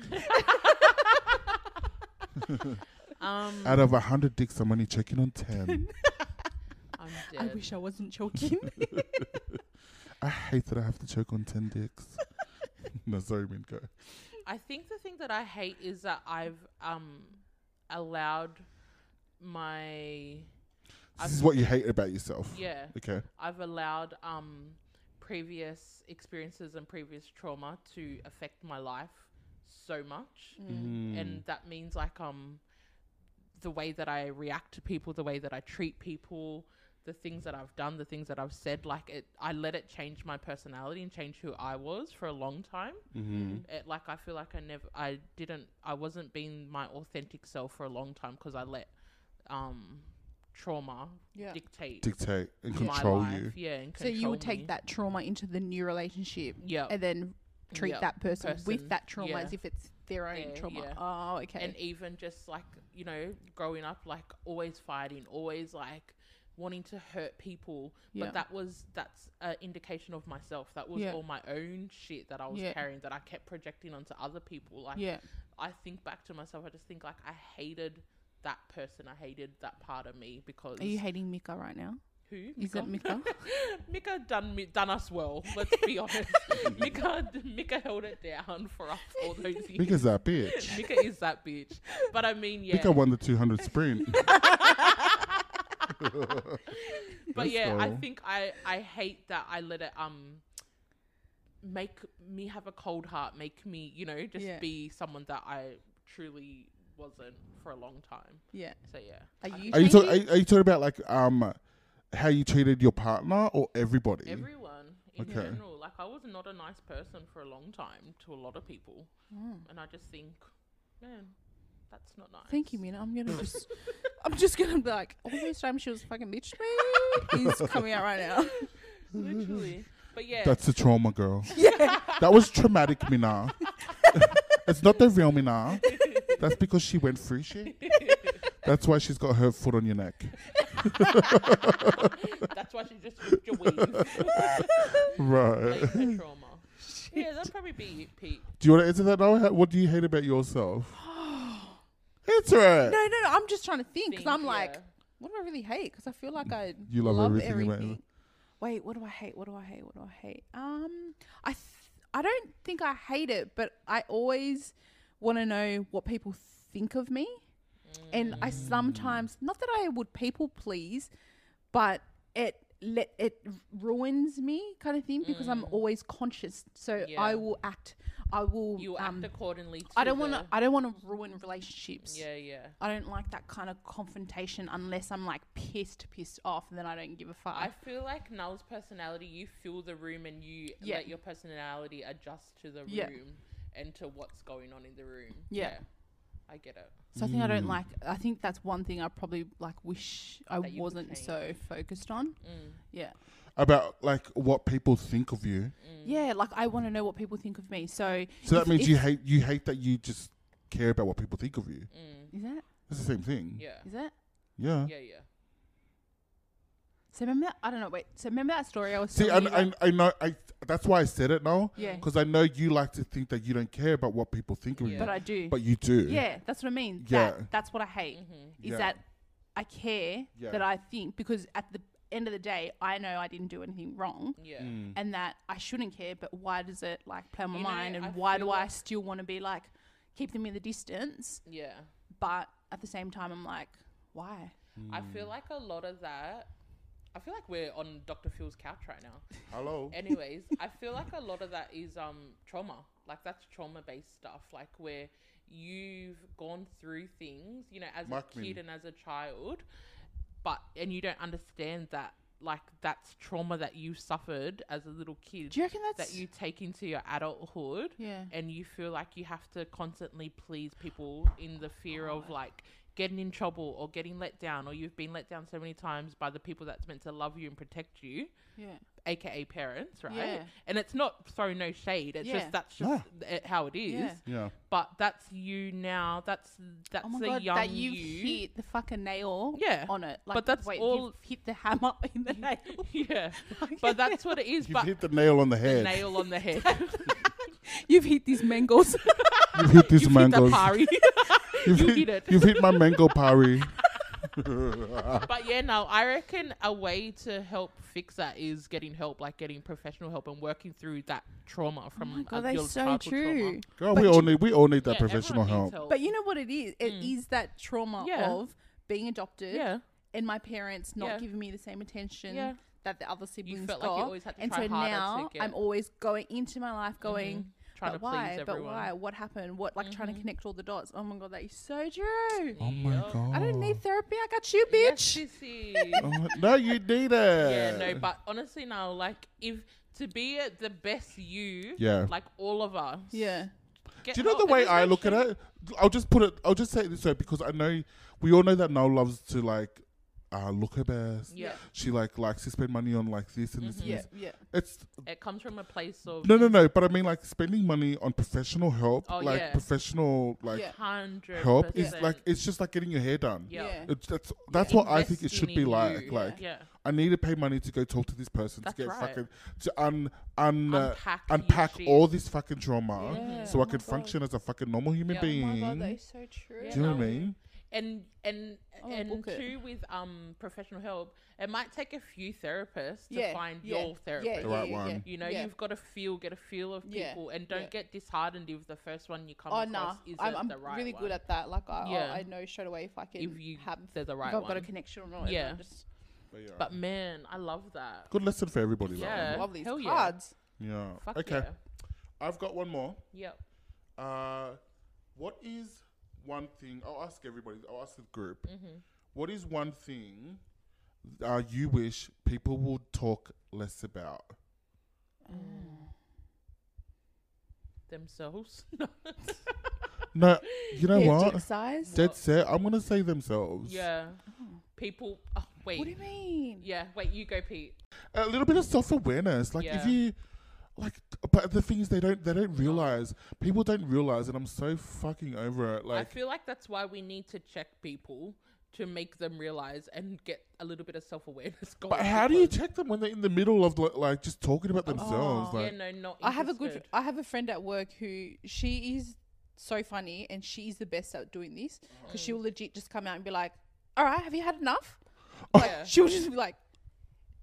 Um, Out of a 100 dicks, I'm only choking on 10. I'm I dead. wish I wasn't joking. I hate that I have to choke on 10 dicks. no, sorry, Min, go. I think the thing that I hate is that I've um allowed my This is what you hate about yourself. yeah Okay. I've allowed um previous experiences and previous trauma to affect my life so much, Mm. and that means like um the way that I react to people, the way that I treat people, the things that I've done, the things that I've said, like it, I let it change my personality and change who I was for a long time. It, like I feel like I never, I didn't, I wasn't being my authentic self for a long time because I let um trauma Yeah. dictate Dictate and my control life, you. Yeah, and so you would control take me. that trauma into the new relationship Yeah. and then treat Oh. Yeah, that person, person, with that trauma yeah. as if it's their own Their- trauma. yeah. Oh, okay. and even just like you know growing up like always fighting always like wanting to hurt people Yeah. but that was that's an indication of myself that was Yeah. all my own shit that i was Yeah. carrying that i kept projecting onto other people like Yeah. i think back to myself i just think like i hated that person i hated that part of me because Are you hating Mika right now? who Is it Mika? Mika done me, done us well. Let's be honest. Mika Mika held it down for us all those years. Because that bitch. Mika is that bitch. But I mean, yeah. Mika won the 200 sprint. but yeah, I so. think I I hate that I let it um make me have a cold heart, make me you know just Yeah. be someone that I truly wasn't for a long time. yeah. So yeah, Are you? Are you, talk, are, changing? you, are you talking about like um how you treated your partner or everybody? everyone in Okay. general, like I was not a nice person for a long time to a lot of people, Mm. and I just think, man, that's not nice. Thank you, Mina. I'm gonna just. I'm just gonna be like all this time she was fucking bitch to me. He's coming out right now. Literally. But yeah, That's the trauma, girl. That was traumatic, Mina. it's not the real Mina. That's because she went through shit. That's why she's got her foot on your neck. that's why she just ripped your weave. Right. Like, her trauma. Yeah, that'd probably be it, Pete. Do you want to answer that now? How- What do you hate about yourself? Answer it. No, no, no. I'm just trying to think because Think, I'm like, yeah. what do I really hate? Because I feel like I You love everything about it. Wait, what do I hate? What do I hate? What do I hate? Um, I th- I don't think I hate it, but I always want to know what people think of me, and I Mm. sometimes not that I would people please, but it let it ruins me kind of thing because I'm always conscious, so Mm. Yeah. I will act. I will. You um, act accordingly. To I don't want the- to. I don't want to ruin relationships. Yeah, yeah. I don't like that kind of confrontation unless I'm like pissed, pissed off, and then I don't give a fuck. I feel like Null's personality, you fill the room and you Yeah. let your personality adjust to the room Yeah. and to what's going on in the room. Yeah. I get it. So I think I Mm. don't like. I think that's one thing I probably like wish I That you could wasn't change. so focused on. Mm. Mm, Yeah, About like what people think of you. mm, yeah. Like I want to know what people think of me. So So that if- means if- you hate you hate that you just care about what people think of you. Is that? It's the same thing. mm. Yeah. Is that? Yeah. Yeah, yeah. So remember? That, I don't know. Wait. So remember that story I was See, I, telling you I, about- I know I. That's why I said it now. Yeah. Because I know you like to think that you don't care about what people think of you. Yeah. but I do. But you do. yeah, that's what I mean. Yeah. Mm-hmm. That, that's what I hate. Is Yeah. that I care Yeah. that I think because at the end of the day I know I didn't do anything wrong. Yeah. Mm. and that I shouldn't care, but why does it like play on my You know, mind and I why do feel I like- still want to be like keep them in the distance? Yeah. But at the same time, I'm like, why? I feel Mm. like a lot of that. I feel like we're on Dr. Phil's couch right now. Hello. Anyways, I feel like a lot of that is um trauma. Like that's trauma based stuff. Like where you've gone through things, you know, as Mark a kid me. and as a child, but and you don't understand that like that's trauma that you suffered as a little kid Do you reckon that's that you take into your adulthood Yeah. and you feel like you have to constantly please people in the fear of like getting in trouble or getting let down or you've been let down so many times by the people that's meant to love you and protect you yeah, aka parents, right? Yeah. And it's not throw no shade. It's Yeah. just that's just it, how it is. Yeah. Yeah. But that's you now. That's that's oh my the god, young that you. you, hit the fucking nail Yeah. on it. Like, But that's wait, all- you've hit the hammer in the nail. yeah, but that's what it is. You've but hit the nail on the head. nail on the head. you've hit these mangoes. You hit these You've hit the mangoes. pari. You've you hit it. You've hit my mango parry. but yeah, no, I reckon a way to help fix that is getting help, like getting professional help and working through that trauma from Oh my god, uh, your that's so childhood true. Trauma. Girl, we all need we all need that Yeah, professional everyone needs help. But you know what it is? It is that trauma Yeah. of being adopted yeah, and my parents not Yeah. giving me the same attention Yeah. that the other siblings felt like you got. always had to and try so harder to now get- Mm-hmm. I'm always going into my life going, Trying but to please why? But everyone." Mm-hmm. why? What happened? What like trying to connect all the dots? Oh my god, that is so true. Oh my god. I don't need therapy. I got you, Yes, bitch. sissy. Oh my- no, you need it. Yeah, no, but honestly, now, like, if to be at the best you, Yeah. like all of us, yeah. get Do you know help. the And way there's I no look at shame. it? I'll just put it. I'll just say it this way because I know we all know that Noel loves to like uh, look her best. Yeah. She like likes to spend money on like this and this Mm-hmm. and Yeah. this. Yeah. It's It comes from a place of no, no, no. But I mean like spending money on professional help, Oh, like yeah. professional like Yeah. hundred help is like it's just like getting your hair done. Yeah. Yeah. It's, that's that's what I think it should Investing be in like. you. Like Yeah. I need to pay money to go talk to this person That's to get right. fucking to un un uh, Unpack your unpack shit. all this fucking trauma Yeah. so Oh I my can God. function as a fucking normal human Yeah. Oh being. Oh my god, that is so true. Yeah. Do you know what I mean? and and Oh, and book it. too with um professional help, it might take a few therapists to Yeah, find yeah, your yeah, therapist. yeah, The right yeah, one. yeah. You know, Yeah. you've got to feel, get a feel of Yeah, people, and don't yeah. get disheartened if the first one you come Oh across nah, isn't I'm, I'm the right really one. good at that. Like I, Yeah. I, I know straight away if I can If you have they're the right if I've one. got a connection or not. Yeah. Yeah. Just, But yeah. But man, I love that. Good lesson for everybody. Yeah. Yeah. love these Hell yeah. cards. Yeah. Fuck okay. yeah. I've got one more. Yep. Uh, what is one thing? I'll ask everybody. I'll ask the group. What is one thing uh, you wish people would talk less about? Themselves. No. No, you know Yeah, what? dick size. Dead set. I'm gonna say themselves. yeah. People. Oh Wait. What do you mean? Yeah. Wait. You go, Pete. a little bit of self awareness. Like if Yeah. you like but the thing is they don't they don't realise. People don't realise and I'm so fucking over it. I Like feel like that's why we need to check people to make them realize and get a little bit of self awareness going. but how do you because- check them when they're in the middle of li- like just talking about themselves? Yeah, Like no, not. I have a good. interested. I have a friend at work who she is so funny and she is the best at doing this Mm. because she will legit just come out and be like, "All right, have you had enough?" Like Yeah. she will just be like,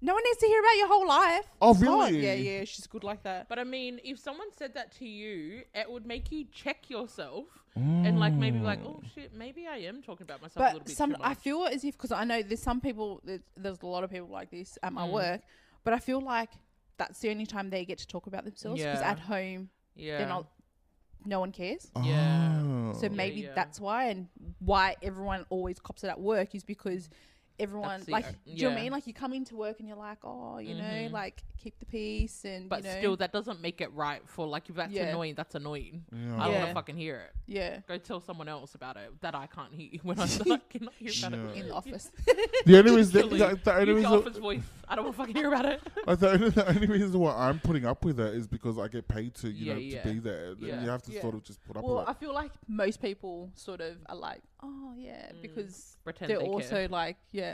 "No one needs to hear about your whole life." Oh, God, really? yeah, yeah. She's good like that. But I mean, if someone said that to you, it would make you check yourself and like maybe be Mm. like, oh shit, maybe I am talking about myself a little But bit some, too much. I feel as if because I know there's some people. There's, there's a lot of people like this at my Mm. work, but I feel like that's the only time they get to talk about themselves because Yeah. at home yeah. they're not. No one cares. Yeah. oh. So maybe yeah. that's why, and why everyone always cops it at work is because everyone, That's the- like, uh, do you know what I yeah. Mm-hmm. mean? Like, you come into work and you're like, oh, you know, like, keep the peace, and you But know, still, that doesn't make it right. For like, if that's Yeah. annoying, that's annoying. Yeah. I don't want Yeah. to fucking hear it. yeah, Go tell someone else about it that I can't hear you when I I cannot hear about Yeah. it. in the office. The only reason Literally, the, the only use your reason office voice. I don't want to fucking hear about it. Like the, only, the only reason why I'm putting up with it is because I get paid to, you Yeah, know, yeah. to be there. And Yeah. You have to Yeah. sort of just put up well, with I it. feel like most people sort of are like, oh yeah, because Pretend they're Mm. they care. also like, yeah,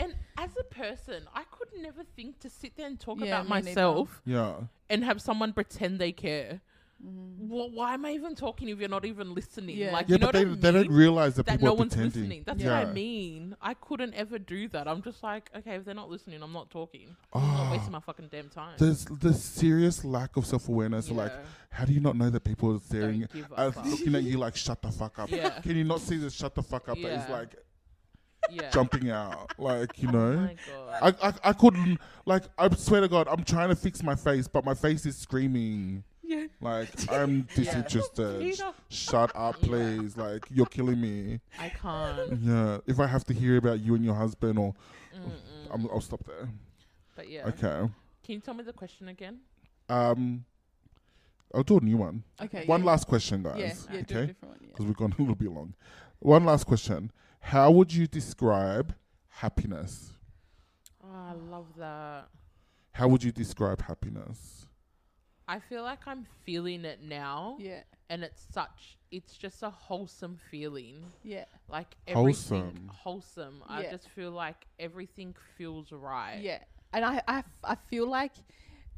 And as a person, I could never think to sit there and talk Yeah, about me neither. myself Yeah. and have someone pretend they care. Wh- why am I even talking if you're not even listening? Mm-hmm. Yeah. Like, Yeah, you know but they, what I mean? they don't realize that, that people no are one's pretending. listening. That's what I Yeah. mean. I couldn't ever do that. I'm just like, okay, if they're not listening, I'm not talking. I'm not wasting my fucking damn time. Ah. There's the serious lack of self awareness. Like, Yeah. how do you not know that people are staring, Don't give a uh, fuck. looking at you like, shut the fuck up? Yeah. Can you not see this shut the fuck up that is Yeah. like yeah. jumping out? Like, you know? my God. I, I, I couldn't, like, I swear to God, I'm trying to fix my face, but my face is screaming. yeah. Like, I'm disinterested. Tina. Shut up, please. Like, you're killing me. I can't. Yeah. If I have to hear about you and your husband, or I'm, I'll stop there. But Mm. yeah. Okay. Can you tell me the question again? Um, I'll do a new one. Okay, One yeah. last question, guys. yeah, yeah, do a okay. different one. Because Yeah. we've gone a little bit long. One last question. How would you describe happiness? Oh, Ah, I love that. How would you describe happiness? I feel like I'm feeling it now. Yeah, And it's such, it's just a wholesome feeling. yeah, Like everything Wholesome. wholesome. I Yeah. just feel like everything feels right. yeah. And I, I, I feel like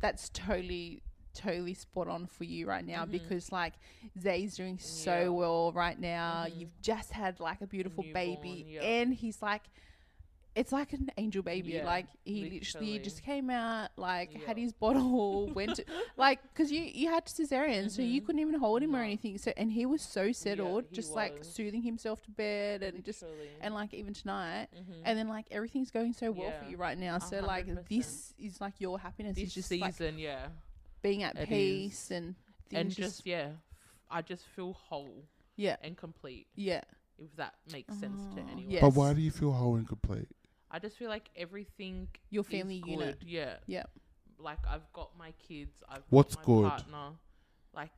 that's totally, totally spot on for you right now because like Zay's doing so Mm-hmm. Yeah. Mm-hmm. well right now. You've just had like a beautiful baby, Newborn, yeah. and he's like, it's like an angel baby. Yeah, like he literally literally. just came out, like had Yeah. his bottle, went to, like because you you had cesarean, so you couldn't even hold him or anything. So and he was so settled, Mm-hmm. he just like was. soothing himself to bed and just Literally. Mm-hmm. and like even tonight and then like everything's going so well for Yeah. you right now so like 100%. this is like your happiness This is just season, like yeah. being at it peace and things And just, just, yeah. I just feel whole yeah and complete. yeah if that makes sense to anyone. yeah. But Yes. why do you feel whole and complete? I just feel like everything Your is family unit. good, Yeah. yeah Like I've got my kids, I've What's got my good? partner. Like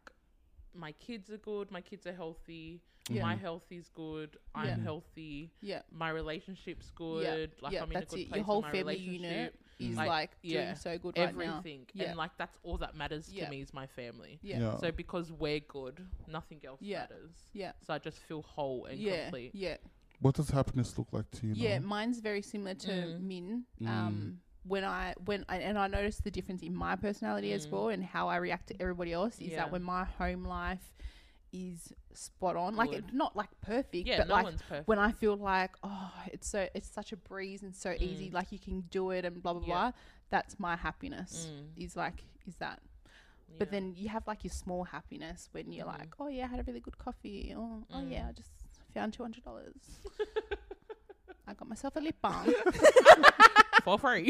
my kids are good, my kids are healthy, Yeah. my health is good, I'm Yeah. healthy, yeah my relationship good. yeah Like yeah I'm in that's a good it place. your in whole my family unit relationship. is like, Like, yeah, doing so good right now Everything. yeah And like that's all that matters Yeah. to me is my family. yeah Yeah. So because we're good, nothing else Yeah. matters. yeah So I just feel whole and yeah complete. yeah What does happiness look like to you? yeah now? mine's very similar to Mm. min um when i when I, and i noticed the difference in my personality as well and how i react to everybody else is Mm. Yeah. that when my home life is spot on like Good. it's not like perfect Yeah, but no like one's perfect. when i feel like oh it's so it's such a breeze and so easy like you can do it and blah blah Mm. Yeah. blah that's my happiness Mm. is like is that but Yeah. Mm. then you have like your small happiness when you're like oh yeah i had a really good coffee oh, oh yeah i just found $200 i got myself a lip balm for free.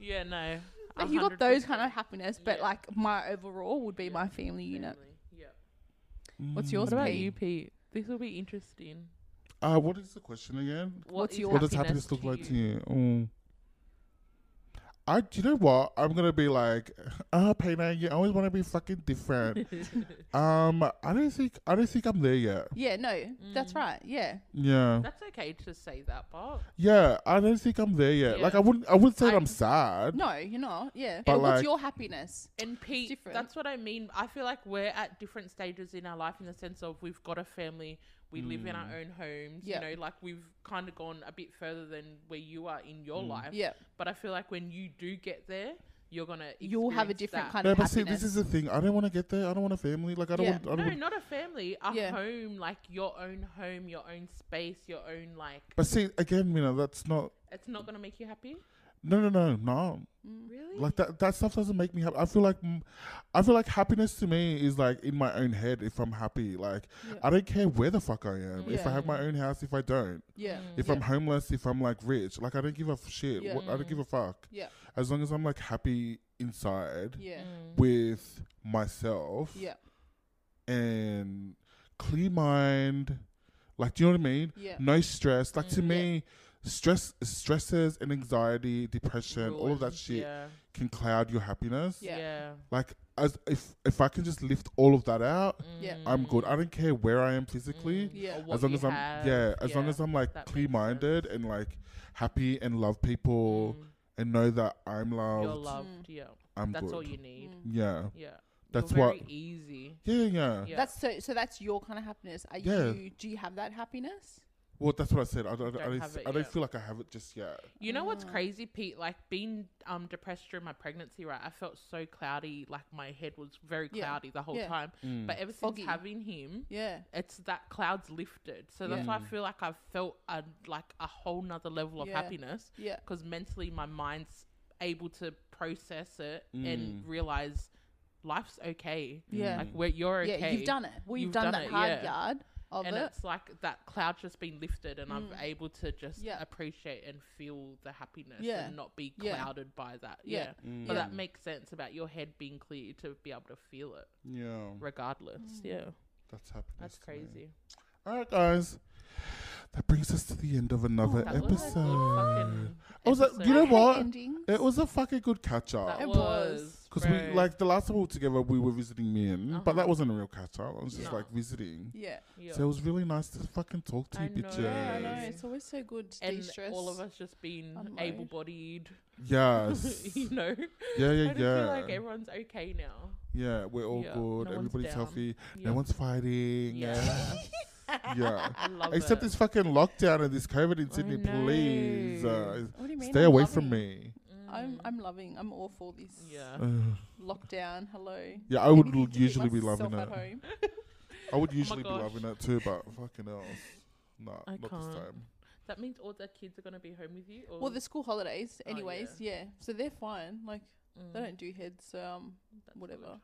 yeah, no. Like you got those kind of happiness, but like my overall would be my family unit. Yeah. What's yours? What about Pete? you, Pete? This will be interesting. Uh, what is the question again? What What's is your- What does happiness look like to you? Mm. I, do you know what? I'm gonna be like, uh, Payne, you always want to be fucking different. um, I don't think, I don't think I'm there yet. Yeah, no, Mm. that's right. Yeah. Yeah, That's okay to say that, but yeah, I don't think I'm there yet. Like, I wouldn't, I wouldn't say that I'm sad. No, you're not. Yeah. But And what's like- your happiness? and Pete, different. that's what I mean. I feel like we're at different stages in our life in the sense of we've got a family, we live in Mm. our own homes. Yeah. You know, like we've kind of gone a bit further than where you are in Mm. your life. Yeah. But I feel like when you do get there, you're gonna You'll have a experience different that. kind No, of but see, happiness. this is the thing. I don't want to get there. I don't want a family. Like, I don't Yeah. want. I don't No, want, not a family. A Yeah. home, like your own home, your own space, your own like. but see, again, you know, that's not. It's not gonna make you happy. No, no, no, no. Mm. Really? Like that. That stuff doesn't make me happy. I feel like, mm, I feel like happiness to me is like in my own head. If I'm happy, like I don't care where the fuck I am. If Yeah. I have my own house, if I don't, yeah. Mm. if I'm homeless, if I'm like rich, like I don't give a f- shit. Yeah. What, I don't give a fuck. Yeah. As long as I'm like happy inside Yeah. Mm. with myself. Yeah. and clear mind. Like, do you know what I mean? Yeah. Mm, No stress. Like to me, stress, stresses, and anxiety, depression, all of that Ruins, shit Yeah. can cloud your happiness. Yeah. Yeah. Like, as if if I can just lift all of that out, Mm. Yeah. I'm good. I don't care where I am physically. Yeah. Or Mm. what as long you as I'm have, yeah, as long yeah. as I'm like that makes sense. Mm. clear minded and like happy and love people and know that I'm loved. You're loved. Yeah. Mm. I'm That's good. all you need. Yeah. Yeah. That's You're what- Very easy. Yeah, yeah. Yeah. That's so. So that's your kind of happiness. Are Yeah. you? Do you have that happiness? Well, that's what I said. I don't, I Don't don't, have it I don't yet. feel like I have it just yet. You know what's crazy, Pete? Like being um depressed during my pregnancy, right? I felt so cloudy, like my head was very Yeah. cloudy the whole Yeah. time. Mm. But ever since Foggy. having him, Yeah. it's that clouds lifted. So that's Mm. why I feel like I've felt a, like a whole nother level of Yeah. happiness. Yeah. Because mentally, my mind's able to process it Mm. and realize life's okay. Yeah. Like where you're okay. Yeah. You've done it. Well, you've, done, that it, hard yeah. yard of and it. Mm. it's like that cloud's just been lifted, and I'm able to just Yeah. appreciate and feel the happiness Yeah. and not be Yeah. clouded by that. Yeah. Yeah. Mm. Mm. But that makes sense about your head being clear to be able to feel it Yeah. regardless. Mm. Yeah. Mm. That's happiness. That's to me. crazy. All right, guys. That brings us to the end of another That was a good episode. fucking I was like, episode. you know what? endings. It was a fucking good catch That up. It was. Because we bro. like the last time we were together, we were visiting Min, but that wasn't a real catch up. I was just Uh-huh. No. like visiting. Yeah. Yeah. So it was really nice to fucking talk to I you, know. bitches. Oh, Yeah, I I know. know, It's it's always so good to and de-stress. all of us just being Unload. able bodied, Yes. you know? Yeah, I yeah, just feel like yeah. everyone's okay now. Yeah, we're all Yeah, no good. one's Everybody's down. healthy. Yeah. No one's fighting. Yeah. yeah. I love Except it. this fucking lockdown and this COVID in Sydney, know. please. Uh, What do you mean? stay I'm away loving from it. me. Mm. I'm I'm loving. I'm all for this. Yeah. Ugh. Lockdown. Hello. yeah, I would Anything to keep usually be myself loving at it. home. I would usually be Oh gosh. loving it too, but fucking else. Nah, I not this can't. time. That means all the kids are going to be home with you? Or? Well, the school holidays, Oh, yeah. anyways. yeah. So they're fine. Like they Mm, don't do heads. So um, that's whatever.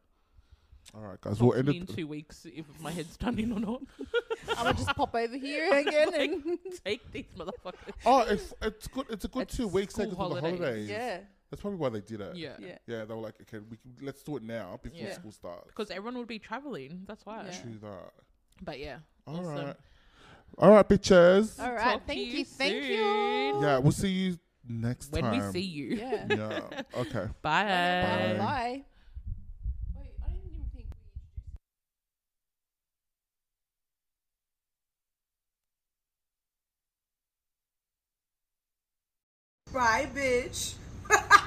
All right, guys. good. We'll Talk end to me in it. two weeks if my head's done in or not. I'm gonna just pop over here again and Take these motherfuckers. Oh, it's it's good. It's a good It's two weeks school because of the holidays. holidays. yeah, that's probably why they did it. Yeah. yeah. yeah. They were like, okay, we can, let's do it now before Yeah. school starts. Because everyone would be traveling. That's why. Yeah. True that. But yeah. All right, awesome. all right, bitches. All right. Talk to Thank you. you Thank soon. you. Yeah, we'll see you next When time. we see you. Yeah. Yeah. Okay. Bye. Bye. Bye. Bye. Wait, I didn't even think we Bye, bitch.